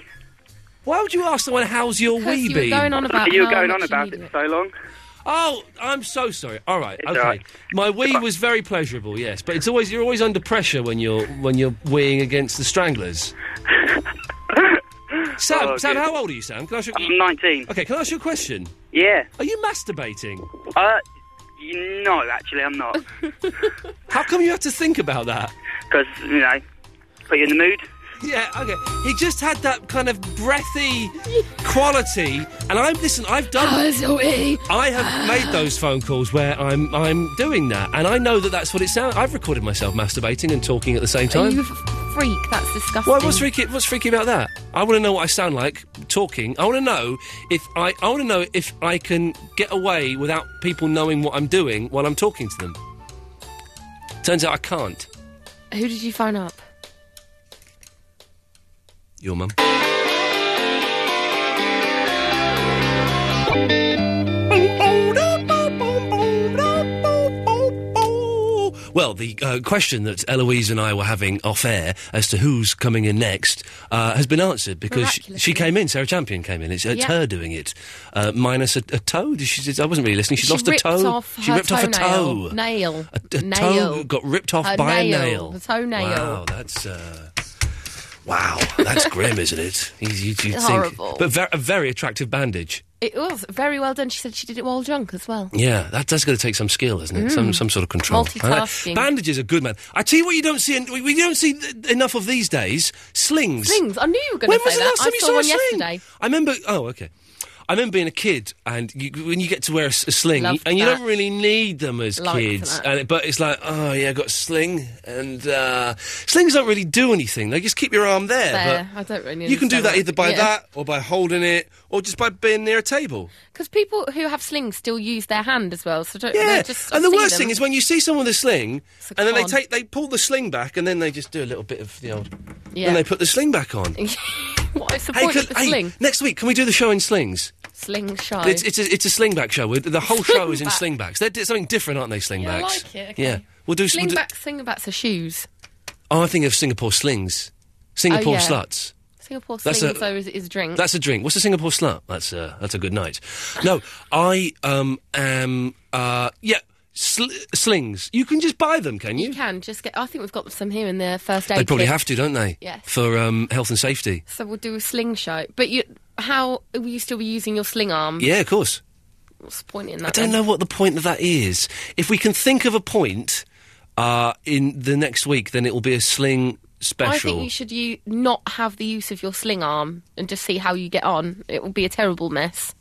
S1: Why would you ask someone how's your wee
S5: you were
S1: been?
S5: going on about You were how going on much you about
S1: it so long. Oh, I'm so sorry. All right,
S5: It's
S1: okay.
S5: all right.
S1: My wee was very pleasurable, yes, but it's always you're always under pressure when you're when you're weeing against the stranglers. Sam,
S5: Oh,
S1: Sam,
S5: good.
S1: how old are you, Sam? Can I ask you?
S5: I'm 19.
S1: Okay, can I ask you a question?
S5: Yeah.
S1: Are you masturbating?
S5: Uh, you- no, actually, I'm not.
S1: How come you had to think about that?
S5: Because, you know, put you in the mood.
S1: Yeah, okay. He just had that kind of breathy quality, and I'm listen. I've done.
S5: Oh, Zoe.
S1: I have made those phone calls where I'm I'm doing that, and I know that that's what it sounds. I've recorded myself masturbating and talking at the same
S28: Are
S1: time.
S28: you a f- freak? That's disgusting.
S1: Why, what's freaky? What's freaky about that? I want to know what I sound like talking. I want to know if I. I want to know if I can get away without people knowing what I'm doing while I'm talking to them. Turns out I can't.
S28: Who did you phone up?
S1: Your mum. Well, the uh, question that Eloise and I were having off air as to who's coming in next uh, has been answered because she, she came in. Sarah Champion came in. It's, it's
S28: Yeah.
S1: her doing it, uh, minus a, a toe. Did She, I wasn't really listening. She, lost a
S28: ripped
S1: toe.
S28: Off
S1: she
S28: her
S1: ripped off a
S28: toenail.
S1: toe.
S28: Nail.
S1: A
S28: nail.
S1: toe got ripped off
S28: Her
S1: by
S28: nail.
S1: a nail.
S28: The toenail.
S1: Wow, that's uh, wow, that's grim, isn't it? You, you, you'd
S28: It's
S1: think,
S28: horrible.
S1: but ver- a very attractive bandage.
S28: It was very well done. She said she did it while drunk as well.
S1: Yeah, that, that's going to take some skill, isn't it?
S28: Mm.
S1: Some some sort of control.
S28: Multitasking.
S1: Uh, bandages are good, man. I tell you what, you don't see in, we- we don't see th- enough of these days. Slings.
S28: Things. I knew you were going
S1: When
S28: to
S1: was
S28: say
S1: the
S28: that.
S1: last time
S28: I
S1: you
S28: saw,
S1: saw a
S28: one
S1: sling?
S28: yesterday.
S1: I remember. Oh, okay. I remember being a kid, and you, when you get to wear a, s- a sling,
S28: Loved
S1: and you
S28: that.
S1: don't really need them as
S28: Liked
S1: kids,
S28: that.
S1: and it, but it's like, oh yeah, I got a sling, and uh, slings don't really do anything. They just keep your arm there.
S28: Fair.
S1: but
S28: I don't really.
S1: you can do that either by
S28: that.
S1: that, or by holding it, or just by being near a table.
S28: Because people who have slings still use their hand as well. So don't,
S1: Yeah,
S28: they're just,
S1: and the worst thing is when you see someone with a sling,
S28: a
S1: and then they
S28: con.
S1: take they pull the sling back, and then they just do a little bit of the old,
S28: Yeah.
S1: and they put the sling back on.
S28: what is the
S1: Hey,
S28: point
S1: could-
S28: of the
S1: hey,
S28: sling?
S1: next week can we do the show in slings?
S28: Sling shy.
S1: It's, it's, a, it's a slingback show. We're- The whole show is in
S28: Slingback.
S1: slingbacks. They're di- something different, aren't they? Slingbacks.
S28: I like it. Okay.
S1: Yeah, we'll do. we'll do-
S28: Slingbacks, slingbacks are shoes. Oh,
S1: oh, I think of Singapore slings, Singapore
S28: yeah.
S1: sluts.
S28: Singapore
S1: That's
S28: slings
S1: a-
S28: though is, is drink.
S1: That's a drink. What's a Singapore slut? That's a, that's a good night. No, I um am uh yeah sl- slings. You can just buy them, can
S28: you can just get. I think we've got some here in the first aid.
S1: They probably
S28: kit.
S1: have to, don't they?
S28: Yes.
S1: For um, health and safety.
S28: So we'll do a sling show. But you, how will you still be using your sling
S4: Mm.
S28: arm?
S1: Yeah, of course.
S28: What's the point in that?
S1: I don't
S28: then?
S1: know what the point of that is. If we can think of a point uh, in the next week, then it will be a
S4: Oh,
S1: sling special.
S28: I think you should you not have the use of your sling arm and just see how you get on. It will be a terrible mess.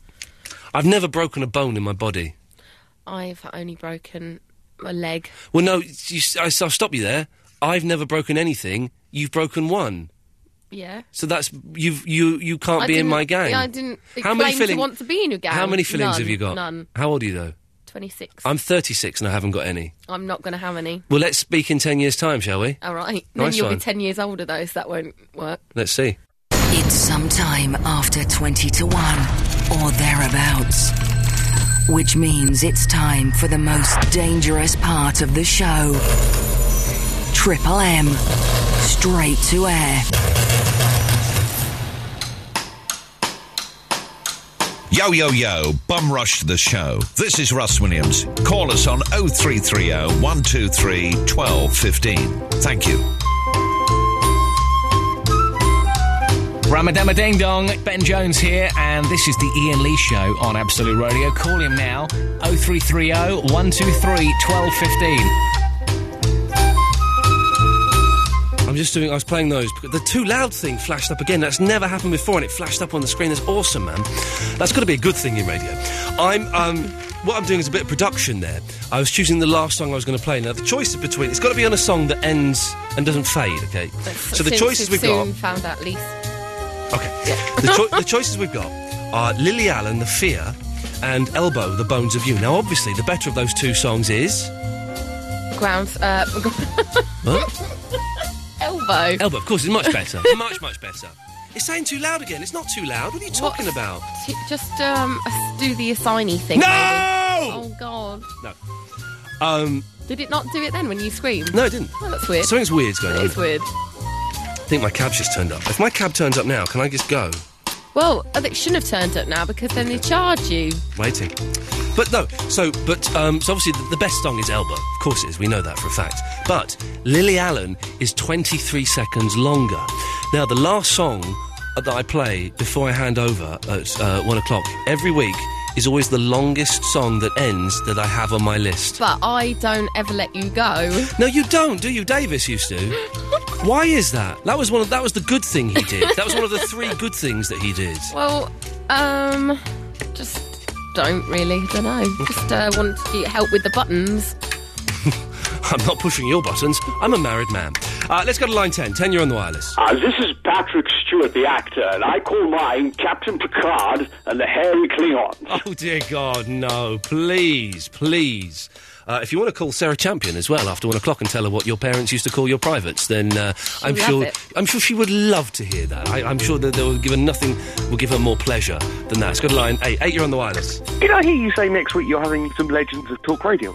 S1: I've never broken a bone in my body.
S28: I've only broken a leg.
S1: Well, no, you, s- I, will stop you there. I've never broken anything. You've broken one.
S4: Yeah.
S1: So that's you've you you can't
S4: I
S1: be in
S4: didn't-
S1: my gang.
S4: I didn't
S1: How many
S4: claim
S1: feeling-
S4: to want to be in your gang.
S1: How many fillings
S4: None,
S1: have you got?
S4: None.
S1: How old are you though?
S4: 26.
S1: I'm 36 and I haven't got any.
S4: I'm not going to have any.
S1: Well, let's speak in 10 years' time, shall we?
S4: All right.
S1: Nice
S4: then you'll
S1: one.
S4: be 10 years older, though, so that won't work.
S1: Let's see.
S30: It's sometime after 20 to 1 or thereabouts, which means it's time for the most dangerous part of the show. Triple M, straight to air.
S18: Yo, yo, yo, bum rush the show. This is Russ Williams. Call us on 0330 123 1215. Thank you.
S31: Ramadama Ding Dong, Ben Jones here, and this is the Ian Lee Show on Absolute Radio. Call him now, 0330 123 1215.
S1: I'm just doing. I was playing those. because The too loud thing flashed up again. That's never happened before, and it flashed up on the screen. That's awesome, man. That's got to be a good thing in radio. I'm. Um, what I'm doing is a bit of production there. I was choosing the last song I was going to play. Now the choice is between. It's got to be on a song that ends and doesn't fade. Okay. So the
S4: Since
S1: choices we've got.
S4: soon found out, at least.
S1: the, cho- the choices we've got are Lily Allen, The Fear, and Elbow, The Bones of You. Now, obviously, the better of those two songs is.
S4: Grounds. Uh,
S1: Huh?
S4: elbow.
S1: Elbow, of course, is much better. much, much better. It's saying too loud again. It's not too loud. What are you talking about?
S4: T- Just um, do the assignee thing.
S1: No!
S4: maybe. Oh, God.
S1: No. Um,
S4: Did it not do it then when you screamed?
S1: no, it didn't.
S4: Oh, that's weird.
S1: Something's weird's going
S4: That
S1: on.
S4: is weird.
S1: I think my cab's just turned up. If my cab turns up now, can I just go?
S4: Well, uh, they shouldn't have turned up now because then they charge you.
S1: Waiting. But no, so but um, so obviously the, the best song is Elbow. Of course it is. We know that for a fact. But Lily Allen is 23 seconds longer. Now the last song that I play before I hand over at uh, one o'clock every week is always the longest song that ends that I have on my list.
S4: But I don't ever let you go.
S1: No, you don't, do you? Davis used to. Why is that? That was one of that was the good thing he did. That was one of the three good things that he did.
S4: Well, um, just don't really. Don't know. Just uh, want to help with the buttons.
S1: I'm not pushing your buttons. I'm a married man. Uh, let's go to line 10. 10, you're on the wireless.
S11: Uh, this is Patrick Stewart, the actor, and I call mine Captain Picard and the Hairy Klingons.
S1: Oh, dear God, no. Please, please. Uh, if you want to call Sarah Champion as well after one o'clock and tell her what your parents used to call your privates, then uh, I'm
S11: love
S1: sure
S11: it.
S1: I'm sure she would love to hear that. I, I'm sure that they will give her nothing will give her more pleasure than that. Let's go to line eight. Eight, you're on the wireless.
S19: Did I hear you say next week you're having some Legends of Talk Radio?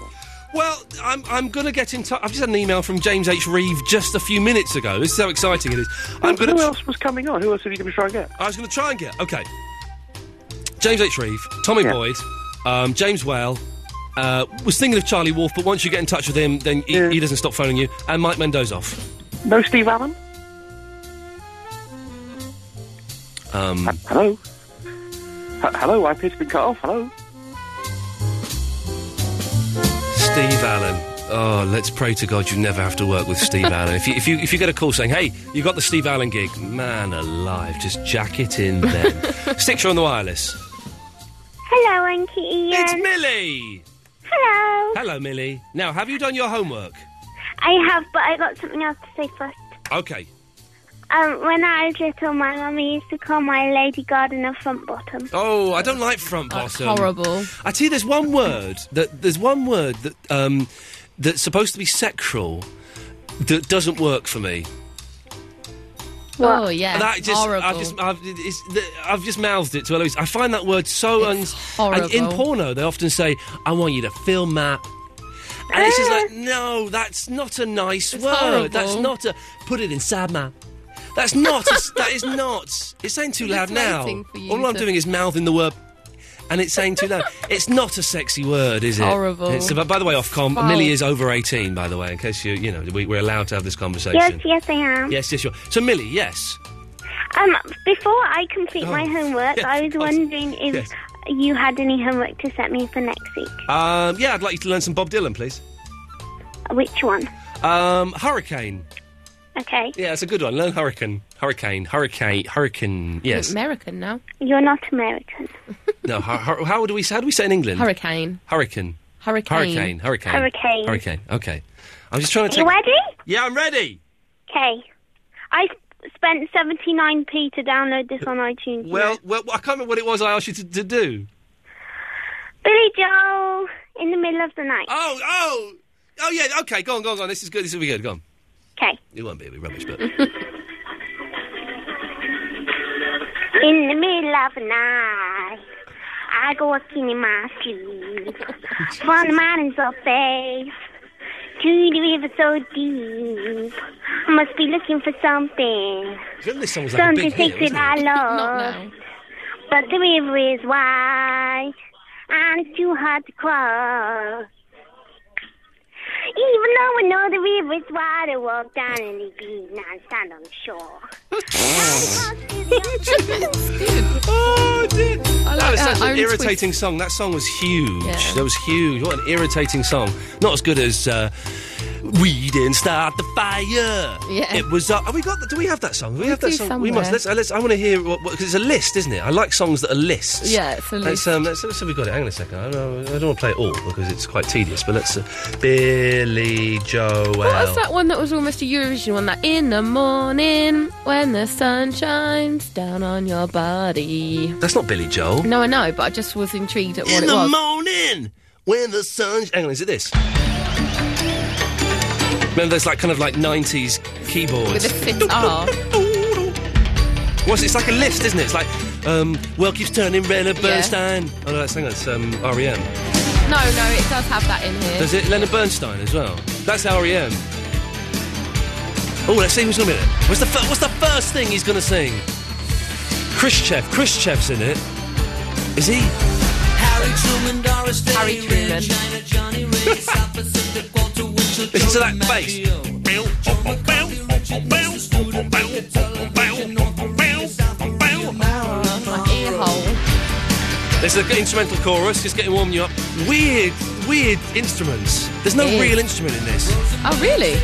S1: Well, I'm, I'm going to get in touch. I've just had an email from James H. Reeve just a few minutes ago. This is how exciting it is. I'm gonna
S19: Who
S1: tr-
S19: else was coming on? Who else are you going to try and get?
S1: I was going to try and get. Okay. James H. Reeve, Tommy Boyd, um, James Whale. Uh, was thinking of Charlie Wolf, but once you get in touch with him, then he, he doesn't stop phoning you. And Mike Mendozoff.
S19: No Steve Allen?
S1: Um,
S19: Hello? H- hello, I appear to be cut off. Hello?
S1: Steve Allen. Oh, let's pray to God you never have to work with Steve Allen. If you, if you if you get a call saying, "Hey, you got the Steve Allen gig," man alive, just jack it in then. Six, you're on the wireless.
S32: Hello, Uncle Ian.
S1: It's Millie.
S32: Hello.
S1: E. Hello, Millie. Now, have you done your homework?
S32: I have, but I got something else to say first.
S1: Okay.
S32: Um, when I was little, my mummy used to call my lady gardener front bottom.
S1: Oh, I don't like front bottom.
S32: horrible.
S1: I tell you, there's one word that there's one word that um, that's supposed to be sexual that doesn't work for me.
S4: Oh yeah,
S1: that just,
S4: horrible.
S1: I've just, I've, it's, th- I've just mouthed it to Eloise. I find that word so un- And in
S4: horrible.
S1: porno, they often say, "I want you to film that." And it's
S4: Ah.
S1: just like, no, that's not a nice
S32: It's
S1: word.
S32: Eh, horrible.
S1: That's not a. Put it inside my. That's not. A, that is not. It's saying too
S32: I'm
S1: loud
S32: just
S1: now.
S32: waiting for you
S1: All I'm
S32: to-
S1: doing is mouthing the word, and it's saying too loud. it's not a sexy word, is it?
S32: Horrible.
S1: It's, but by the way, Ofcom,
S32: Foul.
S1: Millie is over 18, by the way, in case you, you know, we, we're allowed to have this conversation.
S32: Yes, yes, I am.
S1: Yes, yes, sure. So, Millie, yes.
S32: Um, before I complete
S1: Oh,
S32: my homework,
S1: yes,
S32: I was wondering if
S1: Yes.
S32: you had any homework to set me for next week.
S1: Um, yeah, I'd like you to learn some Bob Dylan, please.
S32: Which one?
S1: Um, hurricane.
S32: Okay.
S1: Yeah, it's a good one. Learn hurricane. Hurricane. Hurricane. Hurricane. Yes.
S4: American now.
S32: You're not American.
S1: no. Hur- hur- how do we? How do we say it in England?
S4: Hurricane.
S1: Hurricane.
S4: Hurricane.
S1: Hurricane. Hurricane.
S32: Hurricane.
S1: Hurricane. Okay. I'm just trying to.
S32: You
S1: check-
S32: ready?
S1: Yeah, I'm ready.
S32: Okay. I spent 79p to download this on iTunes.
S1: Well, well, I can't remember what it was I asked you to, to do.
S32: Billy Joel in the middle of the night.
S1: Oh, oh, oh, yeah. Okay, go on, go on, go on. This is good. This will be good. Go on.
S32: Okay.
S1: It won't be. It'll be rubbish, but
S32: In the middle of the night, I go walking in my sleep. From the mountains of faith to the river so deep, I must be looking for something.
S1: Isn't this song was like a
S32: Something
S1: big hit,
S32: thinks it
S1: wasn't it?
S32: I love. But the river is wide and it's too hard to cross. Even though I know the river is wide, I walk down in the beach and I stand on the shore.
S1: oh dear!
S32: I
S1: that was such
S32: I
S1: an irritating song. That song was huge.
S32: Yeah.
S1: That was huge. What an irritating song. Not as good as uh, "We Didn't Start the Fire."
S4: Yeah.
S1: It was. Uh, have we got? The, do we have that song? Do we,
S4: We
S1: have that
S4: do
S1: song. We
S4: somewhere.
S1: must. Let's. uh, let's I want to hear what because it's a list, isn't it? I like songs that are lists.
S4: Yeah, it's a
S1: Let's,
S4: list.
S1: um, let's, let's see if we got it. Hang on a second. I don't, I don't want to play it all because it's quite tedious. But let's. Uh, Billy Joel.
S4: What was that one that was almost a Eurovision one? That in the morning when the sun shines down on your body.
S1: That's not Billy Joel.
S4: No, I know, but I just was intrigued at what
S1: Oh. In
S4: it
S1: the
S4: was.
S1: morning when the sun. Hang on, is it this? Remember those like kind of like '90s keyboards.
S4: With a fifth R.
S1: What's it's like a list, isn't it? It's like um, world keeps turning Leonard
S4: Yeah.
S1: Bernstein. Oh no, that's hang on, it's um, REM.
S4: No, no, it does have that in here.
S1: Does it Leonard Bernstein as well? That's REM. Oh, let's see who's gonna be in it. What's the fir- what's the first thing he's gonna sing? Khrushchev. Khrushchev's in it. Is he?
S3: Harry Truman, Doris Day,
S4: Harry Truman.
S3: China, Johnny Ray, South Pacific, Walter Winchell,
S1: Listen to that
S3: Joe
S1: bass.
S3: DiMaggio. Truman, Coffee, Richard, Mr. Student, Mr. Television, North Korea, South Korea,
S4: My ear hole.
S1: There's an instrumental chorus, just getting warming you up. Weird, weird instruments. There's no
S4: It is.
S1: real instrument in this.
S4: Oh, really?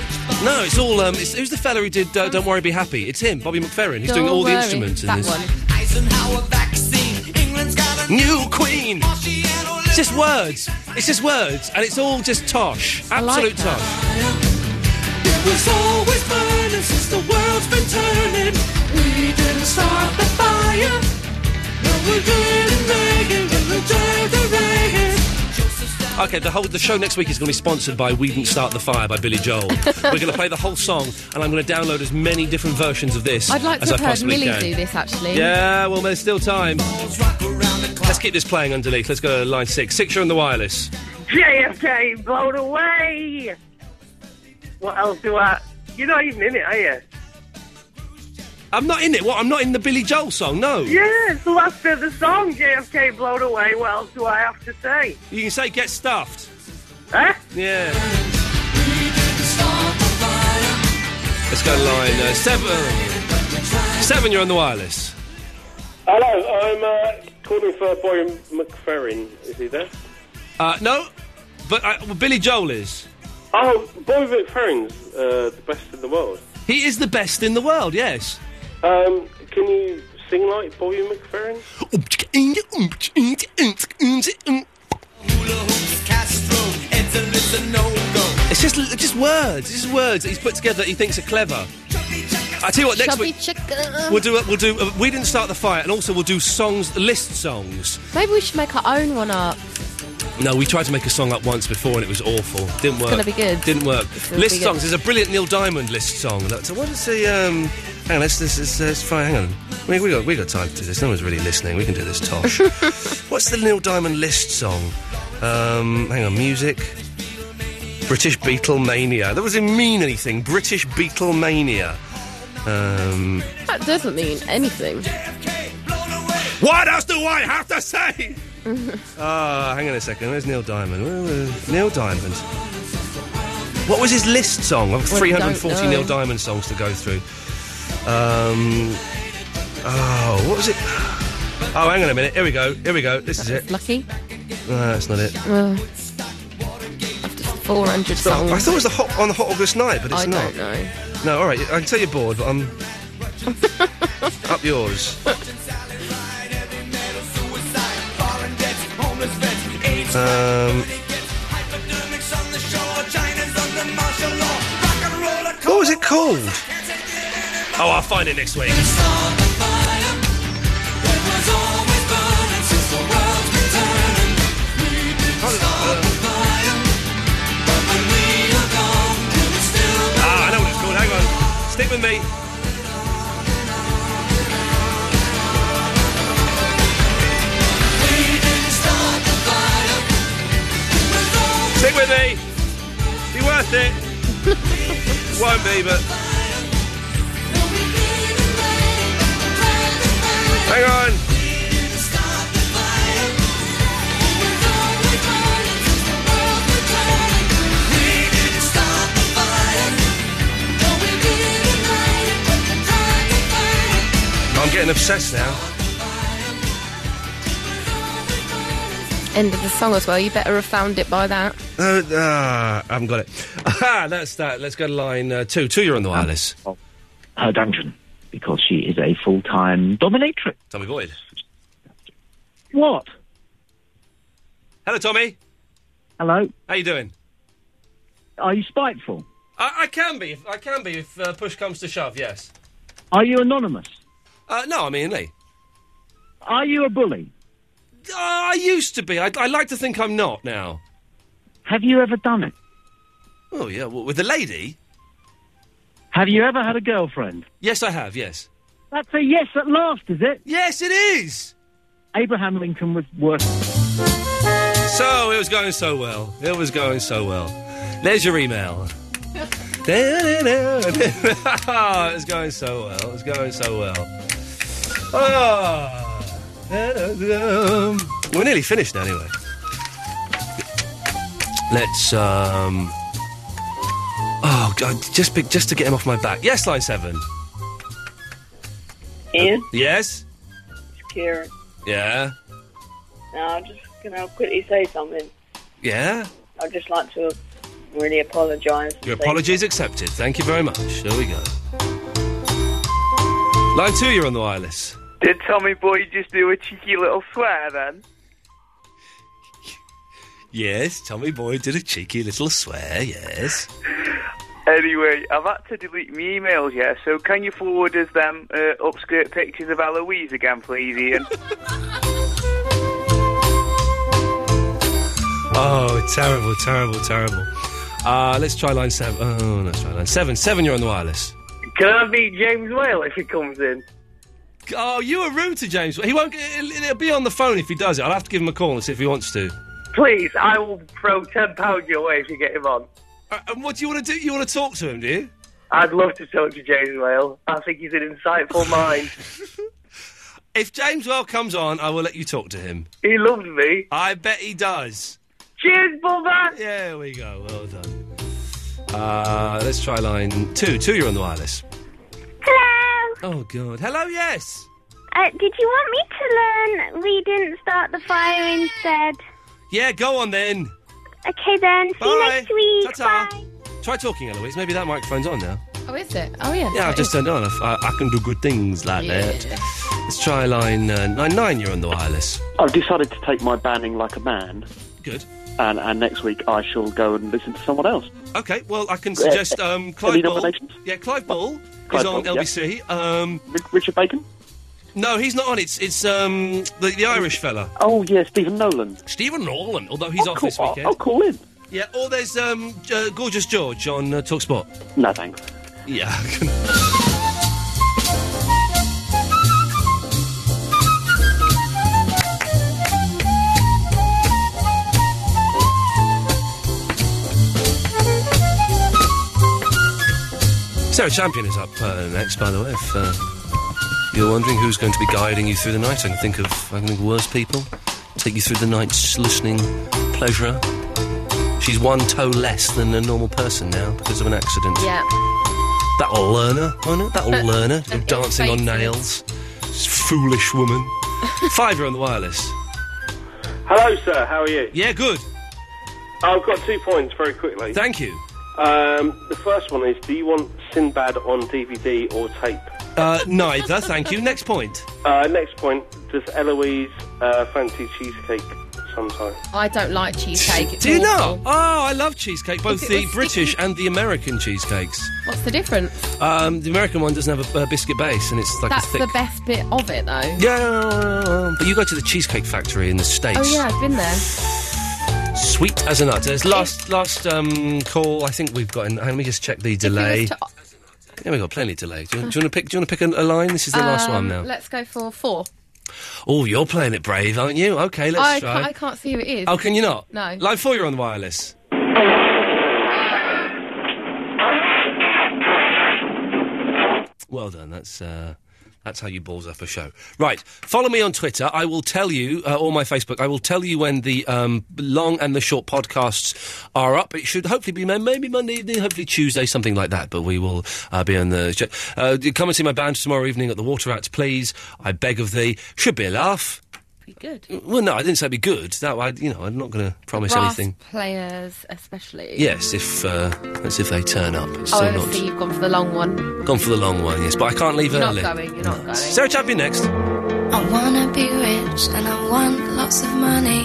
S1: No, it's all. Um, it's, who's the fella who did uh, "Don't Worry, Be Happy"? It's him, Bobby McFerrin. He's doing
S4: Don't
S1: all
S4: worry,
S1: the instruments in
S4: that
S1: this.
S4: one.
S3: Eisenhower vaccine. England's got a
S1: New Queen. It's just words. It's just words, and it's all just tosh. Absolute
S3: like that.
S1: tosh.
S3: It was always burning since the world's been turning. We didn't start the fire. No, we didn't make it when the J.D. Reagan.
S1: Okay, the whole the show next week is going to be sponsored by "We Didn't Start the Fire" by Billy Joel. We're going to play the whole song, and I'm going to download as many different versions of this
S4: I'd like to
S1: as I
S4: have heard
S1: possibly
S4: Millie
S1: can.
S4: do this, actually.
S1: Yeah, well, there's still time. Let's keep this playing underneath. Let's go to line six. Six, you're on the wireless.
S19: JFK blown away. What else do I? You're not even in it, are you?
S1: I'm not in it. What? I'm not in the Billy Joel song. No.
S19: Yeah, it's the last bit of the song, JFK blown away. What else do I have to say?
S1: You can say get stuffed.
S19: Huh?
S1: Yeah. Let's go to line uh, seven. Seven, you're on the wireless.
S29: Hello, I'm uh, calling for Boy McFerrin. Is he there?
S1: Uh, no, but uh, well, Billy Joel is.
S29: Oh, Boy McFerrin's uh, the best in the world.
S1: He is the best in the world. Yes.
S29: Um, can you sing like Boy McFerrin?
S1: Uh,
S3: Castro, it's a listen, no go.
S1: It's just it's just words. It's just words that he's put together that he thinks are clever. I tell you what, next
S4: Chubby
S1: week
S4: chicken.
S1: we'll do a, we'll do a, we didn't start the fire, and also we'll do songs list songs.
S4: Maybe we should make our own one up.
S1: No, we tried to make a song up once before and it was awful. Didn't work.
S4: gonna be good.
S1: Didn't work.
S4: gonna
S1: List
S4: be good.
S1: songs. There's a brilliant Neil Diamond list song. Look, So what is the um? Hang on, let's this is uh, fine. Hang on. We, we got we got time to do this. No one's really listening. We can do this, Tosh. What's the Neil Diamond list song? Um, hang on, music. British Beatlemania. That doesn't mean anything. British Beatlemania. Um,
S4: That doesn't mean anything.
S1: What else do I have to say? Ah, hang on a second. Where's Neil Diamond? Where was Neil Diamond. What was his list song? I've got
S3: Well,
S1: 340
S3: don't know.
S1: Neil Diamond songs to go through. Um, oh, what was it? Oh, hang on a minute. Here we go. Here we go. This is it.
S4: Lucky.
S1: No, that's not it.
S4: Well, after 400
S1: It's not-
S4: songs.
S1: I thought it was the hot on the hot August night, but it's
S4: I
S1: not.
S4: don't know.
S1: No, all right. I can tell you're bored, but I'm up yours.
S3: Foreign debts, homeless vets, AIDS,
S1: Um,
S3: hypodermics on the shore, China's under martial law, rock and roll,
S1: what was it called? Oh, I'll find it next week. Ah, I know what it's called. Hang on. Stick with me. Stick with me. Be worth it. Won't be, but. Hang on. I'm getting obsessed now.
S28: End of the song as well. You better have found it by that.
S1: Uh, ah, I haven't got it. Ah, that's that. Let's go to line uh, two. Two, you're on the wireless.
S8: her dungeon because she is a full-time dominatrix.
S1: Tommy Boyd.
S8: What?
S1: Hello, Tommy.
S8: Hello?
S1: How you doing?
S8: Are you spiteful?
S1: I, I can be. if- I can be if uh, push comes to shove. Yes.
S8: Are you anonymous?
S1: Uh, no, I'm Ian Lee.
S8: Are you a bully?
S1: Uh, I used to be. I, I like to think I'm not now.
S8: Have you ever done it?
S1: Oh yeah, well, with a lady.
S8: Have you ever had a girlfriend?
S1: Yes, I have. Yes.
S8: That's a yes at last, is it?
S1: Yes, it is.
S8: Abraham Lincoln was worth.
S1: So it was going so well. It was going so well. There's your email. it was going so well. It was going so well. Ah. We're nearly finished now, anyway. Let's um. Oh God! Just be, just to get him off my back. Yes, line seven.
S10: Ian,
S1: Yes.
S10: it's Kieran.
S1: Yeah.
S10: Now, I'm just going to quickly say something.
S1: Yeah.
S10: I'd just like to really apologise.
S1: Your apologies accepted. Thank you very much. There we go. Line two, you're on the wireless.
S11: Did Tommy Boy just do a cheeky little swear then?
S1: Yes, Tommy Boy did a cheeky little swear, yes.
S11: Anyway, I've had to delete my emails, yeah, so can you forward us them uh, upskirt pictures of Eloise again, please, Ian?
S1: Oh, terrible, terrible, terrible. Uh, let's try line seven. Oh, let's try line seven. Seven, you're on the wireless.
S11: Can I beat James Whale if he comes in?
S1: Oh, you were rude to James. He won't. It'll, it'll be on the phone if he does it. I'll have to give him a call and see if he wants to.
S11: Please, I will throw £10 your way if you get him on.
S1: Uh, and what do you want to do? You want to talk to him, do you?
S11: I'd love to talk to James Whale. I think he's an insightful mind.
S1: If James Well comes on, I will let you talk to him.
S11: He loves me.
S1: I bet he does.
S11: Cheers, Bubba!
S1: Yeah, we go. Well done. Uh, let's try line two. Two, you're on the wireless. Hello. Oh God. Hello. Yes.
S32: Uh, did you want me to learn we didn't start the fire instead?
S1: Yeah. Go on then.
S32: Okay then, see you
S1: Bye.
S32: next week.
S1: Ta-ta.
S32: Bye.
S1: Try talking, Eloise. Maybe that microphone's on now.
S28: Oh, is it? Oh, yeah.
S1: Yeah, I've just turned it on. I, I can do good things like that. Let's try line uh, nine. Nine, you're on the wireless.
S13: I've decided to take my banning like a man.
S1: Good.
S13: And, and next week I shall go and listen to someone else.
S1: Okay, well, I can suggest um, Clive
S13: any
S1: Ball.
S13: nominations?
S1: Yeah, Clive Ball
S13: Clive
S1: is on
S13: Ball, yeah.
S1: LBC. Um,
S13: Richard Bacon?
S1: No, he's not on. It's it's um, the, the Irish fella.
S13: Oh, yeah, Stephen Nolan.
S1: Stephen Nolan, although he's
S13: I'll
S1: off
S13: call,
S3: oh,
S1: this weekend.
S13: I'll, I'll call him.
S1: Yeah, or there's um, J- uh, Gorgeous George on uh, Talkspot.
S13: No, thanks.
S1: Yeah. Sarah Champion is up uh, next, by the way. If uh, you're wondering who's going to be guiding you through the night, I can think of I can think of worse people. Take you through the night's listening pleasure. She's one toe less than a normal person now because of an accident.
S28: Yeah.
S1: That'll learn her, won't it? That'll
S28: But-
S1: learn her.
S28: but
S1: Dancing on
S28: it's
S1: nails. Foolish woman. Five, you're on the wireless.
S29: Hello, sir. How are you?
S1: Yeah, good.
S29: I've got two points very quickly.
S1: Thank you.
S29: Um, the first one is: Do you want Sinbad on DVD or tape?
S1: Uh, neither, thank you. Next point.
S29: Uh, next point: Does Eloise uh, fancy cheesecake? sometime.
S4: I don't like cheesecake. It's
S1: Do you
S4: awful.
S1: know? Oh, I love cheesecake, both
S4: If it
S1: the
S4: was
S1: British
S4: sticky-
S1: and the American cheesecakes.
S4: What's the difference?
S1: Um, the American one doesn't have a, a biscuit base, and it's like
S4: That's
S1: a thick.
S4: the best bit of it, though.
S1: yeah, but you go to the Cheesecake Factory in the States.
S4: Oh yeah, I've been there.
S1: Sweet as a nut. There's last last um, call. I think we've got. In, hang on, let me just check the delay.
S4: to-
S1: yeah, we've got plenty of delay. Do you, want- do you want to pick? Do you want to pick a, a line? This is the last one
S4: Um,
S1: now.
S4: Let's go for four.
S1: Oh, you're playing it brave, aren't you? Okay, let's
S4: I,
S1: try.
S4: Can't, I can't see who it is.
S1: Oh, can you not?
S4: No.
S1: Line four, you're on the wireless. Well done. That's uh, that's how you balls up a show. Right. Follow me on Twitter. I will tell you, uh, or my Facebook. I will tell you when the um, long and the short podcasts are up. It should hopefully be ma- maybe Monday, then hopefully Tuesday, something like that. But we will uh, be on the show. Uh, do come and see my band tomorrow evening at the Water Rats, please. I beg of thee. Should be a laugh.
S4: Be good.
S1: Well, no, I didn't say it'd be good. That I, you know, I'm not going to promise
S4: Brass
S1: anything.
S4: players, especially.
S1: Yes, if uh, that's if they turn up. It's
S4: Oh,
S1: still
S4: I see. You've gone for the long one.
S1: not gone for the long one. Yes, but I can't leave
S4: You're
S1: early.
S4: not going. You're not going.
S1: Sarah Chapman next.
S33: I wanna be rich and I want lots of money.